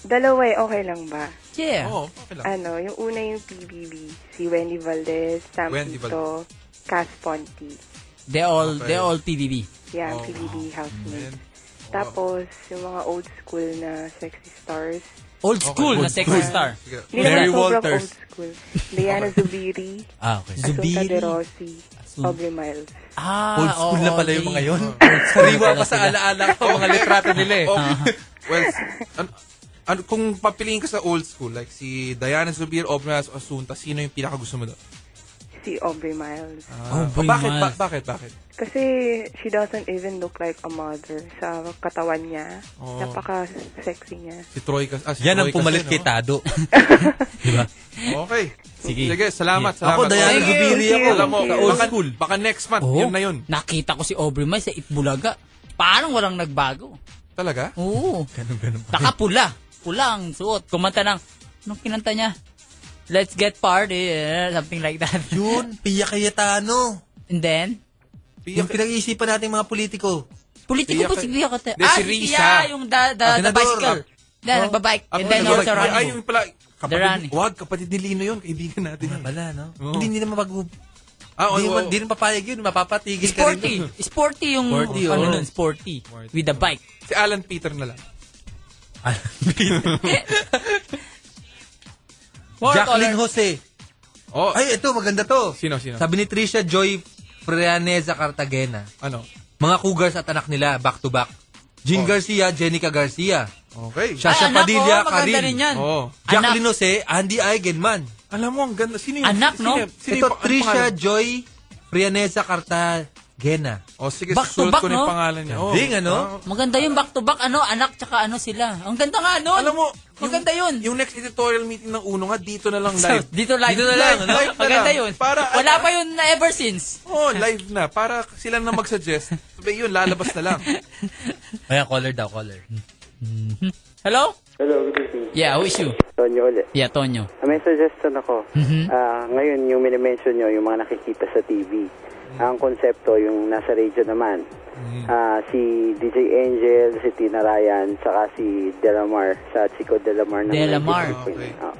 [SPEAKER 9] Dalawa eh, okay lang ba?
[SPEAKER 1] Yeah.
[SPEAKER 7] oh, okay lang.
[SPEAKER 9] Ano, yung una yung PBB, si Wendy Valdez, Sam
[SPEAKER 7] Wendy
[SPEAKER 9] Tito, Cass Ponti.
[SPEAKER 1] They all,
[SPEAKER 7] Okay.
[SPEAKER 1] they all PBB.
[SPEAKER 9] Yan,
[SPEAKER 7] Oh,
[SPEAKER 9] PBB housemate.
[SPEAKER 7] Ayan.
[SPEAKER 9] Tapos, yung mga old school na sexy stars.
[SPEAKER 1] Old school na sexy star.
[SPEAKER 7] Sige.
[SPEAKER 9] Hindi naman
[SPEAKER 5] Mary
[SPEAKER 9] sobrang
[SPEAKER 5] Walters.
[SPEAKER 9] old school. Diana Zubiri,
[SPEAKER 5] Ah, okay. Mm.
[SPEAKER 9] Asunta
[SPEAKER 1] Zubiri.
[SPEAKER 9] De Rossi,
[SPEAKER 1] Asun-
[SPEAKER 9] Aubrey Miles.
[SPEAKER 1] Ah,
[SPEAKER 5] Old school
[SPEAKER 1] oo,
[SPEAKER 5] na pala yung
[SPEAKER 1] okay.
[SPEAKER 5] mga yun.
[SPEAKER 1] Sariwa
[SPEAKER 5] Sariwa pa sa alaala ko mga litrato nila eh.
[SPEAKER 7] Oh,
[SPEAKER 1] Ah. Uh-huh.
[SPEAKER 7] well, an, an, kung papiliin ka sa old school, like si Diana Zubir, Obras, Asunta, sino yung pinaka gusto mo doon?
[SPEAKER 9] Si Aubrey Miles.
[SPEAKER 7] Ah,
[SPEAKER 1] Aubrey
[SPEAKER 7] bakit, ba,
[SPEAKER 1] Miles.
[SPEAKER 7] bakit, bakit?
[SPEAKER 9] Kasi she doesn't even look like a mother sa katawan niya.
[SPEAKER 7] Oo.
[SPEAKER 9] Napaka-sexy niya.
[SPEAKER 7] Oh. Si Troy kasi. Ah, si
[SPEAKER 5] Yan ang
[SPEAKER 7] Troy kasi,
[SPEAKER 5] pumalit
[SPEAKER 7] no?
[SPEAKER 5] kay Tado.
[SPEAKER 7] Okay.
[SPEAKER 1] Sige.
[SPEAKER 7] Sige, salamat, salamat.
[SPEAKER 5] Ako, Diana
[SPEAKER 7] Thank you.
[SPEAKER 5] Zubiri ako.
[SPEAKER 7] Alam mo,
[SPEAKER 5] Sa old
[SPEAKER 7] baka,
[SPEAKER 1] Ano
[SPEAKER 5] school.
[SPEAKER 7] baka next month,
[SPEAKER 1] Oo.
[SPEAKER 7] yan na yun.
[SPEAKER 1] Oh, Nakita ko si Aubrey May sa Itbulaga. Parang walang nagbago.
[SPEAKER 7] Talaga?
[SPEAKER 1] Oo. Ganun, ganun. pula. Pula ang suot. Kumanta ng, anong kinanta niya? Let's get party. eh, Something like that.
[SPEAKER 5] Yun, Pia Cayetano.
[SPEAKER 1] And then,
[SPEAKER 5] Yung pinag-iisipan natin mga politiko.
[SPEAKER 1] politiko
[SPEAKER 7] Pia
[SPEAKER 1] po
[SPEAKER 7] Ca-
[SPEAKER 1] si Pia Cote.
[SPEAKER 7] Hindi,
[SPEAKER 1] Ah,
[SPEAKER 7] si
[SPEAKER 1] si
[SPEAKER 7] Risa.
[SPEAKER 1] Pia, yung da,
[SPEAKER 5] Ah,
[SPEAKER 1] da, the
[SPEAKER 5] senador.
[SPEAKER 1] bicycle. Da, nagbabike. And then,
[SPEAKER 7] Ako,
[SPEAKER 1] also
[SPEAKER 7] Ay, Ay,
[SPEAKER 1] running.
[SPEAKER 7] yung pala,
[SPEAKER 1] Durani.
[SPEAKER 7] kapatid, wag, kapatid ni Lino yun, kaibigan natin. yun.
[SPEAKER 5] Wala, no?
[SPEAKER 7] Oo.
[SPEAKER 5] Hindi, hindi naman mag...
[SPEAKER 7] Ah, oo,
[SPEAKER 5] hindi, naman,
[SPEAKER 7] oo.
[SPEAKER 5] hindi naman papayag yun. Mapapatigil ka rin. eh.
[SPEAKER 1] Sporty. Sporty yung,
[SPEAKER 5] Sporty,
[SPEAKER 1] ano
[SPEAKER 5] oo.
[SPEAKER 1] nun, sporty. With the bike.
[SPEAKER 7] Si Alan Peter na lang.
[SPEAKER 1] More
[SPEAKER 5] Jacqueline
[SPEAKER 1] color.
[SPEAKER 5] Jose. Oh,
[SPEAKER 8] Ay, ito, maganda to.
[SPEAKER 5] Sino, sino?
[SPEAKER 8] Sabi ni Trisha Joy Freaneza Cartagena,
[SPEAKER 5] ano?
[SPEAKER 8] mga cougars at anak nila, back to back. Jean
[SPEAKER 7] Oh.
[SPEAKER 8] Garcia, Jenica Garcia,
[SPEAKER 5] Okay.
[SPEAKER 8] Shasha
[SPEAKER 1] Ay, anak,
[SPEAKER 8] Padilla,
[SPEAKER 1] oo, maganda
[SPEAKER 8] Karin.
[SPEAKER 1] rin yan.
[SPEAKER 5] Oh.
[SPEAKER 8] Jacqueline Jose, Andy Eigenman.
[SPEAKER 5] Alam mo, ang ganda. Sino yun?
[SPEAKER 1] Anak, no?
[SPEAKER 5] Sino, sino
[SPEAKER 8] Ito,
[SPEAKER 5] yung pa- ang
[SPEAKER 8] Trisha
[SPEAKER 5] pangalan?
[SPEAKER 8] Joy Freaneza Cartagena.
[SPEAKER 5] Oh, sige,
[SPEAKER 1] Back to
[SPEAKER 5] susulat
[SPEAKER 1] back,
[SPEAKER 5] ko na yung
[SPEAKER 1] no?
[SPEAKER 5] pangalan niya. Oh.
[SPEAKER 8] Ding, ano?
[SPEAKER 5] Ah,
[SPEAKER 1] Maganda yung back to back, ano, anak tsaka ano sila. Ang ganda nga nun.
[SPEAKER 5] Alam mo,
[SPEAKER 1] maganda yun.
[SPEAKER 5] Yung next editorial meeting ng Uno nga, dito na lang
[SPEAKER 1] So,
[SPEAKER 5] live.
[SPEAKER 1] dito live.
[SPEAKER 8] Dito na lang, ano?
[SPEAKER 5] Live na
[SPEAKER 1] Maganda
[SPEAKER 5] lang.
[SPEAKER 1] yun.
[SPEAKER 5] Para-
[SPEAKER 1] Wala pa yun na ever since.
[SPEAKER 5] Oh, live na. Para sila na mag-suggest. Sabi, yun, lalabas na lang.
[SPEAKER 8] Ayan, caller daw, caller.
[SPEAKER 1] Hello?
[SPEAKER 11] Hello, good evening.
[SPEAKER 1] Yeah, who is you?
[SPEAKER 11] Tonyo ulit.
[SPEAKER 1] Yeah, Tonyo.
[SPEAKER 11] May suggestion ako.
[SPEAKER 1] Mm-hmm.
[SPEAKER 11] Ah, ngayon, yung minimension nyo, yung mga nakikita sa TV. Ang konsepto, yung nasa radio naman. Ah, si DJ Angel, si Tina Ryan, saka si Delamar, sa Chico Delamar. ng
[SPEAKER 1] Delamar.
[SPEAKER 11] 92.9.
[SPEAKER 5] Okay.
[SPEAKER 7] Oh,
[SPEAKER 11] Ah.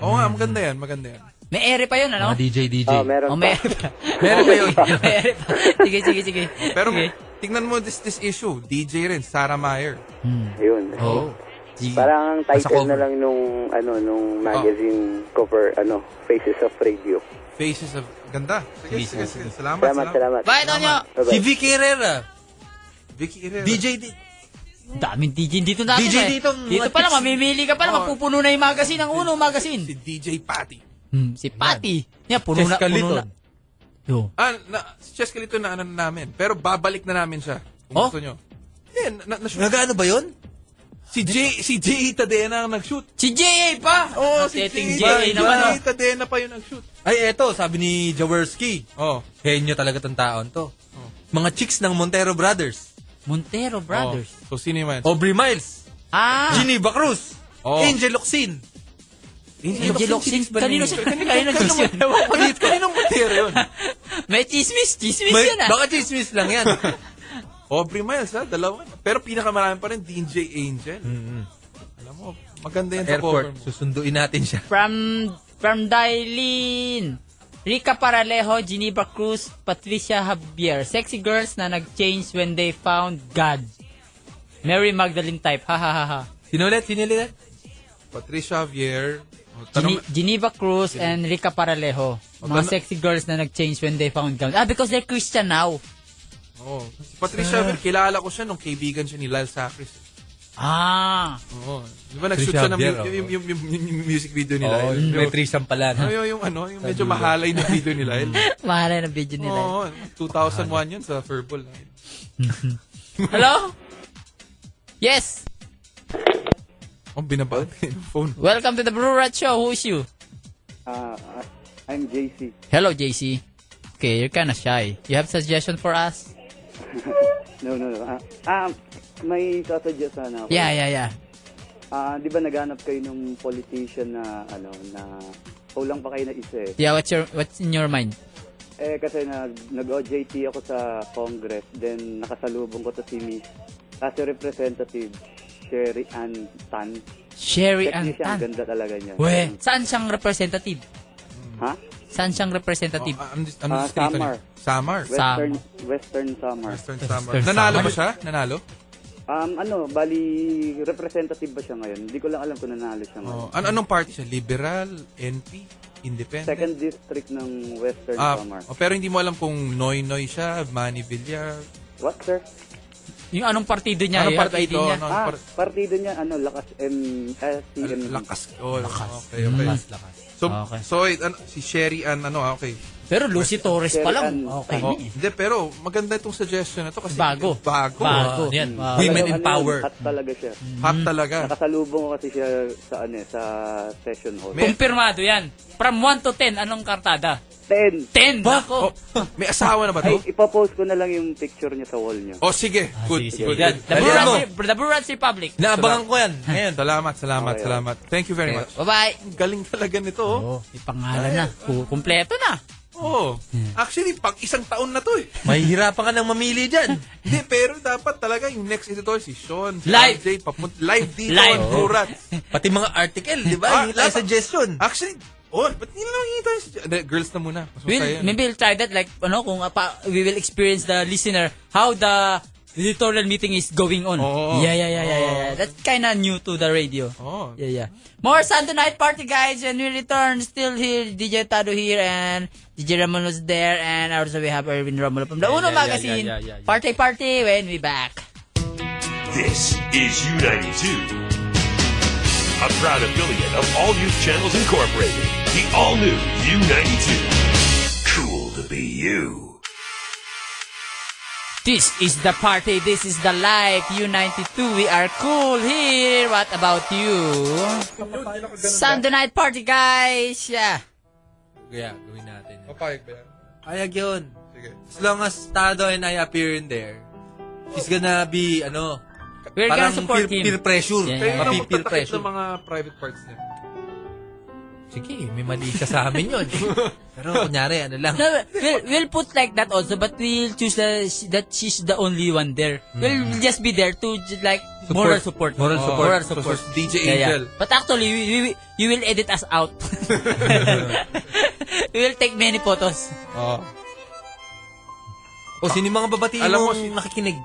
[SPEAKER 5] Oo nga, maganda yan, maganda yan.
[SPEAKER 1] May ere pa yun, ano?
[SPEAKER 8] Mga DJ, DJ.
[SPEAKER 11] Ah, meron
[SPEAKER 1] Oh,
[SPEAKER 11] pa.
[SPEAKER 1] may ere pa.
[SPEAKER 8] Meron pa yun.
[SPEAKER 1] may ere pa. Sige, sige, sige.
[SPEAKER 5] Pero
[SPEAKER 1] sige.
[SPEAKER 5] tingnan mo this this issue, DJ rin, Sarah Meyer.
[SPEAKER 1] Hmm.
[SPEAKER 11] Ayun.
[SPEAKER 8] Oh. Sige.
[SPEAKER 11] Parang ang
[SPEAKER 8] Nasa
[SPEAKER 11] title
[SPEAKER 8] cover.
[SPEAKER 11] na lang nung ano nung magazine cover ano Faces of Radio.
[SPEAKER 5] Faces of ganda. Sige, sige, sige. Salamat,
[SPEAKER 11] Salamat,
[SPEAKER 5] salamat.
[SPEAKER 11] salamat.
[SPEAKER 1] Bye, Tonyo.
[SPEAKER 11] Bye-bye.
[SPEAKER 8] Si Vicky Herrera.
[SPEAKER 5] Vicky Herrera.
[SPEAKER 8] DJ, di-
[SPEAKER 1] Daming DJ dito natin.
[SPEAKER 8] DJ
[SPEAKER 1] eh.
[SPEAKER 8] dito, mga
[SPEAKER 1] Dito pa lang,
[SPEAKER 8] tips.
[SPEAKER 1] mamimili ka pa lang.
[SPEAKER 5] Oh.
[SPEAKER 1] Mapupuno na yung magazine. Ang uno, magazine.
[SPEAKER 5] si DJ Patty.
[SPEAKER 1] Hmm, si Patty. Yan, puno na,
[SPEAKER 8] Chess
[SPEAKER 1] puno na.
[SPEAKER 8] Caliton.
[SPEAKER 1] Yo.
[SPEAKER 5] Ah, na, si Chess Calito na ano na namin. Pero babalik na namin siya. Kung
[SPEAKER 1] Oh?
[SPEAKER 5] gusto nyo. Yeah, na, na, na,
[SPEAKER 8] Nagaano ba yun?
[SPEAKER 5] si J, si J Tadena ang nag-shoot.
[SPEAKER 1] Si J.A. pa!
[SPEAKER 5] Oh, si
[SPEAKER 1] Setting
[SPEAKER 5] J,
[SPEAKER 1] J.A. naman.
[SPEAKER 5] J
[SPEAKER 1] oh.
[SPEAKER 5] Tadena pa yun nag-shoot.
[SPEAKER 8] Ay, eto, sabi ni Jaworski.
[SPEAKER 5] Oh.
[SPEAKER 8] Henyo talaga tong taon to. Mga chicks ng Montero Brothers.
[SPEAKER 1] Montero Brothers.
[SPEAKER 5] Oh. So, sino yun?
[SPEAKER 8] Aubrey Miles.
[SPEAKER 1] Ah!
[SPEAKER 8] Geneva Cruz.
[SPEAKER 5] Oh.
[SPEAKER 8] Angel Locsin.
[SPEAKER 1] Angel Oxin. Kanino siya? Kanino siya?
[SPEAKER 5] Kanino, kaninong Montero yun?
[SPEAKER 1] May chismis. Chismis
[SPEAKER 8] May,
[SPEAKER 1] yun ah.
[SPEAKER 8] baka chismis lang yan.
[SPEAKER 5] Aubrey Miles, ha? Dalawa. Pero pinakamarami pa rin, DJ Angel. Alam mo, maganda yan sa cover
[SPEAKER 8] Airport.
[SPEAKER 5] mo.
[SPEAKER 8] Susunduin natin siya.
[SPEAKER 1] From, from Dailin. Rica Paralejo, Geneva Cruz, Patricia Javier. Sexy girls na nag-change when they found God. Mary Magdalene type. Ha ha ha ha.
[SPEAKER 8] Sino ulit? Sino ulit?
[SPEAKER 5] Patricia Javier. O, tanong,
[SPEAKER 1] Gene- Geneva Cruz and Rica Paralejo. Mga
[SPEAKER 5] tanong-
[SPEAKER 1] sexy girls na nag-change when they found God. Ah, because they're Christian now.
[SPEAKER 5] oh, si Patricia Javier, kilala ko siya nung kaibigan siya ni Lal Sacris.
[SPEAKER 1] Ah.
[SPEAKER 5] Oo. Di ba nag-shoot
[SPEAKER 8] Patricia
[SPEAKER 5] siya ng
[SPEAKER 8] Javier,
[SPEAKER 5] mu-
[SPEAKER 8] oh.
[SPEAKER 5] yung, yung, yung- yung- yung music video nila?
[SPEAKER 8] Oh,
[SPEAKER 5] Yung-
[SPEAKER 8] may threesome pala.
[SPEAKER 5] Ano
[SPEAKER 8] No?
[SPEAKER 5] yung, yung ano, yung medyo mahalay na video nila. yun.
[SPEAKER 1] Mahala na video nila.
[SPEAKER 5] Oo, 2001 yun sa ah. Furball.
[SPEAKER 1] Hello? Yes.
[SPEAKER 5] Ang binabad yung phone.
[SPEAKER 1] Welcome to the Blue Rat Show. Who's you?
[SPEAKER 3] Ah, ah, I'm JC.
[SPEAKER 1] Hello, JC. Okay, you're kinda shy. You have suggestion for us?
[SPEAKER 3] No, no, no. Ah, ah, may sasuggest sana ako.
[SPEAKER 1] Yeah, yeah, yeah.
[SPEAKER 3] Ah, di ba naghanap kayo ng politician na ano na kulang pa kayo na isa eh.
[SPEAKER 1] Yeah, what's your what's in your mind?
[SPEAKER 3] Eh kasi nag nag-OJT ako sa Congress, then nakasalubong ko to si Miss kasi representative Sherry Ann Tan.
[SPEAKER 1] Sherry
[SPEAKER 3] Technically, siya, ang
[SPEAKER 1] Antan.
[SPEAKER 3] ganda talaga niya.
[SPEAKER 1] We, saan siyang representative?
[SPEAKER 3] Ha?
[SPEAKER 1] Saan siyang representative?
[SPEAKER 5] Oh, I'm just, I'm
[SPEAKER 3] Ah,
[SPEAKER 5] just uh,
[SPEAKER 3] Samar.
[SPEAKER 5] Samar.
[SPEAKER 1] Sam.
[SPEAKER 3] Western Western Summer.
[SPEAKER 5] Western Samar. Nanalo ba siya? Nanalo?
[SPEAKER 3] Um ano, bali representative ba siya ngayon? Hindi ko lang alam kung nanalo siya ngayon.
[SPEAKER 5] Oh, ano anong party siya? Liberal, NP, Independent?
[SPEAKER 3] Second district ng Western
[SPEAKER 5] Ah,
[SPEAKER 3] Summer.
[SPEAKER 5] oh, pero hindi mo alam kung Noy Noy siya, Manny Villar.
[SPEAKER 3] What sir?
[SPEAKER 1] Yung anong partido niya?
[SPEAKER 5] Anong
[SPEAKER 1] yung
[SPEAKER 5] partido?
[SPEAKER 1] RPD niya?
[SPEAKER 5] Ano?
[SPEAKER 3] Ah,
[SPEAKER 5] par-
[SPEAKER 3] partido niya ano, lakas M LCMD.
[SPEAKER 5] Lakas. Oh, Okay, okay.
[SPEAKER 8] Lakas.
[SPEAKER 5] So,
[SPEAKER 1] Okay.
[SPEAKER 5] so wait, ano, si Sherry Ann, ano, ah, okay.
[SPEAKER 1] Pero Lucy Torres pa lang.
[SPEAKER 3] Sherry Ann.
[SPEAKER 1] Okay.
[SPEAKER 5] Oh, hindi, pero maganda itong suggestion na to kasi
[SPEAKER 1] Bago.
[SPEAKER 5] bago.
[SPEAKER 1] Bago.
[SPEAKER 8] Oh, yan.
[SPEAKER 1] Wow.
[SPEAKER 8] Women in
[SPEAKER 3] Talagang ano yun,
[SPEAKER 8] power.
[SPEAKER 3] Hot talaga siya.
[SPEAKER 5] Mm-hmm. Hot talaga.
[SPEAKER 3] Nakasalubong ko kasi siya sa ano eh, sa session hall.
[SPEAKER 5] May-
[SPEAKER 1] Kumpirmado yan. From 1 to 10, anong kartada?
[SPEAKER 3] 10.
[SPEAKER 1] 10!
[SPEAKER 5] Oh,
[SPEAKER 1] Bako!
[SPEAKER 5] may asawa na ba
[SPEAKER 3] Ay,
[SPEAKER 5] to?
[SPEAKER 3] ipopost ko na lang yung picture niya sa wall niya.
[SPEAKER 5] Oh, sige.
[SPEAKER 8] Ah,
[SPEAKER 5] Good.
[SPEAKER 1] Sige,
[SPEAKER 5] good.
[SPEAKER 1] yan. The Blue
[SPEAKER 8] Dalian
[SPEAKER 1] Rat
[SPEAKER 8] mo.
[SPEAKER 5] oh.
[SPEAKER 1] Re- The Blue Rat Republic.
[SPEAKER 8] Naabangan ko yan.
[SPEAKER 5] Ayan, salamat, salamat,
[SPEAKER 3] Okay.
[SPEAKER 5] salamat. Thank you very much.
[SPEAKER 1] Bye-bye.
[SPEAKER 5] Ang Galing talaga nito, oh.
[SPEAKER 1] Oh, may pangalan na. Ku- Kumpleto na.
[SPEAKER 5] Oo. Oh, Actually, pag isang taon na to eh.
[SPEAKER 8] Hmm. Mahihirapan ka nang mamili dyan.
[SPEAKER 5] Hindi, pero dapat talaga yung next editor si Sean. si
[SPEAKER 1] Live.
[SPEAKER 5] RJ, papun- live dito
[SPEAKER 1] Live.
[SPEAKER 5] on Blue Rat.
[SPEAKER 8] Pati mga article, di
[SPEAKER 5] Ah,
[SPEAKER 8] ba? Hingi tayo
[SPEAKER 5] tama.
[SPEAKER 8] suggestion.
[SPEAKER 5] Actually, oh, ba't nila lang hingi tayo si- Hindi, girls na muna. Mas
[SPEAKER 1] We'll,
[SPEAKER 5] masaya yun.
[SPEAKER 1] uh, maybe we'll try that like, ano, kung apa, we will experience the listener how the editorial meeting is going on.
[SPEAKER 7] Oo.
[SPEAKER 1] Yeah, yeah, yeah, yeah, yeah, yeah. That's kinda new to the radio.
[SPEAKER 7] Oh.
[SPEAKER 1] Yeah, yeah. More Sunday night party, guys. And we return still here. DJ Tado here and DJ Ramon was there. And also we have Erwin Romulo from the
[SPEAKER 5] Yeah,
[SPEAKER 1] Uno
[SPEAKER 5] yeah, yeah,
[SPEAKER 1] Magazine.
[SPEAKER 5] yeah, yeah, yeah.
[SPEAKER 1] Party, party when we back.
[SPEAKER 12] This is U92, a proud affiliate of All Youth Channels Incorporated, the all new U92. Cool to be you.
[SPEAKER 1] This is the party. This is the life. U92, we are cool here. What about you? Sunday night party, guys. Yeah.
[SPEAKER 5] Kaya, gawin natin. yun.
[SPEAKER 7] Papayag ba yan?
[SPEAKER 5] Ayag yun.
[SPEAKER 7] Sige.
[SPEAKER 5] As long as Tado and I appear in there, she's gonna be, ano,
[SPEAKER 1] We're
[SPEAKER 5] parang
[SPEAKER 1] gonna support
[SPEAKER 5] peer,
[SPEAKER 1] him.
[SPEAKER 5] peer pressure.
[SPEAKER 7] Kaya
[SPEAKER 1] Yeah, yeah.
[SPEAKER 7] yun
[SPEAKER 5] Yeah.
[SPEAKER 7] ang
[SPEAKER 5] peer
[SPEAKER 7] magtatakip
[SPEAKER 5] pressure.
[SPEAKER 7] ng mga private parts niya.
[SPEAKER 5] Sige, may mali siya sa amin yun. Pero kunyari, ano lang.
[SPEAKER 1] No, we'll, we'll put like that also, but we'll choose the, that she's the only one there. We'll just be there to just like moral support.
[SPEAKER 5] Hmm. Moral
[SPEAKER 1] Oh,
[SPEAKER 5] support.
[SPEAKER 1] Moral
[SPEAKER 5] So,
[SPEAKER 1] support.
[SPEAKER 5] so,
[SPEAKER 7] DJ
[SPEAKER 1] Yeah, yeah.
[SPEAKER 7] Angel.
[SPEAKER 1] But actually, we, we- you will edit us out. we will take many photos.
[SPEAKER 7] Oo.
[SPEAKER 5] Ah. O, sino yung mga babatiin
[SPEAKER 7] Alam
[SPEAKER 5] mo
[SPEAKER 7] mo, si-
[SPEAKER 5] nakikinig?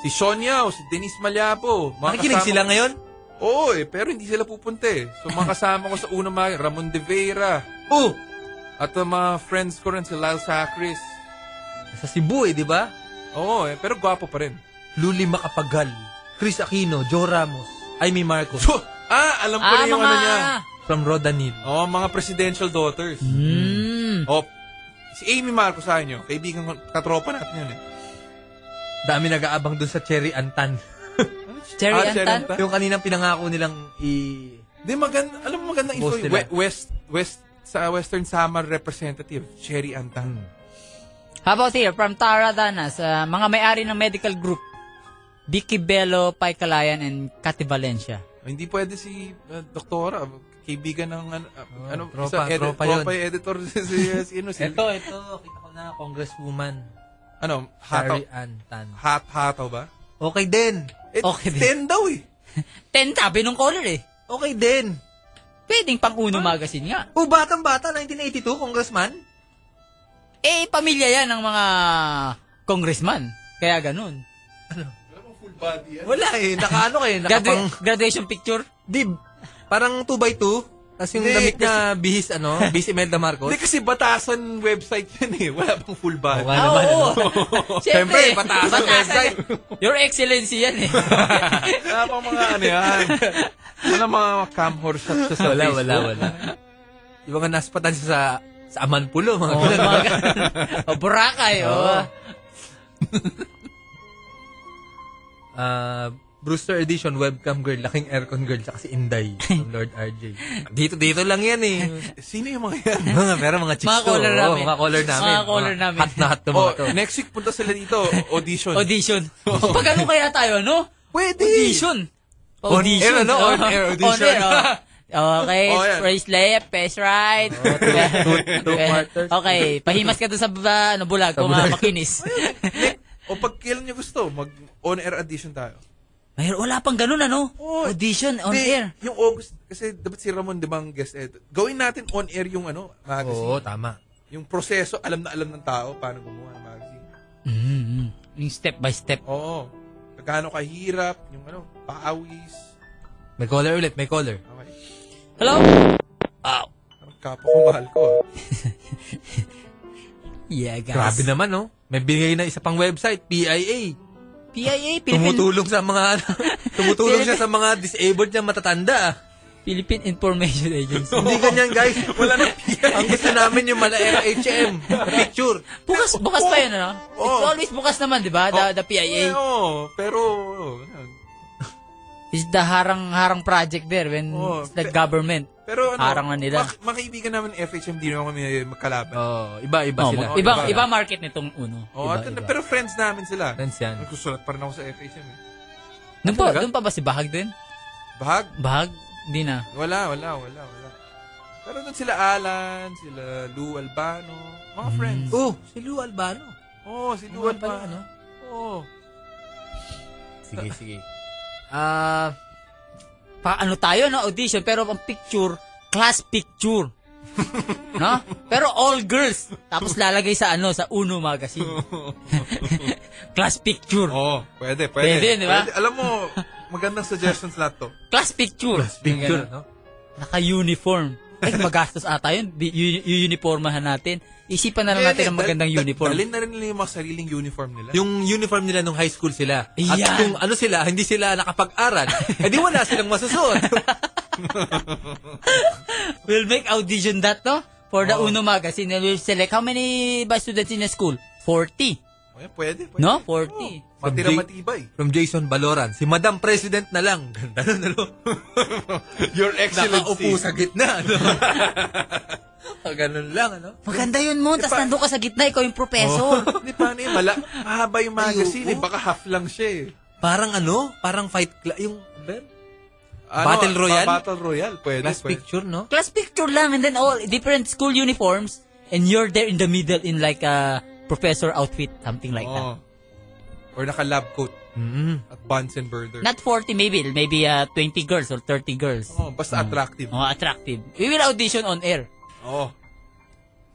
[SPEAKER 7] Si Sonia o si Denise Malyapo. Mga
[SPEAKER 5] Nakikinig
[SPEAKER 7] kasama
[SPEAKER 5] sila
[SPEAKER 7] ko-
[SPEAKER 5] ngayon?
[SPEAKER 7] Oo eh, pero hindi sila pupunta eh. So mga kasama ko sa unang mga, Ramon De Vera.
[SPEAKER 5] Oh!
[SPEAKER 7] At ang mga friends ko rin, si Lyle Sacris.
[SPEAKER 5] Sa Cebu eh, di ba?
[SPEAKER 7] Oo eh, pero gwapo pa rin.
[SPEAKER 5] Luli Makapagal, Chris Aquino, Joe Ramos, Amy Marcos,
[SPEAKER 7] So, ah, alam ko na yung ano niya.
[SPEAKER 5] from Rodanil. Hmm.
[SPEAKER 7] Oo, Oh, mga presidential daughters.
[SPEAKER 1] Mm.
[SPEAKER 7] Oh, si Amy Marcos sa inyo. Kaibigan ko, katropa natin yun eh.
[SPEAKER 5] Dami nag-aabang dun sa Cherry Antan.
[SPEAKER 1] Cherry
[SPEAKER 7] Ah,
[SPEAKER 1] and
[SPEAKER 7] Cherry
[SPEAKER 1] Tan.
[SPEAKER 7] and Tan.
[SPEAKER 5] yung kaninang pinangako nilang i...
[SPEAKER 7] Di maganda, alam mo maganda info.
[SPEAKER 5] Boss
[SPEAKER 7] yun.
[SPEAKER 5] nila.
[SPEAKER 7] We- West, West, sa Western Samar representative, Sherry
[SPEAKER 5] Hmm.
[SPEAKER 7] Antan.
[SPEAKER 1] How about here, from Tara Danas, uh, mga may-ari ng medical group, Vicky Bello, Pai Calayan, and Cathy Valencia.
[SPEAKER 7] Hindi pwede si uh, doktora, kaibigan ng ano, uh, ano
[SPEAKER 5] Ah, tropa,
[SPEAKER 7] isa, edit,
[SPEAKER 5] tropa
[SPEAKER 7] tropa,
[SPEAKER 5] yun.
[SPEAKER 7] yung editor si, si, si, ano, si,
[SPEAKER 5] Ito, ito. Kita ko na, Congresswoman
[SPEAKER 7] ano, hataw,
[SPEAKER 5] Cherry Antan.
[SPEAKER 7] hat, hataw ba?
[SPEAKER 5] Okay din.
[SPEAKER 7] Eh,
[SPEAKER 1] Okay din.
[SPEAKER 7] Ten daw eh.
[SPEAKER 1] Ten sabi nung caller eh.
[SPEAKER 5] Okay din.
[SPEAKER 1] Pwedeng pang Uno Magazine nga.
[SPEAKER 5] O, batang-bata, 1982, Congressman.
[SPEAKER 1] Eh, pamilya yan ng mga congressman. Kaya ganun.
[SPEAKER 5] Wala eh. Nakaano kayo, nakapang...
[SPEAKER 1] Gradua- graduation picture.
[SPEAKER 5] Dib. Parang 2 by 2 Tapos yung
[SPEAKER 7] Hindi,
[SPEAKER 5] damit na bihis, ano? Bihis Imelda Marcos.
[SPEAKER 7] Hindi kasi batasan website yun eh. Wala pang full body.
[SPEAKER 5] Wala naman, ano?
[SPEAKER 1] Siyempre,
[SPEAKER 5] pataas ang website.
[SPEAKER 1] Your Excellency yan eh.
[SPEAKER 7] Wala pang mga ano yan. Wala mga cam horse shot siya sa
[SPEAKER 5] wala,
[SPEAKER 7] Facebook.
[SPEAKER 5] wala, wala. Yung mga naspatan siya sa sa Amanpulo, mga
[SPEAKER 1] Oo,
[SPEAKER 5] ganun.
[SPEAKER 1] mga ganun. O, Boracay,
[SPEAKER 5] Oo.
[SPEAKER 1] oh.
[SPEAKER 5] Ah, Brewster Edition, webcam girl, laking aircon girl, tsaka si Inday, ng Lord RJ. Dito, dito lang yan eh.
[SPEAKER 7] Sino yung mga yan?
[SPEAKER 5] Mga, pero mga chicks
[SPEAKER 1] Mga
[SPEAKER 5] to.
[SPEAKER 1] caller
[SPEAKER 5] Oo,
[SPEAKER 1] namin.
[SPEAKER 5] Mga caller namin.
[SPEAKER 1] Mga caller namin.
[SPEAKER 5] Hot na hot to
[SPEAKER 7] Oh,
[SPEAKER 5] mga to.
[SPEAKER 7] next week punta sila dito. Audition.
[SPEAKER 1] Audition. Pag ano kaya tayo, no?
[SPEAKER 5] Pwede.
[SPEAKER 1] Audition.
[SPEAKER 5] On air, ano? On air audition.
[SPEAKER 1] On air, oh. Okay,
[SPEAKER 7] Oh, yan.
[SPEAKER 1] face left, face right.
[SPEAKER 5] two-parters.
[SPEAKER 1] okay, pahimas ka doon sa ba- ano, bulag kung ah, makinis.
[SPEAKER 7] o pag kailan nyo gusto, mag on-air audition tayo.
[SPEAKER 1] Mahir, wala pang ganun ano? Audition, on
[SPEAKER 7] Hindi,
[SPEAKER 1] air.
[SPEAKER 7] Yung August, kasi dapat si Ramon, di ba, ang guest edit. Gawin natin on-air yung ano, magazine.
[SPEAKER 5] Oo, tama.
[SPEAKER 7] Yung proseso, alam na alam ng tao paano gumawa ng magazine.
[SPEAKER 1] Mm, Yung step by step.
[SPEAKER 7] Oo. Gaano kahirap, yung ano, paawis.
[SPEAKER 5] May caller ulit, may caller.
[SPEAKER 7] Okay.
[SPEAKER 1] Hello?
[SPEAKER 7] Ang Kapo ko, mahal ko. ah.
[SPEAKER 1] Yeah, guys.
[SPEAKER 5] Grabe naman, no? May binigay na isa pang website, PIA.
[SPEAKER 1] PIA, Philippine,
[SPEAKER 5] Tumutulong sa mga, ano, tumutulong siya sa mga disabled na matatanda. ah.
[SPEAKER 1] Philippine Information Agency.
[SPEAKER 5] Hindi ganyan, guys. Wala na PIA. Ang gusto namin yung malaera HM. na Picture. Oh.
[SPEAKER 1] Bukas, bukas pa yun, ano? It's
[SPEAKER 7] Oo.
[SPEAKER 1] always bukas naman, di ba? The, the
[SPEAKER 7] Eh,
[SPEAKER 1] PIA.
[SPEAKER 7] Oo, pero, oh, ano. oo, ganun.
[SPEAKER 1] is the harang-harang project there when
[SPEAKER 7] Oo.
[SPEAKER 5] Oh.
[SPEAKER 1] it's the government.
[SPEAKER 7] pero ano,
[SPEAKER 1] Harang na nila.
[SPEAKER 7] mak- makaibigan namin ng FHM, di naman kami magkalaban.
[SPEAKER 5] Oh, iba-iba
[SPEAKER 1] Oh,
[SPEAKER 5] sila.
[SPEAKER 1] mag- iba,
[SPEAKER 7] Iba.
[SPEAKER 1] iba market nitong uno.
[SPEAKER 7] Oo,
[SPEAKER 1] iba,
[SPEAKER 7] at-
[SPEAKER 1] iba.
[SPEAKER 7] pero friends namin sila.
[SPEAKER 5] Friends yan.
[SPEAKER 7] Nagsusulat pa rin ako sa FHM eh.
[SPEAKER 1] Doon pa,
[SPEAKER 5] Talaga?
[SPEAKER 1] doon pa ba si Bahag din?
[SPEAKER 7] Bahag?
[SPEAKER 1] Bahag? Hindi na.
[SPEAKER 7] Wala, wala, wala, wala. Pero doon sila Alan, sila Lou Albano, mga
[SPEAKER 1] Hmm.
[SPEAKER 7] friends.
[SPEAKER 5] Oh, si Lou Albano.
[SPEAKER 7] Oo, oh, si Lou
[SPEAKER 5] Lou Albano,
[SPEAKER 7] Albano.
[SPEAKER 5] ano?
[SPEAKER 7] Oo.
[SPEAKER 5] Sige, sige. Ah,
[SPEAKER 1] Pa, ano tayo, no? Audition. Pero ang picture, class picture. no? Pero all girls. Tapos lalagay sa ano, sa Uno magazine. Class picture.
[SPEAKER 7] Oo, pwede, pwede.
[SPEAKER 1] Pwede, di ba?
[SPEAKER 7] Pwede. Ah, Alam mo, magandang suggestions lahat to.
[SPEAKER 1] Class picture. Class
[SPEAKER 5] Picture, no?
[SPEAKER 1] Naka-uniform. Ay, magastos ata yun. Di- yu- yu- Uniformahan natin. Isipan na lang
[SPEAKER 7] Hindi,
[SPEAKER 1] natin
[SPEAKER 7] hindi,
[SPEAKER 1] ang magandang
[SPEAKER 7] Eh, dal- dal-
[SPEAKER 1] uniform.
[SPEAKER 7] Dalhin na rin nila yung mga sariling uniform nila.
[SPEAKER 5] Yung uniform nila nung high school sila. At
[SPEAKER 1] Ayan.
[SPEAKER 5] kung ano sila, hindi sila nakapag-aral, edi wala silang masusuot.
[SPEAKER 1] We'll make audition that, no? For the Uno magazine. And we'll select how many ba students in a school? 40.
[SPEAKER 7] Oh, yan, pwede, pwede. Oh,
[SPEAKER 1] No? 40.
[SPEAKER 7] Matira
[SPEAKER 5] Sabi-
[SPEAKER 7] matibay.
[SPEAKER 5] From Jason Baloran, si Madam President na lang. Ganda na, ano?
[SPEAKER 7] Your
[SPEAKER 5] Nakaupo sa gitna, ano? Ah, Ganun lang, ano? Oh.
[SPEAKER 1] Maganda yun mo. Tapos nandun ka sa gitna, ikaw yung professor.
[SPEAKER 7] Hindi, paano yun? Mala, mahaba yung magazine. eh. Baka half lang siya eh.
[SPEAKER 5] Parang ano? Parang fight club. Yung
[SPEAKER 7] Ano,
[SPEAKER 5] Battle Royale?
[SPEAKER 7] ba- Battle Royale. Pwede,
[SPEAKER 5] last
[SPEAKER 7] pwede.
[SPEAKER 5] picture, no?
[SPEAKER 1] Class picture lang and then all different school uniforms and you're there in the middle in like a professor outfit, something like that.
[SPEAKER 7] Oo. Or naka-lab coat.
[SPEAKER 5] Mm-hmm.
[SPEAKER 7] At Bunsen burner.
[SPEAKER 1] Not 40 maybe, maybe uh, 20 girls or 30 girls.
[SPEAKER 7] oh, basta attractive.
[SPEAKER 1] Mga attractive. We will audition on air.
[SPEAKER 7] Oo.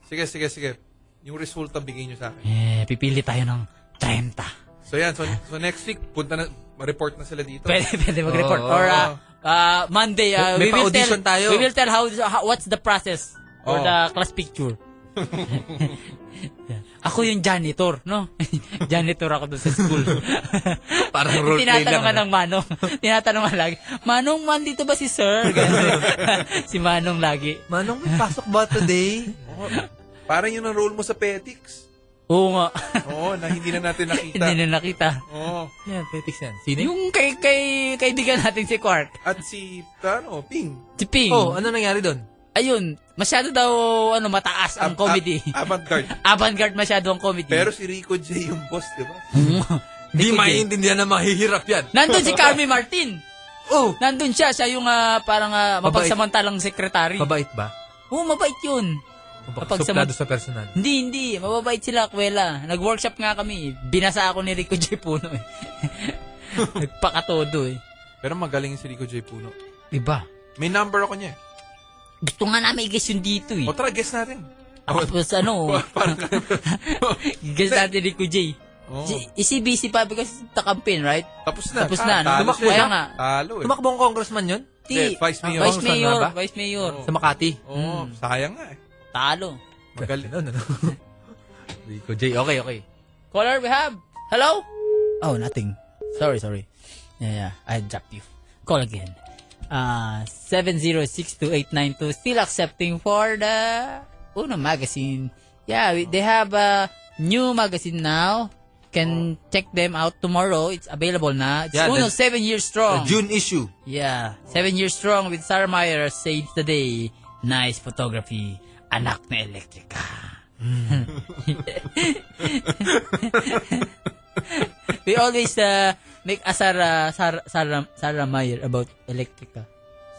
[SPEAKER 7] Sige, sige, sige. Yung resulta bigay nyo sa akin.
[SPEAKER 1] Eh, pipili tayo ng 30.
[SPEAKER 7] So yan, so, so next week, punta na, ma-report na sila dito.
[SPEAKER 1] Pwede, pwede mag-report.
[SPEAKER 5] Oo.
[SPEAKER 1] Or uh, uh, Monday, uh,
[SPEAKER 5] Oh, May
[SPEAKER 1] we will tell,
[SPEAKER 5] pa-audition tayo. Oh.
[SPEAKER 1] we will tell how, how what's the process
[SPEAKER 7] Oo.
[SPEAKER 1] for the class picture. Ako yung janitor, no? janitor ako doon sa school.
[SPEAKER 5] Parang role play lang,
[SPEAKER 1] Tinatanungan
[SPEAKER 5] ano?
[SPEAKER 1] ng Manong. Tinatanungan lagi, Manong, man, dito ba si Sir? Ganun. si Manong lagi.
[SPEAKER 5] Manong, may pasok ba today?
[SPEAKER 7] Oo. Parang yun ang role mo sa Petix.
[SPEAKER 1] Oo nga.
[SPEAKER 7] Oo, na hindi na natin nakita.
[SPEAKER 1] Hindi na nakita.
[SPEAKER 7] Oo.
[SPEAKER 5] Yan, petiks yan. Sino? yun?
[SPEAKER 1] Yung kay, kay, kaibigan natin si Quark.
[SPEAKER 7] At si, ano, Ping.
[SPEAKER 1] Si Ping.
[SPEAKER 5] Oh, ano nangyari doon?
[SPEAKER 1] Ayun, masyado daw ano mataas ang
[SPEAKER 7] Ab-
[SPEAKER 1] comedy.
[SPEAKER 7] ab- avant-garde.
[SPEAKER 1] Avant-garde masyado ang comedy.
[SPEAKER 7] Pero si Rico J yung boss, di ba?
[SPEAKER 5] Di
[SPEAKER 1] ko
[SPEAKER 5] maiintindihan na mahihirap yan.
[SPEAKER 1] nandun si Carmi Martin.
[SPEAKER 5] Oh!
[SPEAKER 1] Nandun siya, siya yung ah, parang ah,
[SPEAKER 5] Mabait.
[SPEAKER 1] mapagsamantalang sekretary.
[SPEAKER 5] Mabait ba?
[SPEAKER 1] Oo, mabait yun. Kapag sa-
[SPEAKER 5] Kapag sa personal.
[SPEAKER 1] Hindi, hindi. Mababait sila, kwela. Nag-workshop nga kami. Binasa ako ni Rico J. Puno eh. Nagpakatodo eh.
[SPEAKER 7] Pero magaling si Rico J. Puno.
[SPEAKER 1] Diba?
[SPEAKER 7] May number ako niya. eh.
[SPEAKER 1] Gusto nga namin i-guess yung dito eh.
[SPEAKER 7] O tara, guess natin.
[SPEAKER 1] Tapos ano, guess natin ni Rico J.
[SPEAKER 7] Oo.
[SPEAKER 1] Si- Si busy pa because the campaign, right?
[SPEAKER 7] Oh. Tapos na. Ah,
[SPEAKER 1] Tapos na, no?
[SPEAKER 7] talo
[SPEAKER 1] Tumakbo
[SPEAKER 7] siya.
[SPEAKER 1] kaya nga.
[SPEAKER 7] Talo eh.
[SPEAKER 5] Tumakbong congressman yun?
[SPEAKER 7] Eh,
[SPEAKER 1] Ti-
[SPEAKER 7] Vice Mayor.
[SPEAKER 1] Vice
[SPEAKER 5] Congressman
[SPEAKER 1] Mayor.
[SPEAKER 5] nga ba?
[SPEAKER 1] Vice Mayor. Hmm.
[SPEAKER 7] Oo.
[SPEAKER 5] Sa Makati.
[SPEAKER 7] Oo, sayang nga eh.
[SPEAKER 1] Talo.
[SPEAKER 7] Magaling.
[SPEAKER 5] Ano, ano? Rico J. Okay, okay.
[SPEAKER 1] Caller, we have. Hello? Oh, nothing. Sorry, sorry. Yeah, yeah. I dropped you. Call again. Uh, 7062892. Still accepting for the Uno magazine. Yeah, we, they have a new magazine now. Can check them out tomorrow. It's available now. It's
[SPEAKER 5] Yeah,
[SPEAKER 1] Uno
[SPEAKER 5] the-
[SPEAKER 1] 7 Years Strong.
[SPEAKER 5] June issue.
[SPEAKER 1] Yeah. Ah, Seven years strong with Sarah Meyer saves the day. Nice photography. Anak na elektrika.
[SPEAKER 5] Hmm.
[SPEAKER 1] We always uh, make a Sarah, Sarah, Sarah, Sarah Meyer about elektrika.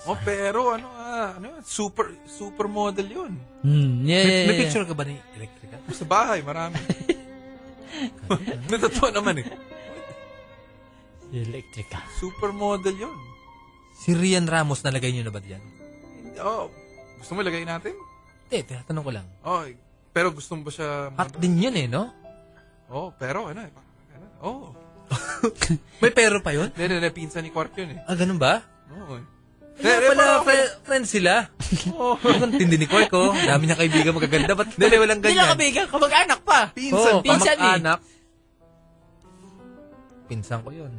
[SPEAKER 7] Oh, pero ano ah, ano yun, super super model 'yun.
[SPEAKER 1] Hmm. Yeah, yeah,
[SPEAKER 5] May, may
[SPEAKER 1] yeah.
[SPEAKER 5] picture ka ba ni Electrica?
[SPEAKER 7] Sa bahay, marami. Natotoo naman eh.
[SPEAKER 1] Elektrika.
[SPEAKER 7] Super model 'yun.
[SPEAKER 5] Si Rian Ramos nalagay niyo na ba diyan?
[SPEAKER 7] Oh, gusto mo ilagay natin?
[SPEAKER 5] Hindi, tinatanong ko lang.
[SPEAKER 7] Oh, pero gusto mo ba siya?
[SPEAKER 5] Hot din yun eh, no?
[SPEAKER 7] Oh, pero ano eh. ano, Oh.
[SPEAKER 5] May pero pa yun?
[SPEAKER 7] Hindi, hindi, pinsan ni Quark yun eh.
[SPEAKER 5] Ah, ganun ba?
[SPEAKER 7] Oo. eh.
[SPEAKER 5] Kaya
[SPEAKER 7] Hindi,
[SPEAKER 5] pala,
[SPEAKER 7] parang-
[SPEAKER 5] fri- friends sila. Oo. Oh. tindi ni Koy ko. Dami niya kaibigan magaganda. Ba't hindi, walang
[SPEAKER 1] Hindi lang
[SPEAKER 5] ganyan?
[SPEAKER 1] kabigan, kamag-anak pa.
[SPEAKER 5] Oo,
[SPEAKER 7] Pinsan.
[SPEAKER 1] pinsan eh.
[SPEAKER 5] kamag-anak. Pinsan ko yun.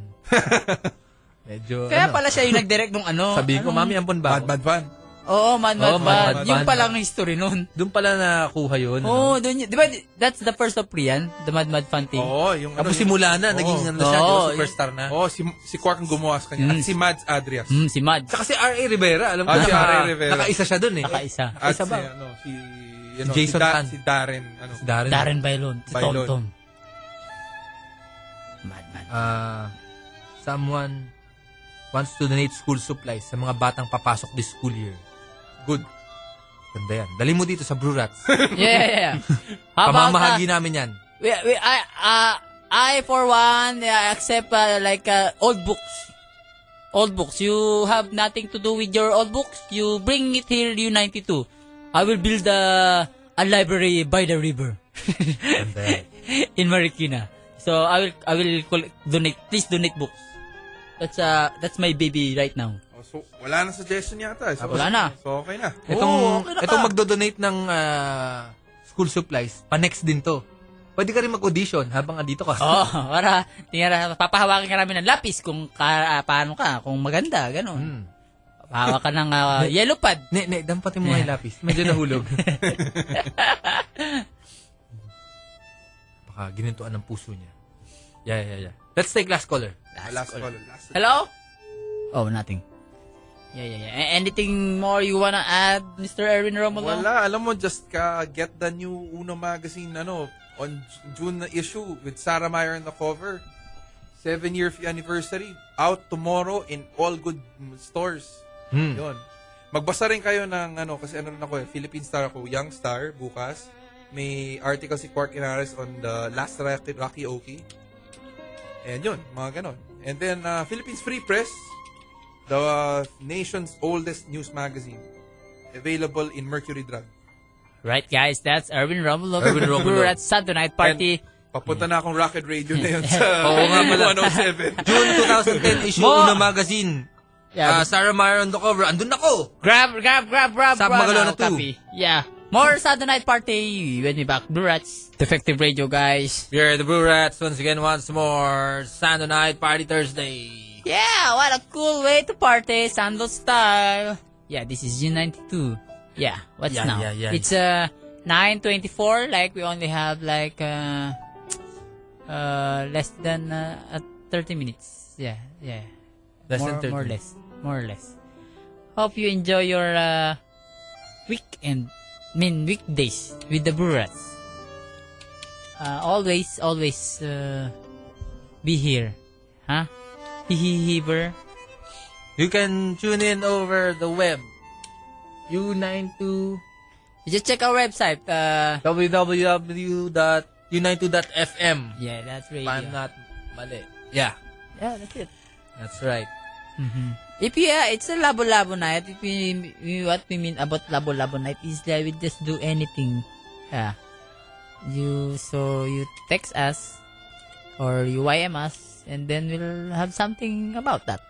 [SPEAKER 5] Medyo,
[SPEAKER 1] Kaya
[SPEAKER 5] ano,
[SPEAKER 1] pala siya yung nag-direct nung ano.
[SPEAKER 5] Sabi ko,
[SPEAKER 1] anong-
[SPEAKER 5] mami, ampon ba?
[SPEAKER 7] Bad,
[SPEAKER 5] ako?"
[SPEAKER 7] bad, bad.
[SPEAKER 1] Oo, man,
[SPEAKER 5] Oo,
[SPEAKER 1] man,
[SPEAKER 5] man,
[SPEAKER 1] man.
[SPEAKER 5] man,
[SPEAKER 1] Yung
[SPEAKER 5] man.
[SPEAKER 1] palang history nun.
[SPEAKER 5] Doon pala nakuha yun.
[SPEAKER 1] Oo, oh, dun yun. Di ba, that's the first of Rian? The Mad Mad Fun thing.
[SPEAKER 7] Oo, yung
[SPEAKER 5] Ano? Tapos
[SPEAKER 7] yung-
[SPEAKER 5] simula na,
[SPEAKER 7] Oo.
[SPEAKER 5] naging ano siya, di
[SPEAKER 1] Oo,
[SPEAKER 5] ba, superstar na.
[SPEAKER 7] Oo, si, si Quark ang gumawa sa kanya. At si Mads Adrias.
[SPEAKER 1] Hmm, si Mad.
[SPEAKER 5] Saka si R.A. Rivera, alam ko,
[SPEAKER 7] Ah, si
[SPEAKER 5] naka-
[SPEAKER 7] R.A. Rivera.
[SPEAKER 5] nakaisa siya dun eh.
[SPEAKER 1] Nakaisa.
[SPEAKER 7] At
[SPEAKER 5] Isa
[SPEAKER 7] si,
[SPEAKER 5] ba?
[SPEAKER 7] ano, si, ano,
[SPEAKER 5] Jason
[SPEAKER 7] si, Da-
[SPEAKER 5] Tan.
[SPEAKER 7] si Darren. Ano,
[SPEAKER 5] Darren.
[SPEAKER 1] Darren Bailon. Si Tom
[SPEAKER 7] Bailon.
[SPEAKER 1] Tom. Madman.
[SPEAKER 5] Ah, someone wants to donate school supplies sa mga batang papasok this school year. Good. Ganda yan. Dali mo dito sa Brew Rats.
[SPEAKER 1] Yeah, yeah, yeah. How about, uh,
[SPEAKER 5] Pamamahagi namin yan.
[SPEAKER 1] we, we, I, uh, I, for one, I accept, uh, like, uh, old books. Old books. You have nothing to do with your old books. You bring it here, U92. I will build a, a library by the river in Marikina. So I will I will collect, donate please donate books. That's uh that's my baby right now.
[SPEAKER 7] Oh, so, wala na suggestion yata. eh. So,
[SPEAKER 1] Ah, wala na.
[SPEAKER 7] So, okay na.
[SPEAKER 5] Itong,
[SPEAKER 1] Oo, okay na ka.
[SPEAKER 5] itong magdo-donate ng ah, school supplies, pa-next din to. Pwede ka rin mag-audition habang andito ka.
[SPEAKER 1] Oh, para tingnan papahawakan ka namin ng lapis kung ka, ah, paano ka, kung maganda, ganun.
[SPEAKER 5] Hmm.
[SPEAKER 1] Pahawakan ka ng ah, yellow pad.
[SPEAKER 5] Ne, ne, dampatin mo nga yung lapis. Medyo nahulog. Baka ginintuan ng puso niya. Yeah, yeah, yeah. Let's take last caller.
[SPEAKER 7] Last call. Last call.
[SPEAKER 1] Hello? Oh, nothing. Yeah, yeah, yeah. A- Anything more you wanna add, Mr. Erwin Romulo?
[SPEAKER 7] Wala. Alam mo, just ka get the new Uno magazine, ano, on June na issue with Sarah Meyer on the cover. Seven-year anniversary. Out tomorrow in all good stores.
[SPEAKER 5] Hmm.
[SPEAKER 7] Yun. Magbasa rin kayo ng ano, kasi ano rin ako eh, Philippine Star ako, Young Star, bukas. May article si Quark Inares on the last Rocky, Rocky Oki. And yun, mga ganon. And then, uh, Philippines Free Press, the uh, nation's oldest news magazine. Available in Mercury Drug.
[SPEAKER 1] Right, guys, that's Erwin Romulo.
[SPEAKER 5] Erwin Romulo.
[SPEAKER 1] We're at Saturday Night Party.
[SPEAKER 7] Papunta na akong Rocket Radio na yun sa
[SPEAKER 5] Hmm. Oo nga pala.
[SPEAKER 7] 107.
[SPEAKER 5] June 2010 issue
[SPEAKER 1] Mo!
[SPEAKER 5] Uno magazine.
[SPEAKER 1] Yeah.
[SPEAKER 5] Ah, Sarah Meyer on the cover. Andun ako!
[SPEAKER 1] grab, grab, grab, grab.
[SPEAKER 5] Sa
[SPEAKER 1] grab
[SPEAKER 5] Magalona
[SPEAKER 1] now,
[SPEAKER 5] two.
[SPEAKER 1] copy. Yeah. More Saturday Night Party when we back. Blue Rats, Defective Radio, guys.
[SPEAKER 5] We are the Blue Rats once again, once more. Sunday night, party Thursday.
[SPEAKER 1] Yeah, what a cool way to party, Sandal style. Yeah, this is G92. Yeah, what's
[SPEAKER 5] Yeah,
[SPEAKER 1] now?
[SPEAKER 5] yeah, yeah.
[SPEAKER 1] It's uh 9:24. Like we only have like uh uh less than uh, uh, 30 minutes. Yeah, yeah.
[SPEAKER 5] Less
[SPEAKER 1] more,
[SPEAKER 5] than 30
[SPEAKER 1] more or less, more or less. Hope you enjoy your uh, weekend, I mean weekdays with the Brurats. Uh, always, always uh, be here, huh? Heheheber.
[SPEAKER 5] You can tune in over the web. U92
[SPEAKER 1] Just check our website. Uh,
[SPEAKER 5] www.u92.fm.
[SPEAKER 1] yeah, that's
[SPEAKER 5] If
[SPEAKER 1] radio.
[SPEAKER 5] I'm not mali. Yeah,
[SPEAKER 1] Yeah, that's it.
[SPEAKER 5] that's right.
[SPEAKER 1] If you, uh, it's a Labo Labo night. If we, we- what we mean about Labo Labo night is that we just do anything. Yeah. You, so you text us or you YM us and then we'll have something about that.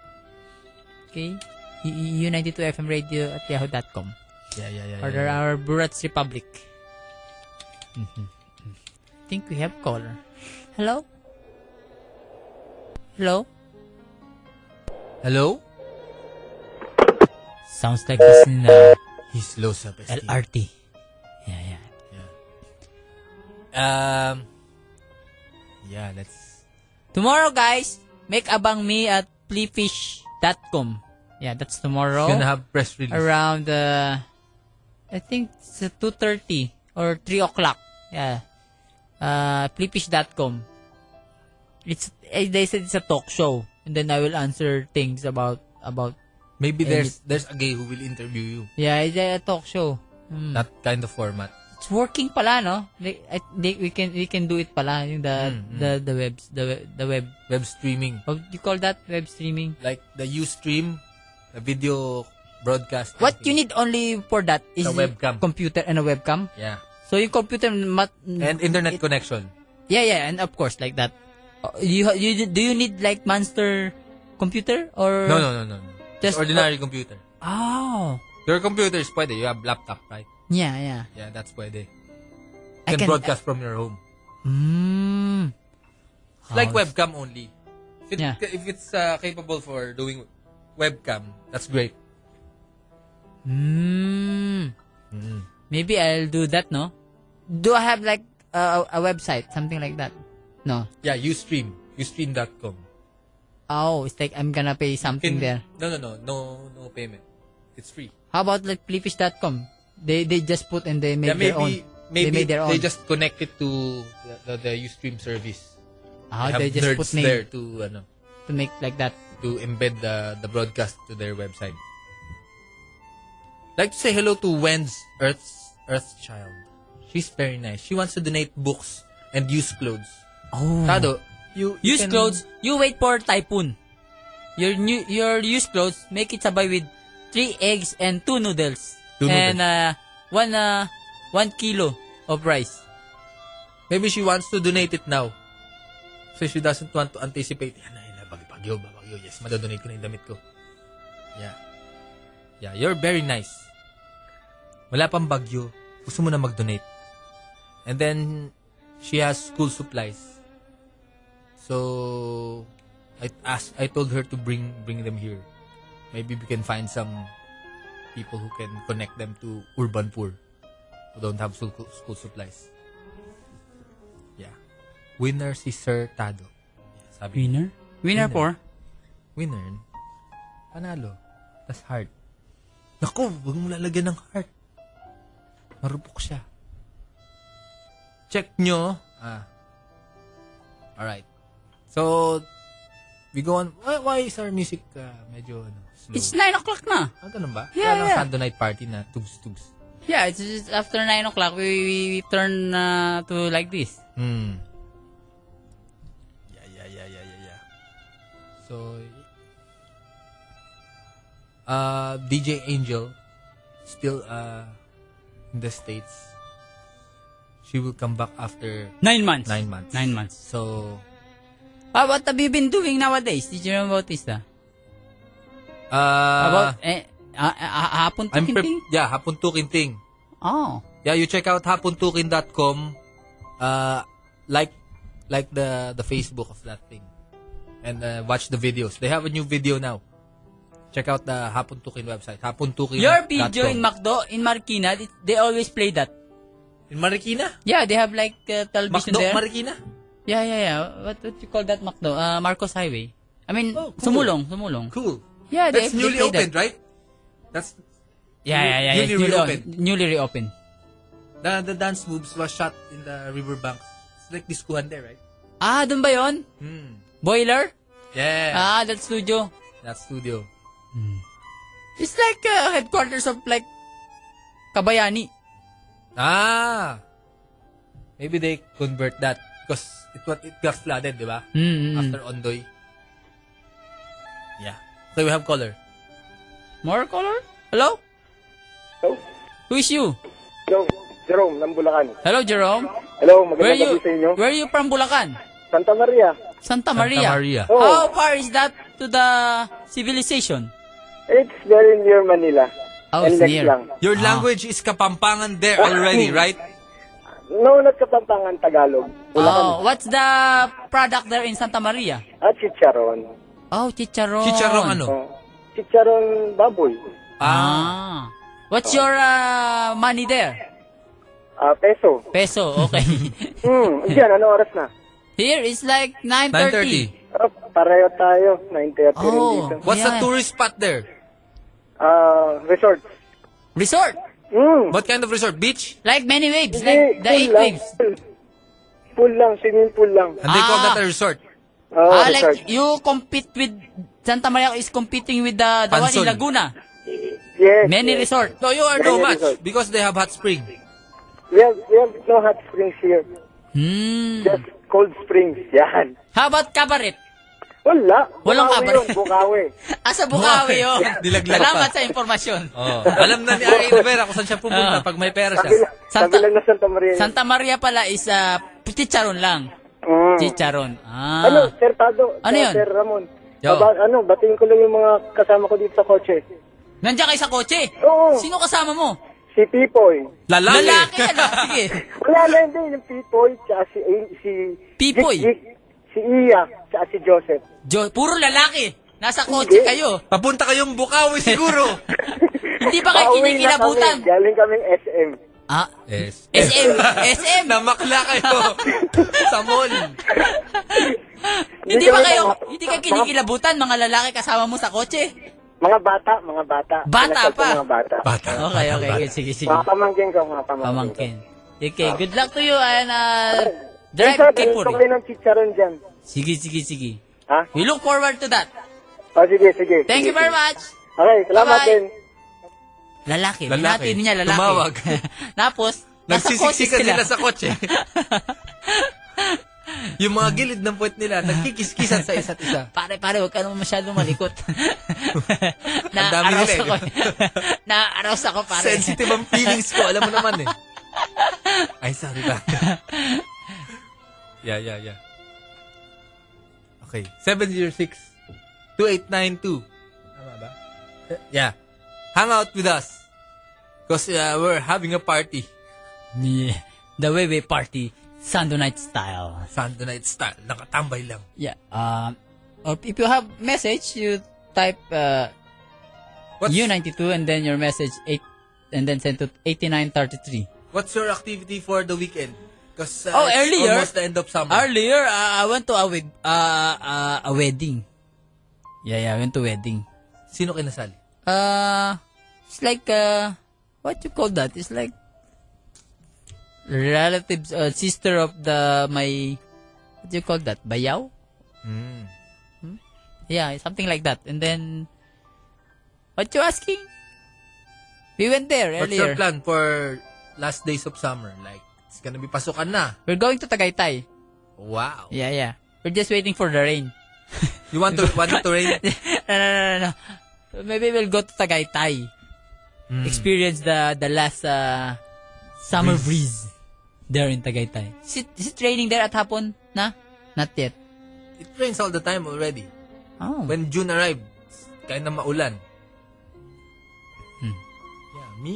[SPEAKER 1] Okay? U- U- U92FM radio at yahoo.com
[SPEAKER 5] Yeah, yeah, yeah.
[SPEAKER 1] or
[SPEAKER 5] yeah, yeah.
[SPEAKER 1] our Burats Republic. Mhm. think we have caller. Hello? Hello?
[SPEAKER 5] Hello?
[SPEAKER 1] Sounds like this in uh,
[SPEAKER 5] He's low self-esteem.
[SPEAKER 1] LRT. Yeah, yeah.
[SPEAKER 5] Um, yeah, let's...
[SPEAKER 1] Tomorrow, guys, make abang me at playfish.com. Yeah, that's tomorrow.
[SPEAKER 5] Gonna have press release.
[SPEAKER 1] around, uh, I think it's uh, 2.30 or 3 o'clock. Yeah. Uh, playfish.com. It's, eh, they said it's a talk show. And then I will answer things about, about,
[SPEAKER 5] Maybe there's there's a gay who will interview you.
[SPEAKER 1] yeah, it's a talk show. Mm.
[SPEAKER 5] That kind of format.
[SPEAKER 1] it's working pala, no? Like, I, they, we can, we can do it pala, yung
[SPEAKER 5] Mm,
[SPEAKER 1] the,
[SPEAKER 5] mm.
[SPEAKER 1] the, the webs, the, we- the web,
[SPEAKER 5] Web streaming.
[SPEAKER 1] What do you call that? Web streaming?
[SPEAKER 5] Like the Ustream, the video broadcast.
[SPEAKER 1] What you need only for that is
[SPEAKER 5] A webcam.
[SPEAKER 1] computer and a webcam.
[SPEAKER 5] Yeah.
[SPEAKER 1] So your computer must
[SPEAKER 5] And internet connection.
[SPEAKER 1] yeah yeah and of course like that. Uh, You ha- you do you need like monster computer or
[SPEAKER 5] No, no, no, no. no. Just
[SPEAKER 1] Just-
[SPEAKER 5] ordinary computer.
[SPEAKER 1] Oh
[SPEAKER 5] Your computer is pwede. You have laptop, right?
[SPEAKER 1] yeah yeah.
[SPEAKER 5] Yeah, that's pwede. You
[SPEAKER 1] I
[SPEAKER 5] can,
[SPEAKER 1] can-
[SPEAKER 5] broadcast from your home.
[SPEAKER 1] Mm.
[SPEAKER 5] Like webcam only. If, it-
[SPEAKER 1] Oh. Yeah.
[SPEAKER 5] if it's uh, capable for doing webcam, that's great.
[SPEAKER 1] Mm. Maybe I'll do that. No. Do I have like a, a website something like that? No.
[SPEAKER 5] Yeah, Ustream. Ustream.com.
[SPEAKER 1] Oh, it's like I'm gonna pay something
[SPEAKER 5] Can-
[SPEAKER 1] there.
[SPEAKER 5] No, no, no. No no payment. It's free.
[SPEAKER 1] How about like playfish.com? They they just put and they made
[SPEAKER 5] yeah, maybe,
[SPEAKER 1] their own.
[SPEAKER 5] maybe
[SPEAKER 1] they made their own.
[SPEAKER 5] just connect it to the, the, the Ustream service.
[SPEAKER 1] Ah,
[SPEAKER 5] have
[SPEAKER 1] they just
[SPEAKER 5] nerds
[SPEAKER 1] put name
[SPEAKER 5] there to, ano,
[SPEAKER 1] to make like that.
[SPEAKER 5] to embed the, the broadcast to their website. Like to say hello to Wen's Earth's Earth Child. She's very nice. She wants to donate books and use clothes.
[SPEAKER 1] Oh.
[SPEAKER 5] Tado, you, you
[SPEAKER 1] Use
[SPEAKER 5] can-
[SPEAKER 1] clothes. You wait for typhoon. Your new your used clothes make it sabay with three eggs and two noodles
[SPEAKER 5] Two
[SPEAKER 1] and uh, one, uh, one kilo of rice.
[SPEAKER 5] Maybe she wants to donate it now. So she doesn't want to anticipate. Yan na, yan na, bag- bagyo, bagyo. Yes, madadonate ko na yung damit ko. Yeah. Yeah, you're very nice. Wala pang bagyo. Gusto mo na mag-donate. And then, she has school supplies. So, I asked, I told her to bring bring them here. Maybe we can find some people who can connect them to urban poor who don't have school, school supplies. Yeah. Winner si Sir Tado. Yeah, sabi niya.
[SPEAKER 1] Winner? Winner for?
[SPEAKER 5] Winner. Panalo. Tapos heart. Naku, huwag mo lalagyan ng heart. Marupok siya. Check nyo. Ah. Alright. So, we go on. Why, why is our music uh, medyo ano, slow?
[SPEAKER 1] It's 9 o'clock na.
[SPEAKER 5] Ah, ganun ba?
[SPEAKER 1] Yeah,
[SPEAKER 5] Parang
[SPEAKER 1] yeah.
[SPEAKER 5] Sunday night party na tugs-tugs.
[SPEAKER 1] Yeah, it's just after 9 o'clock, we, we, we turn uh, to like this.
[SPEAKER 5] Hmm. Yeah, yeah, yeah, yeah, yeah, yeah. So, uh, DJ Angel, still uh, in the States. She will come back after
[SPEAKER 1] Nine months.
[SPEAKER 5] nine months.
[SPEAKER 1] Nine months.
[SPEAKER 5] So,
[SPEAKER 1] Ah, what have you been doing nowadays? Did you know about this? ah?
[SPEAKER 5] uh,
[SPEAKER 1] about, eh, ah, ah, ah, hapon to
[SPEAKER 5] I'm prep-
[SPEAKER 1] kinting?
[SPEAKER 5] Yeah, Hapon Tukinting.
[SPEAKER 1] Oh.
[SPEAKER 5] Yeah, you check out hapuntukin.com. Uh, like like the the Facebook of that thing, and uh, watch the videos. They have a new video now. Check out the Hapuntukin website. Hapuntukin.
[SPEAKER 1] Your video in Macdo, in Marikina, it- they always play that.
[SPEAKER 5] in Marikina.
[SPEAKER 1] Yeah, they have like uh, television
[SPEAKER 5] Macdo
[SPEAKER 1] there.
[SPEAKER 5] Marikina.
[SPEAKER 1] yeah, yeah, yeah. What, what you call that Macdo? Uh, Marcos Highway. I mean,
[SPEAKER 5] Oh, cool.
[SPEAKER 1] Sumulong, Sumulong.
[SPEAKER 5] Cool.
[SPEAKER 1] Yeah, they,
[SPEAKER 7] That's
[SPEAKER 1] they
[SPEAKER 7] newly
[SPEAKER 1] play that.
[SPEAKER 7] opened, right? That's
[SPEAKER 1] Yeah, yeah, yeah.
[SPEAKER 7] Newly
[SPEAKER 1] it's newly
[SPEAKER 7] reopened.
[SPEAKER 1] on- Newly reopened.
[SPEAKER 5] The the dance moves was shot in the riverbanks. It's like discohan there, right?
[SPEAKER 1] Ah, dun ba yon?
[SPEAKER 5] Hmm.
[SPEAKER 1] Boiler?
[SPEAKER 5] Yeah.
[SPEAKER 1] Ah, that studio.
[SPEAKER 5] that studio.
[SPEAKER 1] It's like uh, headquarters of like Kabayani.
[SPEAKER 5] Ah. Maybe they convert that because it what it got flooded, di ba?
[SPEAKER 1] Mm-hmm.
[SPEAKER 5] after Ondoy. Yeah. So we have color.
[SPEAKER 1] More color? Hello?
[SPEAKER 13] Hello?
[SPEAKER 1] Who is you?
[SPEAKER 13] Hello, Jerome, ng Bulacan.
[SPEAKER 1] Hello, Jerome?
[SPEAKER 13] Hello,
[SPEAKER 1] Where
[SPEAKER 13] Oh, magandang
[SPEAKER 1] you
[SPEAKER 13] gabi sa inyo.
[SPEAKER 1] Where you from Bulacan?
[SPEAKER 13] Santa Maria.
[SPEAKER 1] Santa Maria.
[SPEAKER 5] Maria.
[SPEAKER 13] Oh.
[SPEAKER 1] How far is that to the civilization?
[SPEAKER 13] It's very near Manila.
[SPEAKER 1] Oh,
[SPEAKER 13] And
[SPEAKER 1] it's
[SPEAKER 13] next
[SPEAKER 1] near.
[SPEAKER 13] lang.
[SPEAKER 5] Your
[SPEAKER 1] Ah.
[SPEAKER 5] language is Kapampangan there already, right?
[SPEAKER 13] No, not Kapampangan, Tagalog.
[SPEAKER 1] Oh, what's the product there in Santa Maria?
[SPEAKER 13] At Chicharon.
[SPEAKER 1] Oh, chicharon.
[SPEAKER 5] Chicharong ano?
[SPEAKER 13] Oh. Chicharon baboy. Oh.
[SPEAKER 5] Ah.
[SPEAKER 1] Ah. What's your uh, money there?
[SPEAKER 13] Ah, peso.
[SPEAKER 1] Peso, okay.
[SPEAKER 13] Hmm, diyan, ano oras na?
[SPEAKER 1] Here is like 9.30.
[SPEAKER 5] 9.30.
[SPEAKER 13] Oh, pareho tayo. 9.30 rin
[SPEAKER 1] Oh.
[SPEAKER 13] dito.
[SPEAKER 5] What's the
[SPEAKER 1] Yeah.
[SPEAKER 5] tourist spot there?
[SPEAKER 13] Ah, resort.
[SPEAKER 1] Resort.
[SPEAKER 13] Hmm.
[SPEAKER 5] What kind of resort? Beach?
[SPEAKER 1] Like many waves.
[SPEAKER 13] Hindi,
[SPEAKER 1] Like the
[SPEAKER 13] pool
[SPEAKER 1] eight
[SPEAKER 13] lang.
[SPEAKER 1] waves.
[SPEAKER 13] Pool. Pool lang, swimming pool lang.
[SPEAKER 5] And they call
[SPEAKER 1] Ah.
[SPEAKER 5] that a resort.
[SPEAKER 13] Oh,
[SPEAKER 1] ah,
[SPEAKER 13] resort.
[SPEAKER 1] like you compete with Santa Maria is competing with the, the one in
[SPEAKER 5] Pansol.
[SPEAKER 1] Laguna.
[SPEAKER 13] Yes. yes.
[SPEAKER 1] Many resort.
[SPEAKER 5] No, you are
[SPEAKER 13] Yeah,
[SPEAKER 5] no
[SPEAKER 13] yeah,
[SPEAKER 5] match
[SPEAKER 13] resort.
[SPEAKER 5] because they have hot spring.
[SPEAKER 13] We have, we have no hot springs here.
[SPEAKER 1] Hmm.
[SPEAKER 13] Just cold springs. Yan.
[SPEAKER 1] How about Cabaret?
[SPEAKER 13] Wala.
[SPEAKER 1] Walang
[SPEAKER 13] Bukawi
[SPEAKER 1] kabar-
[SPEAKER 13] yun, Bukawi.
[SPEAKER 1] Asa Bukawi yun.
[SPEAKER 5] Nilaglag
[SPEAKER 1] Salamat
[SPEAKER 5] pa.
[SPEAKER 1] sa impormasyon.
[SPEAKER 5] Oh. Alam na ni Ari Rivera kung saan siya pupunta
[SPEAKER 1] Ah.
[SPEAKER 5] pag may pera
[SPEAKER 13] Sabi
[SPEAKER 5] siya.
[SPEAKER 13] lang,
[SPEAKER 1] Santa-
[SPEAKER 13] sabi lang na Santa Maria. yun.
[SPEAKER 1] Santa Maria pala is uh, chicharon lang.
[SPEAKER 13] Mm.
[SPEAKER 1] Chicharon. Ah.
[SPEAKER 13] Ano, Sir Tado?
[SPEAKER 1] Ano yun?
[SPEAKER 13] Sir Ramon.
[SPEAKER 5] Yo.
[SPEAKER 13] Aba, ano, batiin ko lang yung mga kasama ko dito sa kotse.
[SPEAKER 1] Nandiyan kayo sa kotse?
[SPEAKER 13] Oo.
[SPEAKER 1] Sino kasama mo?
[SPEAKER 13] Si Pipoy.
[SPEAKER 5] Lalaki.
[SPEAKER 1] Lalaki yan. ah. Sige.
[SPEAKER 13] Wala na hindi, yung Pipoy, tsaka si, A- si
[SPEAKER 1] Pipoy?
[SPEAKER 13] Jik, Jik, si Iya, tsaka si Joseph.
[SPEAKER 1] Jo, puro lalaki. Nasa kotse
[SPEAKER 13] Hindi.
[SPEAKER 1] kayo.
[SPEAKER 5] Papunta kayong Bukawi siguro.
[SPEAKER 1] Hindi pa
[SPEAKER 13] Pauwi
[SPEAKER 1] kayo
[SPEAKER 13] na
[SPEAKER 1] kinikilabutan.
[SPEAKER 13] Kami, galing kaming SM.
[SPEAKER 1] Ah,
[SPEAKER 5] yes.
[SPEAKER 1] SM. SM.
[SPEAKER 5] Namakla kayo. Sa mall.
[SPEAKER 1] Hindi ba
[SPEAKER 13] kami
[SPEAKER 1] kayo,
[SPEAKER 13] mga-
[SPEAKER 1] hindi kayo kinikilabutan, mga lalaki kasama mo sa kotse?
[SPEAKER 13] Mga bata, mga bata.
[SPEAKER 1] Bata
[SPEAKER 13] Pinasal ko
[SPEAKER 1] pa.
[SPEAKER 13] Mga bata.
[SPEAKER 5] Bata.
[SPEAKER 1] Okay, okay, okay. Sige, sige.
[SPEAKER 13] Mga pamangkin ko, mga pamangkin.
[SPEAKER 1] Pamangkin. Okay, good luck to you and uh,
[SPEAKER 13] Direct
[SPEAKER 1] drive
[SPEAKER 13] Sir, ganito kayo
[SPEAKER 1] carefully.
[SPEAKER 13] ng chicharon dyan.
[SPEAKER 1] Sige, sige, sige.
[SPEAKER 13] Ha?
[SPEAKER 1] We look forward to that.
[SPEAKER 13] O, sige, sige.
[SPEAKER 1] Thank
[SPEAKER 13] sige,
[SPEAKER 1] you very
[SPEAKER 13] sige.
[SPEAKER 1] much.
[SPEAKER 13] Okay, salamat
[SPEAKER 1] Bye-bye.
[SPEAKER 13] din.
[SPEAKER 1] Lalaki.
[SPEAKER 5] Lalaki.
[SPEAKER 1] Lalaki. niya lalaki.
[SPEAKER 5] Tumawag.
[SPEAKER 1] Tapos, nasa kotse
[SPEAKER 5] Nagsisiksikan
[SPEAKER 1] sila.
[SPEAKER 5] nila sa kotse. Yung mga gilid ng puwet nila, nagkikiskisan sa isa't isa.
[SPEAKER 1] Pare, pare, huwag ka naman masyado malikot.
[SPEAKER 5] dami
[SPEAKER 1] Na-arouse
[SPEAKER 5] nila eh.
[SPEAKER 1] ako. eh. Na-arouse ako, pare.
[SPEAKER 5] Sensitive ang feelings ko, alam mo naman eh. Ay, sorry ba? yeah, yeah, yeah. Okay. 706-2892. Tama ba? Eh, Yeah. Hang out with us. Because uh, we're having a party.
[SPEAKER 1] Yeah. The Wewe Party, Sunday night style.
[SPEAKER 5] Sunday night style. Nakatambay lang.
[SPEAKER 1] Yeah. Um, or if you have message, you type uh, U92 and then your message eight, and then send to 8933.
[SPEAKER 5] What's your activity for the weekend? Because
[SPEAKER 1] oh, earlier.
[SPEAKER 5] almost the end of summer.
[SPEAKER 1] Earlier, uh, I went to a, wed- uh, uh, a wedding. Yeah, yeah, I went to wedding.
[SPEAKER 5] Sino kinasal?
[SPEAKER 1] Uh, it's like, uh, what you call that? It's like relatives, uh, sister of the, my, what do you call that? Bayaw?
[SPEAKER 5] Mm.
[SPEAKER 1] Yeah, something like that. And then, what you asking? We went there
[SPEAKER 5] What's
[SPEAKER 1] earlier.
[SPEAKER 5] your plan for last days of summer? Like, it's gonna be pasukan na.
[SPEAKER 1] We're going to Tagaytay.
[SPEAKER 5] Wow.
[SPEAKER 1] Yeah, yeah. We're just waiting for the rain.
[SPEAKER 5] You want to want it to rain?
[SPEAKER 1] no, no, no, no, no. Maybe we'll go to Tagaytay.
[SPEAKER 5] Hmm.
[SPEAKER 1] Experience the the last uh, summer breeze. there in Tagaytay. Is it, is it raining there at hapon? Na? Not yet.
[SPEAKER 5] It rains all the time already.
[SPEAKER 1] Oh.
[SPEAKER 5] When June arrived, kaya na maulan.
[SPEAKER 1] Hmm.
[SPEAKER 5] Yeah, me?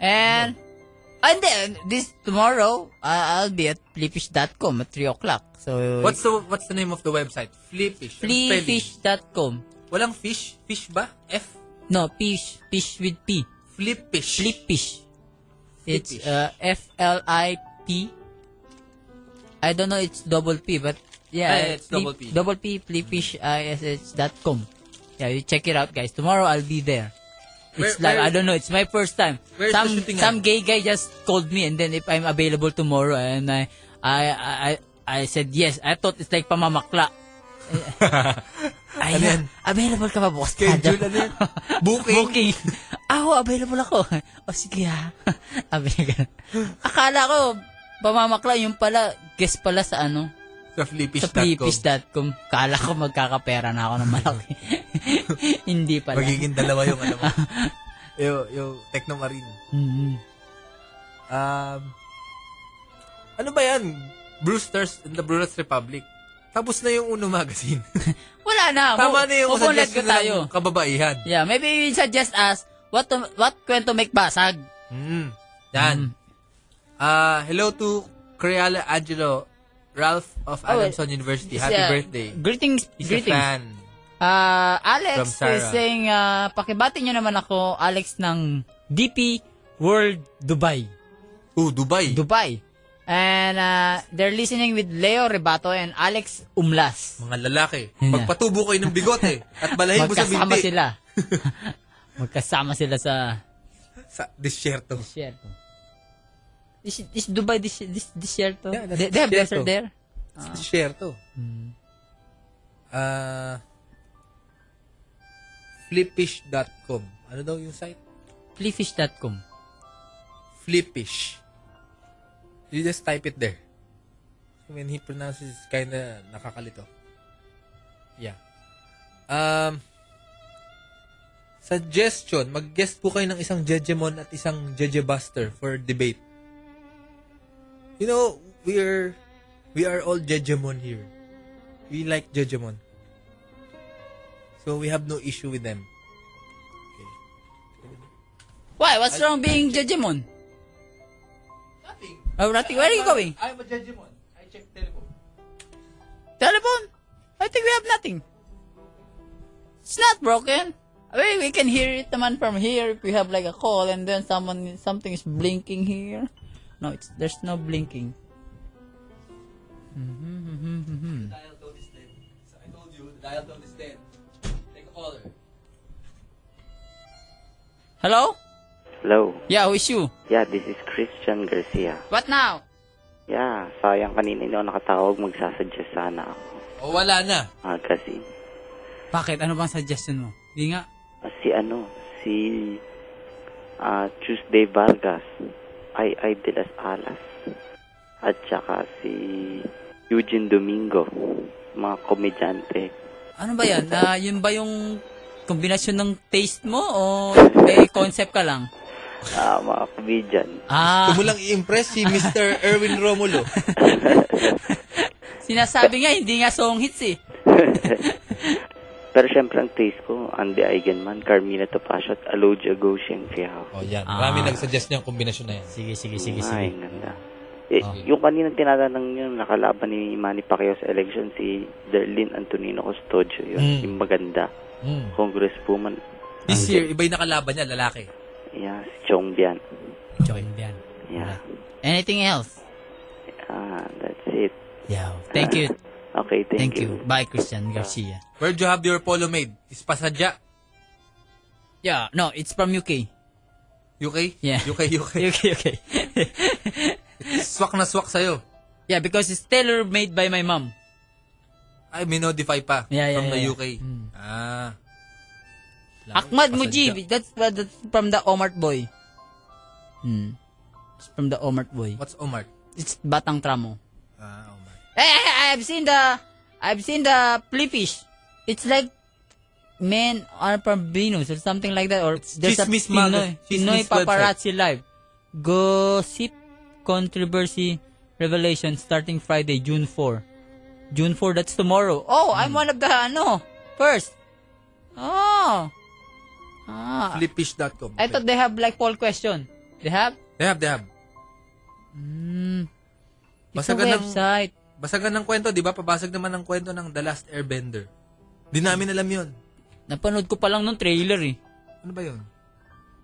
[SPEAKER 1] And and then this tomorrow uh, I'll be at flippish.com at 3 o'clock. So
[SPEAKER 5] What's the what's the name of the website? Flipish. Ang spelling.
[SPEAKER 1] flippish.com.
[SPEAKER 5] Walang fish? Fish ba? F?
[SPEAKER 1] No, fish fish with P.
[SPEAKER 5] Flipish.
[SPEAKER 1] Flippish. It's
[SPEAKER 5] Flippish.
[SPEAKER 1] uh, F L I P. I don't know. It's double P, but yeah,
[SPEAKER 5] Ah, it's double P.
[SPEAKER 1] Double P flippishish dot com. Yeah, you check it out, guys. Tomorrow I'll be there. It's
[SPEAKER 5] Where-
[SPEAKER 1] like
[SPEAKER 5] where-
[SPEAKER 1] I don't know. It's my first time.
[SPEAKER 5] Where is the
[SPEAKER 1] some
[SPEAKER 5] shooting
[SPEAKER 1] some
[SPEAKER 5] at?
[SPEAKER 1] gay guy just called me, and then if I'm available tomorrow, and I I I I, I said yes. I thought it's like pamamakla. Ay,
[SPEAKER 5] yan?
[SPEAKER 1] available ka ba bukas?
[SPEAKER 5] Schedule,
[SPEAKER 1] Adam?
[SPEAKER 5] ano yan? Booking?
[SPEAKER 1] Booking. Ah, oo, available ako. O sige ah. ha. available. Akala ko, pamamakla, yung pala, guess pala sa ano,
[SPEAKER 5] Sa flipish.com.
[SPEAKER 1] sa flippish.com. Kala ko magkakapera na ako ng malaki. Hindi pala.
[SPEAKER 5] Magiging dalawa yung ano mo. yung, yung Technomarine.
[SPEAKER 1] Mhm.
[SPEAKER 5] Um, ano ba yan? Brewsters and the Brewers Republic. Tapos na yung Uno Magazine.
[SPEAKER 1] Wala na.
[SPEAKER 5] Tama
[SPEAKER 1] Hu-
[SPEAKER 5] na yung
[SPEAKER 1] huhulat ko
[SPEAKER 5] suggestion na
[SPEAKER 1] tayo.
[SPEAKER 5] ng kababaihan.
[SPEAKER 1] Yeah, maybe you will suggest us what to, what kwento make basag.
[SPEAKER 5] Mm. Yan.
[SPEAKER 1] Mm.
[SPEAKER 5] Ah, hello to Creala Angelo Ralph of
[SPEAKER 1] Oh, well,
[SPEAKER 5] Adamson University.
[SPEAKER 1] It's,
[SPEAKER 5] Happy
[SPEAKER 1] uh,
[SPEAKER 5] birthday.
[SPEAKER 1] Greetings.
[SPEAKER 5] He's a
[SPEAKER 1] greetings.
[SPEAKER 5] fan.
[SPEAKER 1] Ah,
[SPEAKER 5] From
[SPEAKER 1] Alex
[SPEAKER 5] Sarah.
[SPEAKER 1] is saying, ah, pakibati nyo naman ako, Alex ng DP World Dubai.
[SPEAKER 5] Oh, Dubai.
[SPEAKER 1] Dubai. And uh, they're listening with Leo Rebato and Alex Umlas.
[SPEAKER 5] Mga lalaki.
[SPEAKER 1] Yeah.
[SPEAKER 5] Magpatubo kayo ng bigot eh. At balahin mo sa
[SPEAKER 1] Magkasama
[SPEAKER 5] binti.
[SPEAKER 1] sila. Magkasama sila sa
[SPEAKER 5] Sa disyerto.
[SPEAKER 1] desierto. Is, is Dubai this this desierto?
[SPEAKER 5] Yeah, that's
[SPEAKER 1] they, they have
[SPEAKER 5] desierto.
[SPEAKER 1] desert there?
[SPEAKER 5] Sa disyerto.
[SPEAKER 1] Hmm.
[SPEAKER 5] Ah, flippish.com. Ano daw yung site?
[SPEAKER 1] Playfish.com.
[SPEAKER 5] Flippish. You just type it there. When he pronounces, kinda nakakalito. Yeah. Um, suggestion, mag-guest po kayo ng isang Jejemon at isang Jejebuster for debate. You know, we're, we are all Jejemon here. We like Jejemon. So we have no issue with them.
[SPEAKER 1] Why? What's wrong being Jejimon?
[SPEAKER 5] Nothing.
[SPEAKER 1] Oh, Rati, where are you going?
[SPEAKER 5] I'm a Jejemon. I check telephone.
[SPEAKER 1] Telephone? I think we have nothing. It's not broken. I mean, we can hear it naman from here if we have like a call and then someone something is blinking here. No, it's there's no blinking.
[SPEAKER 5] Mm-hmm, dial tone is dead. So I told you, the dial tone is dead. Take a caller.
[SPEAKER 1] Hello?
[SPEAKER 3] Hello.
[SPEAKER 1] Yeah, who is you?
[SPEAKER 3] Yeah, this is Christian Garcia.
[SPEAKER 1] What now?
[SPEAKER 3] Yeah, sayang kanina hindi ako nakatawag. Magsasuggest sana ako.
[SPEAKER 5] O Oh, wala na.
[SPEAKER 3] Ah, kasi
[SPEAKER 1] Bakit? Ano bang suggestion mo? Hindi nga.
[SPEAKER 3] ah, si ano, si ah, Tuesday Vargas. Ay, ay, de las Alas.
[SPEAKER 7] at saka si Eugene Domingo, mga komedyante.
[SPEAKER 1] Ano ba yan? Ah, yun ba yung kombinasyon ng taste mo o may concept ka lang?
[SPEAKER 7] Ah, mga komedyan.
[SPEAKER 1] Ah.
[SPEAKER 5] Tumulang i-impress si Mr. Erwin Romulo.
[SPEAKER 1] Sinasabi nga, hindi nga song hits eh.
[SPEAKER 7] Pero syempre ang taste ko, Andy Eigenman, Carmina Topacio at Aloja Goshen Fiao.
[SPEAKER 5] Oh, yan. Marami nagsuggest niyang kombinasyon na yan.
[SPEAKER 1] Sige, sige,
[SPEAKER 7] Ay, ganda. Eh, Yung kanina tinatanong niyo, nakalaban ni Manny Pacquiao sa election, si Darlene Antonino Custodio, yun,
[SPEAKER 5] Mm.
[SPEAKER 7] yung maganda.
[SPEAKER 5] Mm.
[SPEAKER 7] Congresswoman, Ah.
[SPEAKER 5] This year, iba yung nakalaban niya, lalaki.
[SPEAKER 7] yeah, si Chong Bian.
[SPEAKER 1] Join yan.
[SPEAKER 7] Yeah.
[SPEAKER 1] Anything else?
[SPEAKER 7] Ah, that's it.
[SPEAKER 1] Yeah. Thank you.
[SPEAKER 7] Okay, thank,
[SPEAKER 1] Thank you. Bye, Christian Garcia.
[SPEAKER 5] Where'd you have your polo made? Is pasadya.
[SPEAKER 1] Yeah, no, it's from UK.
[SPEAKER 5] UK?
[SPEAKER 1] Yeah.
[SPEAKER 5] UK, UK.
[SPEAKER 1] UK, UK.
[SPEAKER 5] swak na swak sa'yo.
[SPEAKER 1] Yeah, because it's tailor-made by my mom.
[SPEAKER 5] Ay, may notify pa.
[SPEAKER 1] Yeah, yeah,
[SPEAKER 5] From the
[SPEAKER 1] yeah, Hmm.
[SPEAKER 5] UK. Ah.
[SPEAKER 1] Ahmad Mujib, that's, that's from the Omart boy. Hmm. It's from the Omart boy.
[SPEAKER 5] What's Omart?
[SPEAKER 1] It's Batang Tramo.
[SPEAKER 5] Ah,
[SPEAKER 1] Omart. Hey, I've seen the, I've seen the Flipish. It's like, men are from Venus or something like that. Or there's a
[SPEAKER 5] Chismis
[SPEAKER 1] Pinoy,
[SPEAKER 5] Mag-
[SPEAKER 1] Pinoy
[SPEAKER 5] Chismis
[SPEAKER 1] Paparazzi Live. Gossip, controversy, revelation starting Friday, June 4. June 4, that's tomorrow. Oh, I'm
[SPEAKER 5] Hmm.
[SPEAKER 1] one of the, ano, first. Oh. Ah.
[SPEAKER 5] Flippish.com.
[SPEAKER 1] I thought they have like poll question. They have?
[SPEAKER 5] They have, they have.
[SPEAKER 1] Mm. It's
[SPEAKER 5] Basagan
[SPEAKER 1] a
[SPEAKER 5] ng-
[SPEAKER 1] website.
[SPEAKER 5] Basagan ng kwento, di ba? Pabasag naman ng kwento ng The Last Airbender. Di namin alam yun.
[SPEAKER 1] Napanood ko pa lang nung trailer eh.
[SPEAKER 5] Ano ba yun?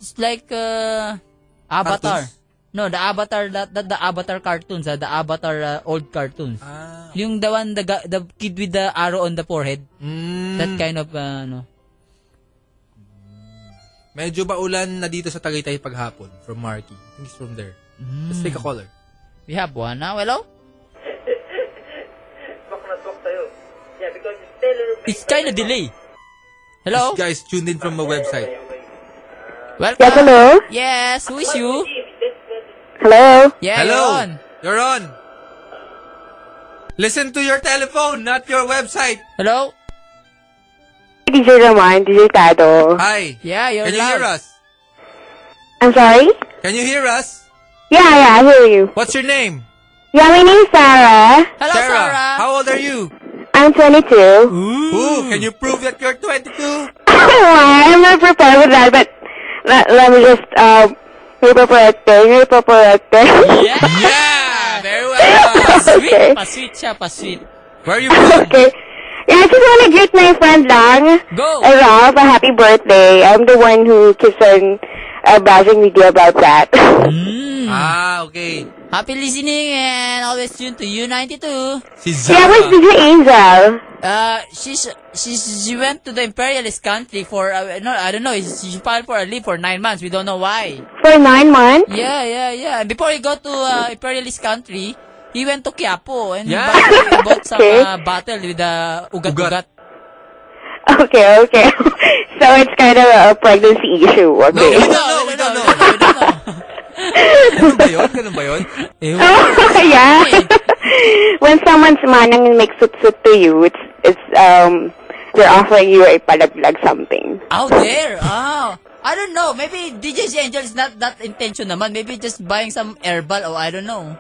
[SPEAKER 1] It's like uh, Avatar. No, the Avatar that, that the Avatar cartoons, ah, the Avatar uh, old cartoons.
[SPEAKER 5] Ah.
[SPEAKER 1] Yung the one the ga- the kid with the arrow on the forehead.
[SPEAKER 5] Mm.
[SPEAKER 1] That kind of uh, ano.
[SPEAKER 5] Medyo ba ulan na dito sa Tagaytay paghapon from Marky. I think it's from there. Let's take a caller.
[SPEAKER 1] Hmm. We have one now. Hello? It's kind of delay. Hello?
[SPEAKER 5] This guy's tuned in from a website.
[SPEAKER 1] Welcome.
[SPEAKER 5] Yes,
[SPEAKER 1] hello? Yes, who is you?
[SPEAKER 5] Hello?
[SPEAKER 1] Yeah,
[SPEAKER 5] Hello?
[SPEAKER 1] you're on.
[SPEAKER 5] You're on. Listen to your telephone, not your website.
[SPEAKER 1] Hello?
[SPEAKER 8] DJ Roman, DJ Tado.
[SPEAKER 5] Hi.
[SPEAKER 1] Yeah, you're
[SPEAKER 5] Can you
[SPEAKER 1] loud.
[SPEAKER 5] hear us?
[SPEAKER 8] I'm sorry?
[SPEAKER 5] Can you hear us?
[SPEAKER 8] Yeah, yeah, I hear you.
[SPEAKER 5] What's your name?
[SPEAKER 8] Yeah, my name's Sarah.
[SPEAKER 1] Hello,
[SPEAKER 5] Sarah. How old are you?
[SPEAKER 8] I'm 22.
[SPEAKER 5] Ooh, can you prove that you're 22?
[SPEAKER 8] I'm not prepared with that, but let, let me just, uh, reproporte, reproporte. Yeah!
[SPEAKER 5] yeah, very well.
[SPEAKER 1] Pasweet, pasweet siya, pasweet.
[SPEAKER 5] Where are you
[SPEAKER 8] okay. Yeah, I just want to greet my friend Lang.
[SPEAKER 1] Go.
[SPEAKER 8] Uh, Ralph, a happy birthday. I'm the one who keeps on uh, browsing media about that.
[SPEAKER 1] Mm-hmm.
[SPEAKER 5] Ah, okay.
[SPEAKER 1] Mm. Happy listening and always tune to U92.
[SPEAKER 5] Si
[SPEAKER 8] yeah, where's DJ Angel?
[SPEAKER 1] Uh, she's, she's, she went to the imperialist country for, uh, no, I don't know, she filed for a leave for nine months. We don't know why.
[SPEAKER 8] For nine months?
[SPEAKER 1] Yeah, yeah, yeah. Before he go to uh, imperialist country, he went to Quiapo and
[SPEAKER 8] Yeah.
[SPEAKER 1] he bought, he bought some
[SPEAKER 8] Okay.
[SPEAKER 1] uh, battle with the uh, ugat-ugat.
[SPEAKER 8] Okay, okay. so it's kind of a pregnancy issue, okay?
[SPEAKER 5] No, we don't know. Ganun ba yun? Ganun ba yun?
[SPEAKER 8] Oh, yeah. when someone's manang and makes suit-suit to you, it's, it's, um, they're offering you a palaglag something.
[SPEAKER 1] Out there? Oh. I don't know. Maybe DJ's Angel is not that intention naman. Maybe just buying some herbal or I don't know.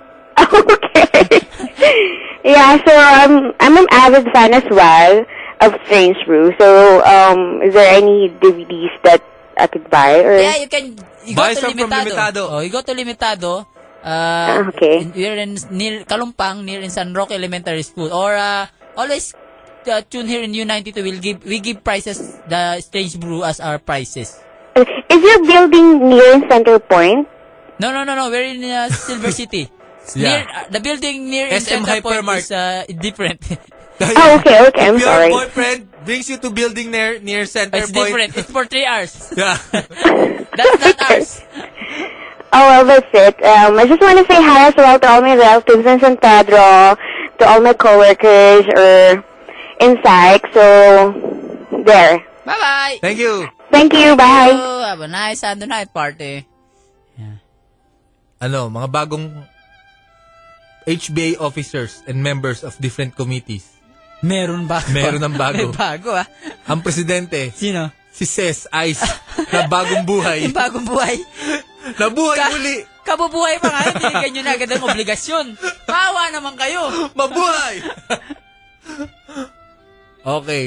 [SPEAKER 8] Yeah, so, um, I'm an avid fan as well of Strange Brew. So, um, is there any DVDs that I could buy? Or...
[SPEAKER 1] Yeah, you can you
[SPEAKER 8] Buy
[SPEAKER 1] go to
[SPEAKER 8] some from
[SPEAKER 1] Limitado.
[SPEAKER 8] Limitado.
[SPEAKER 1] Oh, you go to Limitado.
[SPEAKER 8] Ah,
[SPEAKER 1] Uh,
[SPEAKER 8] okay.
[SPEAKER 1] in- We're in near Kalumpang, near in San Roque Elementary School. Or uh, always uh, tune here in U92. We'll give we give prizes the Strange Brew as our prizes.
[SPEAKER 8] Is your building near Center Point?
[SPEAKER 1] No, no, no, no. We're in uh, Silver City. Near, uh, the building near in
[SPEAKER 5] SM
[SPEAKER 1] Central Point is uh, different.
[SPEAKER 8] Oh, okay, okay, I'm
[SPEAKER 5] Your
[SPEAKER 8] sorry.
[SPEAKER 5] boyfriend brings you to building near, near Center
[SPEAKER 1] it's
[SPEAKER 5] Point.
[SPEAKER 1] different. It's for three hours.
[SPEAKER 5] Yeah.
[SPEAKER 1] That's not ours.
[SPEAKER 8] Oh, well, that's it. Um, I just want to say hi as well to all my relatives in San Pedro, to all my coworkers or in psych. So, there.
[SPEAKER 1] Bye bye.
[SPEAKER 5] Thank you.
[SPEAKER 8] Thank you. Bye.
[SPEAKER 1] Oh, have a nice Sunday night party.
[SPEAKER 5] Ano, mga bagong HBA officers and members of different committees.
[SPEAKER 1] Meron ba?
[SPEAKER 5] Meron ng bago.
[SPEAKER 1] May bago ah.
[SPEAKER 5] Ang presidente.
[SPEAKER 1] Sino?
[SPEAKER 5] Si Ces Ice na bagong buhay.
[SPEAKER 1] Yung bagong buhay.
[SPEAKER 5] Nabuhay muli.
[SPEAKER 1] Kabubuhay pa nga, tinigyan nyo na agad ang obligasyon. Kawa naman kayo.
[SPEAKER 5] Mabuhay! Okay.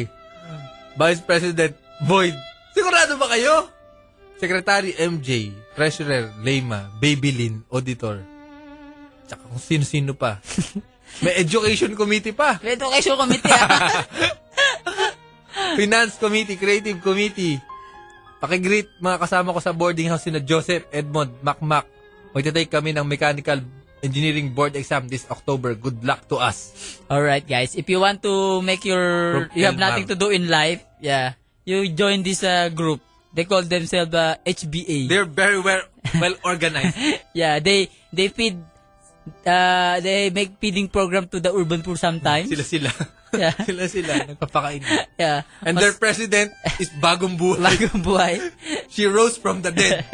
[SPEAKER 5] Vice President Boyd. Sigurado ba kayo? Secretary MJ, Treasurer Lema, Babylin, Auditor. Tsaka kung sino-sino pa. May Education Committee pa.
[SPEAKER 1] May Education Committee ah.
[SPEAKER 5] Finance Committee, Creative Committee. Pakigreet mga kasama ko sa boarding house sina Joseph, Edmond, Makmak. Magtatake kami ng Mechanical Engineering Board exam this October. Good luck to us.
[SPEAKER 1] Alright guys, if you want to make your,
[SPEAKER 5] Group
[SPEAKER 1] you have
[SPEAKER 5] L,
[SPEAKER 1] nothing to
[SPEAKER 5] ma'am.
[SPEAKER 1] do in life, yeah, you join this uh, group. They call themselves uh, HBA.
[SPEAKER 5] They're very well, well organized.
[SPEAKER 1] yeah, they they feed uh they make feeding program to the urban poor sometimes.
[SPEAKER 5] Sila sila.
[SPEAKER 1] Yeah.
[SPEAKER 5] sila sila nagpapakain.
[SPEAKER 1] Yeah.
[SPEAKER 5] And
[SPEAKER 1] Mas-
[SPEAKER 5] their president is bagong buhay.
[SPEAKER 1] Bagong buhay.
[SPEAKER 5] She rose from the dead.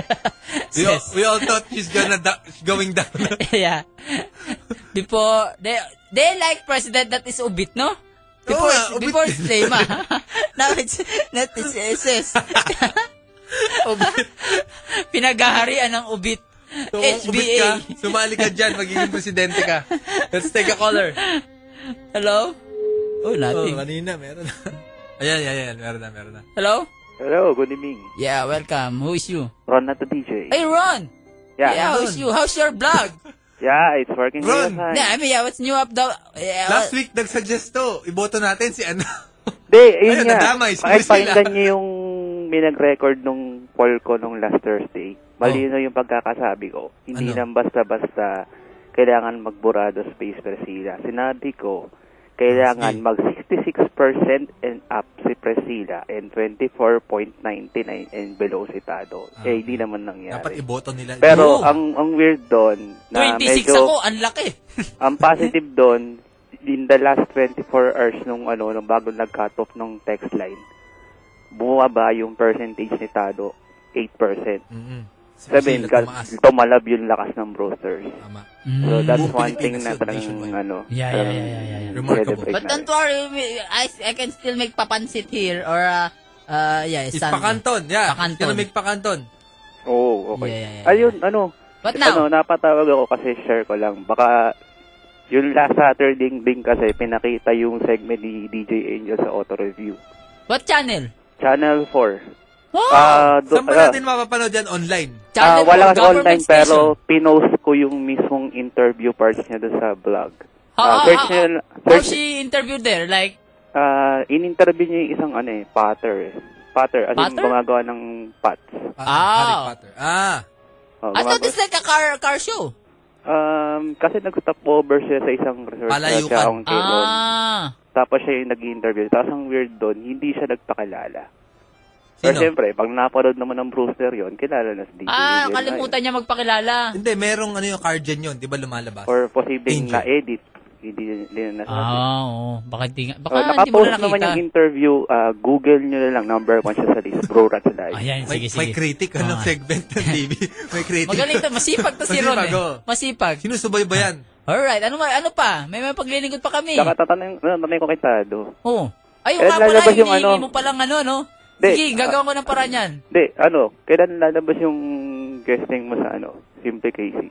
[SPEAKER 5] we, all, we all thought she's gonna da- going down.
[SPEAKER 1] yeah. Before they they like president that is ubit, no? Before before slave. ah. Now it's not it's SS. ubit. Pinagaharian ng ubit.
[SPEAKER 5] So, kung ubit ka,
[SPEAKER 1] HBA.
[SPEAKER 5] sumali ka dyan, magiging presidente ka. Let's take a caller.
[SPEAKER 1] Hello? Oh, nothing.
[SPEAKER 5] Oh, kanina, meron Oh, na. Ayan, ayan, ayan. Meron na, meron na.
[SPEAKER 1] Hello?
[SPEAKER 11] Hello, good evening.
[SPEAKER 1] Yeah, welcome. Who is you?
[SPEAKER 11] Ron na to DJ.
[SPEAKER 1] Hey, Ron!
[SPEAKER 11] Yeah.
[SPEAKER 1] how's you? How's your blog?
[SPEAKER 11] Yeah, it's working
[SPEAKER 5] Ron!
[SPEAKER 11] real time.
[SPEAKER 1] Yeah, I mean, yeah, what's new up daw? Yeah,
[SPEAKER 5] Last week, nagsuggest to. Iboto natin si ano.
[SPEAKER 11] Hindi, ayun
[SPEAKER 5] Ayun,
[SPEAKER 11] nga.
[SPEAKER 5] nadamay, sumisi
[SPEAKER 11] Pakipakinggan
[SPEAKER 5] lang.
[SPEAKER 11] niyo yung minag-record nung poll ko nung last Thursday. Malino yung pagkakasabi ko. Hindi
[SPEAKER 5] Oh. Ano?
[SPEAKER 11] lang basta-basta kailangan magburado space Priscilla. Sinabi ko, kailangan mag 66% and up si Priscilla and 24.99 and below si Tado. Eh, hindi naman nangyari.
[SPEAKER 5] Ah. Dapat iboto nila.
[SPEAKER 11] Pero
[SPEAKER 5] Oo.
[SPEAKER 11] ang ang weird doon na
[SPEAKER 1] 26
[SPEAKER 11] medyo
[SPEAKER 1] ako, ang laki.
[SPEAKER 11] ang positive doon in the last 24 hours nung ano nung bago nag-cut off nung text line. Bumaba yung percentage ni Tado 8%.
[SPEAKER 5] Mm-hmm.
[SPEAKER 11] Sabihin,
[SPEAKER 5] Priscilla
[SPEAKER 11] ka,
[SPEAKER 5] tumaas.
[SPEAKER 11] tumalab yung lakas ng brosters. So
[SPEAKER 1] Mm.
[SPEAKER 11] that's
[SPEAKER 1] Buong
[SPEAKER 11] one
[SPEAKER 1] Pilipinas
[SPEAKER 11] thing na
[SPEAKER 1] yun,
[SPEAKER 11] talagang ano.
[SPEAKER 1] Yeah, yeah,
[SPEAKER 11] talagang
[SPEAKER 1] yeah, yeah, yeah, yeah.
[SPEAKER 11] celebrate
[SPEAKER 1] But
[SPEAKER 11] na.
[SPEAKER 1] don't worry, we- I, I can still make papansit here or, uh, uh yeah,
[SPEAKER 5] Is
[SPEAKER 1] sando.
[SPEAKER 5] pakanton. Yeah.
[SPEAKER 1] Pakanton.
[SPEAKER 5] Sino may pakanton?
[SPEAKER 11] Oo, okay.
[SPEAKER 1] Yeah, yeah, yeah.
[SPEAKER 11] Ayun, ano?
[SPEAKER 1] What now?
[SPEAKER 11] Ano, napatawag ako kasi share ko lang. Baka yung last Saturday din kasi pinakita yung segment ni DJ Angel sa auto review.
[SPEAKER 1] What channel?
[SPEAKER 11] Channel 4.
[SPEAKER 1] Wow!
[SPEAKER 11] Ah, do-
[SPEAKER 5] Saan ba
[SPEAKER 11] ah,
[SPEAKER 5] natin mapapanood yan? Online.
[SPEAKER 11] ah,
[SPEAKER 1] Channel
[SPEAKER 11] wala
[SPEAKER 1] for
[SPEAKER 11] kasi
[SPEAKER 1] government
[SPEAKER 11] online
[SPEAKER 1] station.
[SPEAKER 11] pero pinost ko yung mismong interview parts niya doon sa vlog.
[SPEAKER 1] How,
[SPEAKER 11] Ah,
[SPEAKER 1] how,
[SPEAKER 11] search
[SPEAKER 1] how,
[SPEAKER 11] niya,
[SPEAKER 1] how
[SPEAKER 11] search,
[SPEAKER 1] she interviewed there? Like,
[SPEAKER 11] ah, in-interview niya yung isang ano eh, patter eh. Patter, as in
[SPEAKER 1] Patter?
[SPEAKER 11] gumagawa ng pots.
[SPEAKER 1] Ah.
[SPEAKER 5] Harry Potter. Ah.
[SPEAKER 11] Oh,
[SPEAKER 1] I thought
[SPEAKER 11] gumagawa-
[SPEAKER 1] it's like a car car show.
[SPEAKER 11] Um, kasi nag-stopover siya sa isang resort na
[SPEAKER 5] Palayukan.
[SPEAKER 11] siya ang Quezon.
[SPEAKER 1] Ah.
[SPEAKER 11] Tapos siya yung nag-interview. Tapos ang weird doon, hindi siya nagpakilala. Pero
[SPEAKER 5] Sino?
[SPEAKER 11] siyempre, pag naparod naman ng Brewster yon kilala na si DJ.
[SPEAKER 1] Ah,
[SPEAKER 11] Angel na
[SPEAKER 1] kalimutan niya magpakilala.
[SPEAKER 5] Hindi, merong ano yung card dyan yun. Di ba lumalabas?
[SPEAKER 11] yun. Or posibleng
[SPEAKER 5] Angel.
[SPEAKER 11] na-edit. Hindi hindi na nasabi.
[SPEAKER 1] Ah, oo. Baka di nga. Baka
[SPEAKER 11] Oh,
[SPEAKER 1] hindi mo
[SPEAKER 11] nakapost
[SPEAKER 1] na
[SPEAKER 11] naman
[SPEAKER 1] nakita.
[SPEAKER 11] yung interview. ah, Google nyo na lang. Number one siya sa list. Bro Rats Live.
[SPEAKER 1] Ayan,
[SPEAKER 5] may,
[SPEAKER 1] sige,
[SPEAKER 5] may
[SPEAKER 1] sige.
[SPEAKER 5] critic ano
[SPEAKER 1] Ah.
[SPEAKER 5] segment ng TV. may critic.
[SPEAKER 1] Magaling to. Masipag to si Ron
[SPEAKER 5] Masipag, oh.
[SPEAKER 1] eh.
[SPEAKER 5] oo.
[SPEAKER 1] Masipag.
[SPEAKER 5] Sinusubaybayan.
[SPEAKER 1] Alright, ano, ma- ano pa? May mga paglilingkod pa kami.
[SPEAKER 11] Saka tatanong, tatanong ano, ko kay Tado.
[SPEAKER 1] Oh. Oo. Ayun
[SPEAKER 11] Eh,
[SPEAKER 1] nga pala,
[SPEAKER 11] lalabas yung
[SPEAKER 1] hinihingi
[SPEAKER 11] ano.
[SPEAKER 1] mo palang ano, no?
[SPEAKER 11] Hindi,
[SPEAKER 1] Sige, gagawa ko ng paraan yan.
[SPEAKER 11] Hindi, ano, kailan lalabas yung guesting mo sa ano? Simple Casey.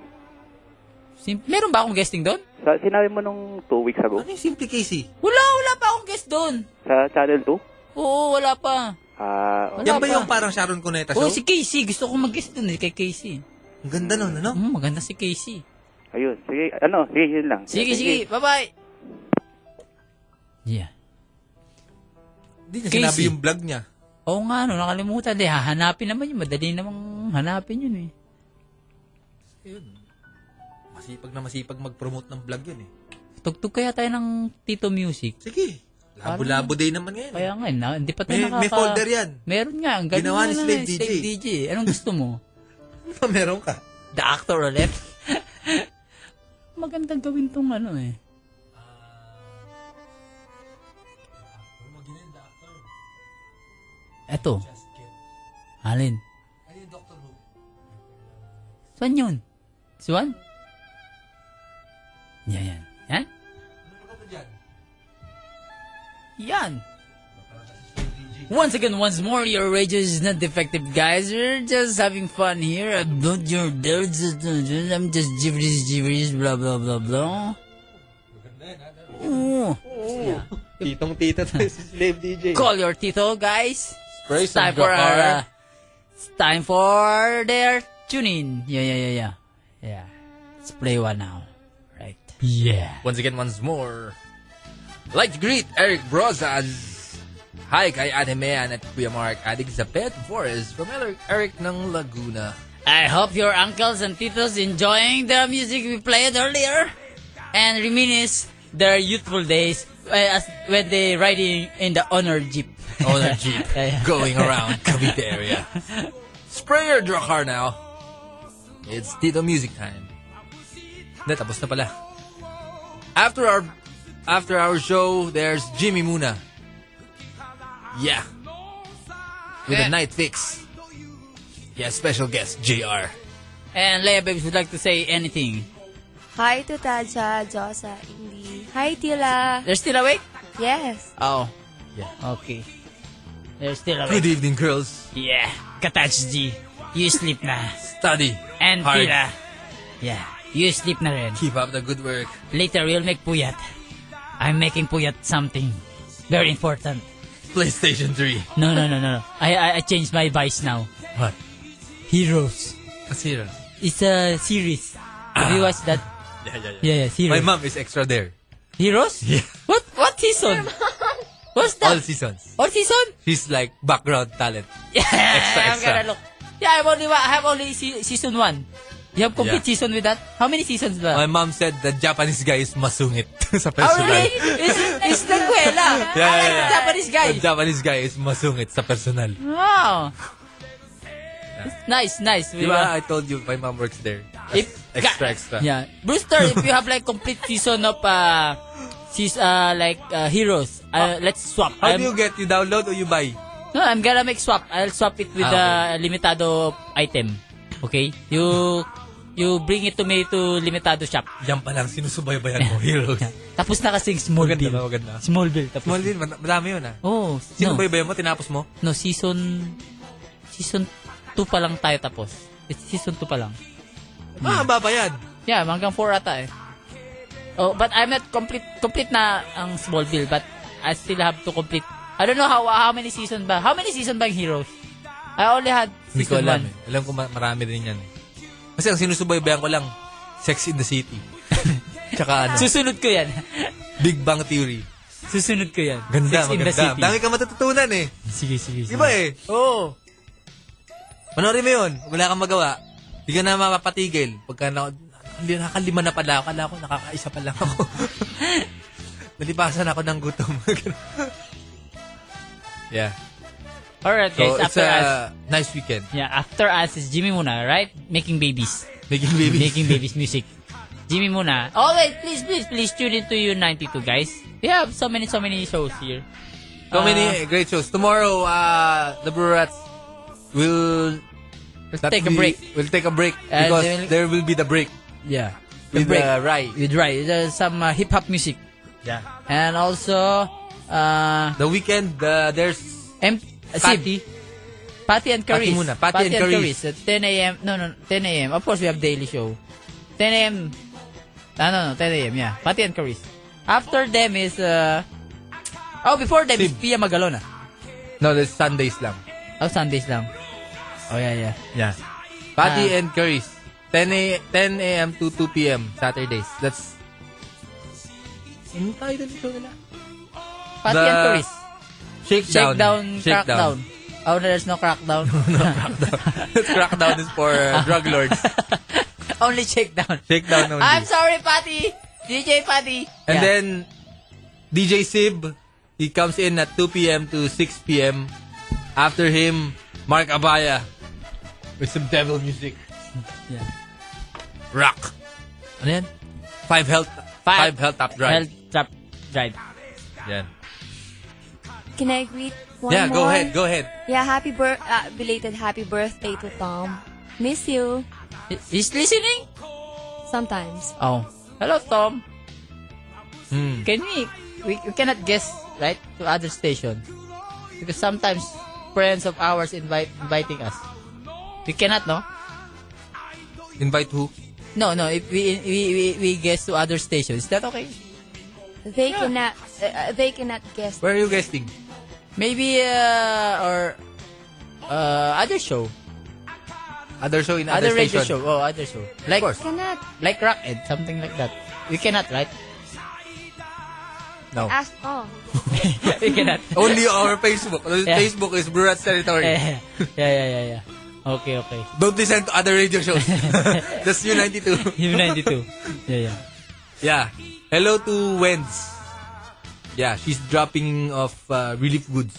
[SPEAKER 1] Sim- Meron ba akong guesting doon?
[SPEAKER 11] Sa, sinabi mo nung two weeks ago.
[SPEAKER 5] Ano yung simple Casey?
[SPEAKER 1] Wala, wala pa akong guest doon.
[SPEAKER 11] Sa Channel 2?
[SPEAKER 1] Oo, wala pa.
[SPEAKER 11] Ah,
[SPEAKER 1] Wala
[SPEAKER 5] Yan ba
[SPEAKER 1] pa.
[SPEAKER 5] yung parang Sharon Cuneta show?
[SPEAKER 1] Oo, Oh, si Casey. Gusto kong mag-guest doon eh, kay Casey.
[SPEAKER 5] Ang ganda nun, ano?
[SPEAKER 1] Hmm, maganda si Casey.
[SPEAKER 11] ayun. Sige, ano, sige, yun lang.
[SPEAKER 1] Sige, sige. Bye-bye. Yeah.
[SPEAKER 5] Hindi niya
[SPEAKER 1] Casey.
[SPEAKER 5] sinabi yung vlog niya.
[SPEAKER 1] Oo nga, no, nakalimutan. Di, hahanapin naman yun. Madali namang hanapin yun eh.
[SPEAKER 5] Ayun. Masipag na masipag mag-promote ng vlog yun eh.
[SPEAKER 1] Tugtog kaya tayo ng Tito Music.
[SPEAKER 5] Sige. Labo-labo day naman ngayon. eh.
[SPEAKER 1] Kaya nga, na, hindi pa tayo
[SPEAKER 5] May,
[SPEAKER 1] nakaka...
[SPEAKER 5] may folder yan.
[SPEAKER 1] Meron nga. Ang ganun
[SPEAKER 5] Ginawa ni
[SPEAKER 1] nga
[SPEAKER 5] Slave
[SPEAKER 1] lang,
[SPEAKER 5] DJ.
[SPEAKER 1] Slave DJ. Anong gusto mo?
[SPEAKER 5] Meron ka.
[SPEAKER 1] The actor ulit? Magandang gawin tong ano eh. Eto. Alin? Saan yun? This one? Yeah,
[SPEAKER 5] Ano
[SPEAKER 1] Yan. Once again, once more, your radio is not defective, guys. We're just having fun here. Uh, I'm not your I'm just gibberish, gibberish, blah, blah, blah, blah. Ooh. Yeah.
[SPEAKER 5] Titong tita tayo si Slave DJ.
[SPEAKER 1] Call your tito, guys.
[SPEAKER 5] Spray
[SPEAKER 1] it's
[SPEAKER 5] some
[SPEAKER 1] time for
[SPEAKER 5] Gahar.
[SPEAKER 1] our, uh, it's time for their tune in. Yeah, yeah, yeah, yeah. Yeah. Let's play one now. Right. Yeah.
[SPEAKER 5] Once again, once more. Like to greet Eric Brozas. Hi kay Ate Mayan at Kuya Mark at Elizabeth Forrest from Eric, Eric ng Laguna.
[SPEAKER 1] I hope your uncles and titos enjoying the music we played earlier and reminisce their youthful days when- as- when they riding in the honor jeep.
[SPEAKER 5] Honor Jeep going around Cavite area. Spray your draw car now. It's Tito Music Time. Hindi, tapos na pala. After our after our show, there's Jimmy Muna. Yeah. With a night fix. Yeah, special guest, JR.
[SPEAKER 1] And Leia Babes would like to say anything.
[SPEAKER 14] Hi to Taja, Josa, Indy. Hi, Tila.
[SPEAKER 1] They're still awake?
[SPEAKER 14] Yes.
[SPEAKER 1] Oh. Yeah. Okay. They're still awake.
[SPEAKER 5] Good evening, girls.
[SPEAKER 1] Yeah. Katach G, you sleep na.
[SPEAKER 5] Study.
[SPEAKER 1] And
[SPEAKER 5] hard.
[SPEAKER 1] Tira, yeah, you sleep na rin.
[SPEAKER 5] Keep up the good work.
[SPEAKER 1] later we'll make puyat. I'm making puyat something very important.
[SPEAKER 5] PlayStation 3.
[SPEAKER 1] No, no, no, no. no. I, I, I changed my advice now.
[SPEAKER 5] What?
[SPEAKER 1] Heroes.
[SPEAKER 5] What's Heroes? Ah.
[SPEAKER 1] It's a series. Have you watched that?
[SPEAKER 5] Yeah, yeah, yeah.
[SPEAKER 1] Yeah, yeah,
[SPEAKER 5] My
[SPEAKER 1] Heroes.
[SPEAKER 5] mom is extra there.
[SPEAKER 1] Heroes?
[SPEAKER 5] Yeah.
[SPEAKER 1] What what season? What's that?
[SPEAKER 5] All seasons.
[SPEAKER 1] What season?
[SPEAKER 5] She's like background talent.
[SPEAKER 1] Yeah,
[SPEAKER 5] extra.
[SPEAKER 1] I'm gonna look. Yeah, I've only wa- I have only se- season one. You have complete
[SPEAKER 5] Yeah.
[SPEAKER 1] season with that? How many seasons ba?
[SPEAKER 5] My mom said the Japanese guy is masungit sa
[SPEAKER 1] Oh,
[SPEAKER 5] personal.
[SPEAKER 1] really? It's, it's sequela.
[SPEAKER 5] Yeah, yeah, yeah.
[SPEAKER 1] Japanese guy.
[SPEAKER 5] The Japanese guy is masungit sa personal.
[SPEAKER 1] Wow. Nice, nice.
[SPEAKER 5] Di ba? I told you, my mom works there.
[SPEAKER 1] If-
[SPEAKER 5] extra, extra.
[SPEAKER 1] Yeah. Brewster, if you have like complete season of uh, seas uh like uh, heroes, uh, let's swap.
[SPEAKER 5] How
[SPEAKER 1] I'm-
[SPEAKER 5] do you get? You download or you buy?
[SPEAKER 1] No, I'm gonna make swap. I'll swap it with the
[SPEAKER 5] Ah,
[SPEAKER 1] limitado item. Okay? You you bring it to me to limitado shop.
[SPEAKER 5] Yan pa lang, sinusubaybayan mo, heroes.
[SPEAKER 1] Tapos na kasing small
[SPEAKER 5] Maganda
[SPEAKER 1] deal.
[SPEAKER 5] ba? Maganda.
[SPEAKER 1] Small deal. Tapos
[SPEAKER 5] Small deal, mad- madami yun ah.
[SPEAKER 1] Oh, no.
[SPEAKER 5] Sinubaybayan mo, tinapos mo?
[SPEAKER 1] No, season season 2 pa lang tayo tapos. It's season 2 pa lang. Hmm.
[SPEAKER 5] Mahaba pa Ah, yan.
[SPEAKER 1] Yeah, hanggang 4 ata eh. Oh, but I'm not complete complete na ang small bill but I still have to complete. I don't know how how many season ba? How many season ba yung Heroes? I only had
[SPEAKER 5] Hindi ko
[SPEAKER 1] season
[SPEAKER 5] alam
[SPEAKER 1] 1.
[SPEAKER 5] eh. Alam ko ma- marami din yan eh. Kasi ang sinusubaybayan ko lang, Sex in the City. Tsaka ano,
[SPEAKER 1] Susunod ko yan.
[SPEAKER 5] Big Bang Theory.
[SPEAKER 1] Susunod ko yan.
[SPEAKER 5] Ganda,
[SPEAKER 1] Sex in the
[SPEAKER 5] maganda.
[SPEAKER 1] City.
[SPEAKER 5] Dami ka matututunan eh.
[SPEAKER 1] Sige, sige,
[SPEAKER 5] Di ba eh? Oo. Panoorin mo yun. Wala kang magawa. Hindi ka na mapapatigil. Pagka na, nakalima na pala ako. Kala ko nakakaisa pa lang ako. Nalipasan ako ng gutom. yeah.
[SPEAKER 1] Alright
[SPEAKER 5] So,
[SPEAKER 1] guys,
[SPEAKER 5] it's
[SPEAKER 1] after
[SPEAKER 5] a
[SPEAKER 1] us.
[SPEAKER 5] nice weekend.
[SPEAKER 1] Yeah, after us is Jimmy Muna, right? Making babies.
[SPEAKER 5] Making babies.
[SPEAKER 1] Making babies music. Jimmy Muna. Oh wait, please, please, please tune into you 92 guys. We have so many, so many shows here.
[SPEAKER 5] So
[SPEAKER 1] Uh,
[SPEAKER 5] many great shows. Tomorrow, uh, the Brats will not
[SPEAKER 1] take a
[SPEAKER 5] be-
[SPEAKER 1] break.
[SPEAKER 5] We'll take a break
[SPEAKER 1] Uh,
[SPEAKER 5] because
[SPEAKER 1] they will-
[SPEAKER 5] there will be the break.
[SPEAKER 1] Yeah.
[SPEAKER 5] With
[SPEAKER 1] break.
[SPEAKER 5] uh, Rai.
[SPEAKER 1] With Rai. There's some uh, hip hop music.
[SPEAKER 5] Yeah.
[SPEAKER 1] And also, uh,
[SPEAKER 5] The weekend, uh, there's
[SPEAKER 1] M-
[SPEAKER 5] Patty.
[SPEAKER 1] Patty and Uh, Caris.
[SPEAKER 5] Patty muna. Patty and Caris.
[SPEAKER 1] At 10 a.m. No, no, 10 a.m. Of course, we have daily show. 10 a.m. Ah, no, no, 10 a.m. Yeah. Patty and Caris. After them is, uh, oh, before them is Pia Magalona.
[SPEAKER 5] No, there's Sundays lang.
[SPEAKER 1] Oh, Sundays lang. Oh, yeah, yeah.
[SPEAKER 5] Yeah. Patty
[SPEAKER 1] Ah.
[SPEAKER 5] and Curry's. 10 a 10 a.m. to 2 p.m. Saturdays. That's Ano tayo dun show nila?
[SPEAKER 1] Patty
[SPEAKER 5] The
[SPEAKER 1] and Caris.
[SPEAKER 5] Shakedown.
[SPEAKER 1] Shakedown, Crackdown.
[SPEAKER 5] Shakedown.
[SPEAKER 1] Oh, no, there's no Crackdown.
[SPEAKER 5] Crackdown is for uh, drug lords.
[SPEAKER 1] Only Shakedown.
[SPEAKER 5] Shakedown only.
[SPEAKER 1] I'm sorry, Patty. DJ Patty.
[SPEAKER 5] And
[SPEAKER 1] Yeah.
[SPEAKER 5] then DJ Sib, he comes in at 2 p.m. to 6 p.m. After him, Mark Abaya with some devil music.
[SPEAKER 1] Yeah.
[SPEAKER 5] Rock.
[SPEAKER 1] Ano yan?
[SPEAKER 5] Five health five,
[SPEAKER 1] Five-
[SPEAKER 5] health up drive.
[SPEAKER 1] Health Trap Drive.
[SPEAKER 5] Yan.
[SPEAKER 14] Can I greet one
[SPEAKER 5] yeah, go
[SPEAKER 14] more?
[SPEAKER 5] ahead, go ahead.
[SPEAKER 14] Yeah, happy birth, uh, belated happy birthday to Tom. Miss you.
[SPEAKER 1] He's listening?
[SPEAKER 14] Sometimes.
[SPEAKER 1] Oh. Hello, Tom.
[SPEAKER 5] Hmm.
[SPEAKER 1] Can we, we, we cannot guess right? To other station. Because sometimes friends of ours invite inviting us. We cannot, no?
[SPEAKER 5] Invite who?
[SPEAKER 1] No, no. If we we we, we guest to other stations, is that okay?
[SPEAKER 14] They cannot, uh, they cannot guess.
[SPEAKER 5] Where are you guesting?
[SPEAKER 1] Maybe uh, or uh, other show,
[SPEAKER 5] Other show in
[SPEAKER 1] other,
[SPEAKER 5] other,
[SPEAKER 1] radio show,
[SPEAKER 5] station.
[SPEAKER 1] oh other show, like
[SPEAKER 14] Cannot.
[SPEAKER 1] like rock and something like that. We cannot, right? No.
[SPEAKER 14] Ask, oh.
[SPEAKER 1] we cannot.
[SPEAKER 5] Only our Facebook.
[SPEAKER 1] Yeah.
[SPEAKER 5] Facebook is Brurat's territory.
[SPEAKER 1] Yeah, yeah, yeah, yeah, yeah. Okay, okay.
[SPEAKER 5] Don't listen to other radio shows. That's U92.
[SPEAKER 1] U92. Yeah, yeah.
[SPEAKER 5] Yeah. Hello to Wenz. Yeah, she's dropping off uh, relief goods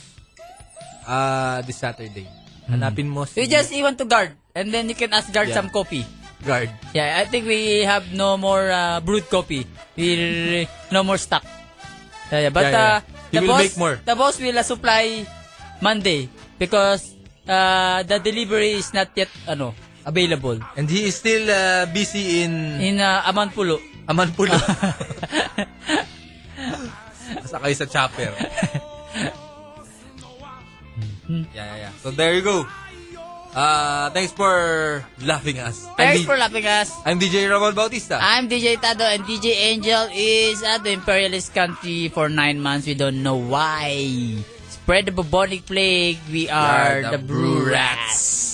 [SPEAKER 5] uh, this Saturday.
[SPEAKER 1] Hmm.
[SPEAKER 5] Hanapin mo si
[SPEAKER 1] You just even to guard, and then you can ask guard
[SPEAKER 5] Yeah.
[SPEAKER 1] some copy.
[SPEAKER 5] guard.
[SPEAKER 1] Yeah, I think we have no more uh, brewed copy. We no more stock. Yeah, yeah. But
[SPEAKER 5] Yeah, yeah,
[SPEAKER 1] Uh,
[SPEAKER 5] yeah. He
[SPEAKER 1] the
[SPEAKER 5] will
[SPEAKER 1] boss,
[SPEAKER 5] make more.
[SPEAKER 1] the boss will uh, supply Monday because uh, the delivery is not yet ano available.
[SPEAKER 5] And he is still uh, busy in
[SPEAKER 1] in uh, Amanpulo.
[SPEAKER 5] Amanpulo. Sakay sa chopper.
[SPEAKER 1] Mm-hmm.
[SPEAKER 5] yeah, yeah, yeah. So there you go. Uh, thanks for laughing us.
[SPEAKER 1] Thanks for laughing us.
[SPEAKER 5] I'm DJ Ramon Bautista.
[SPEAKER 1] I'm DJ Tado and DJ Angel is at the imperialist country for nine months. We don't know why. Spread the bubonic plague. We are, the, brew rats.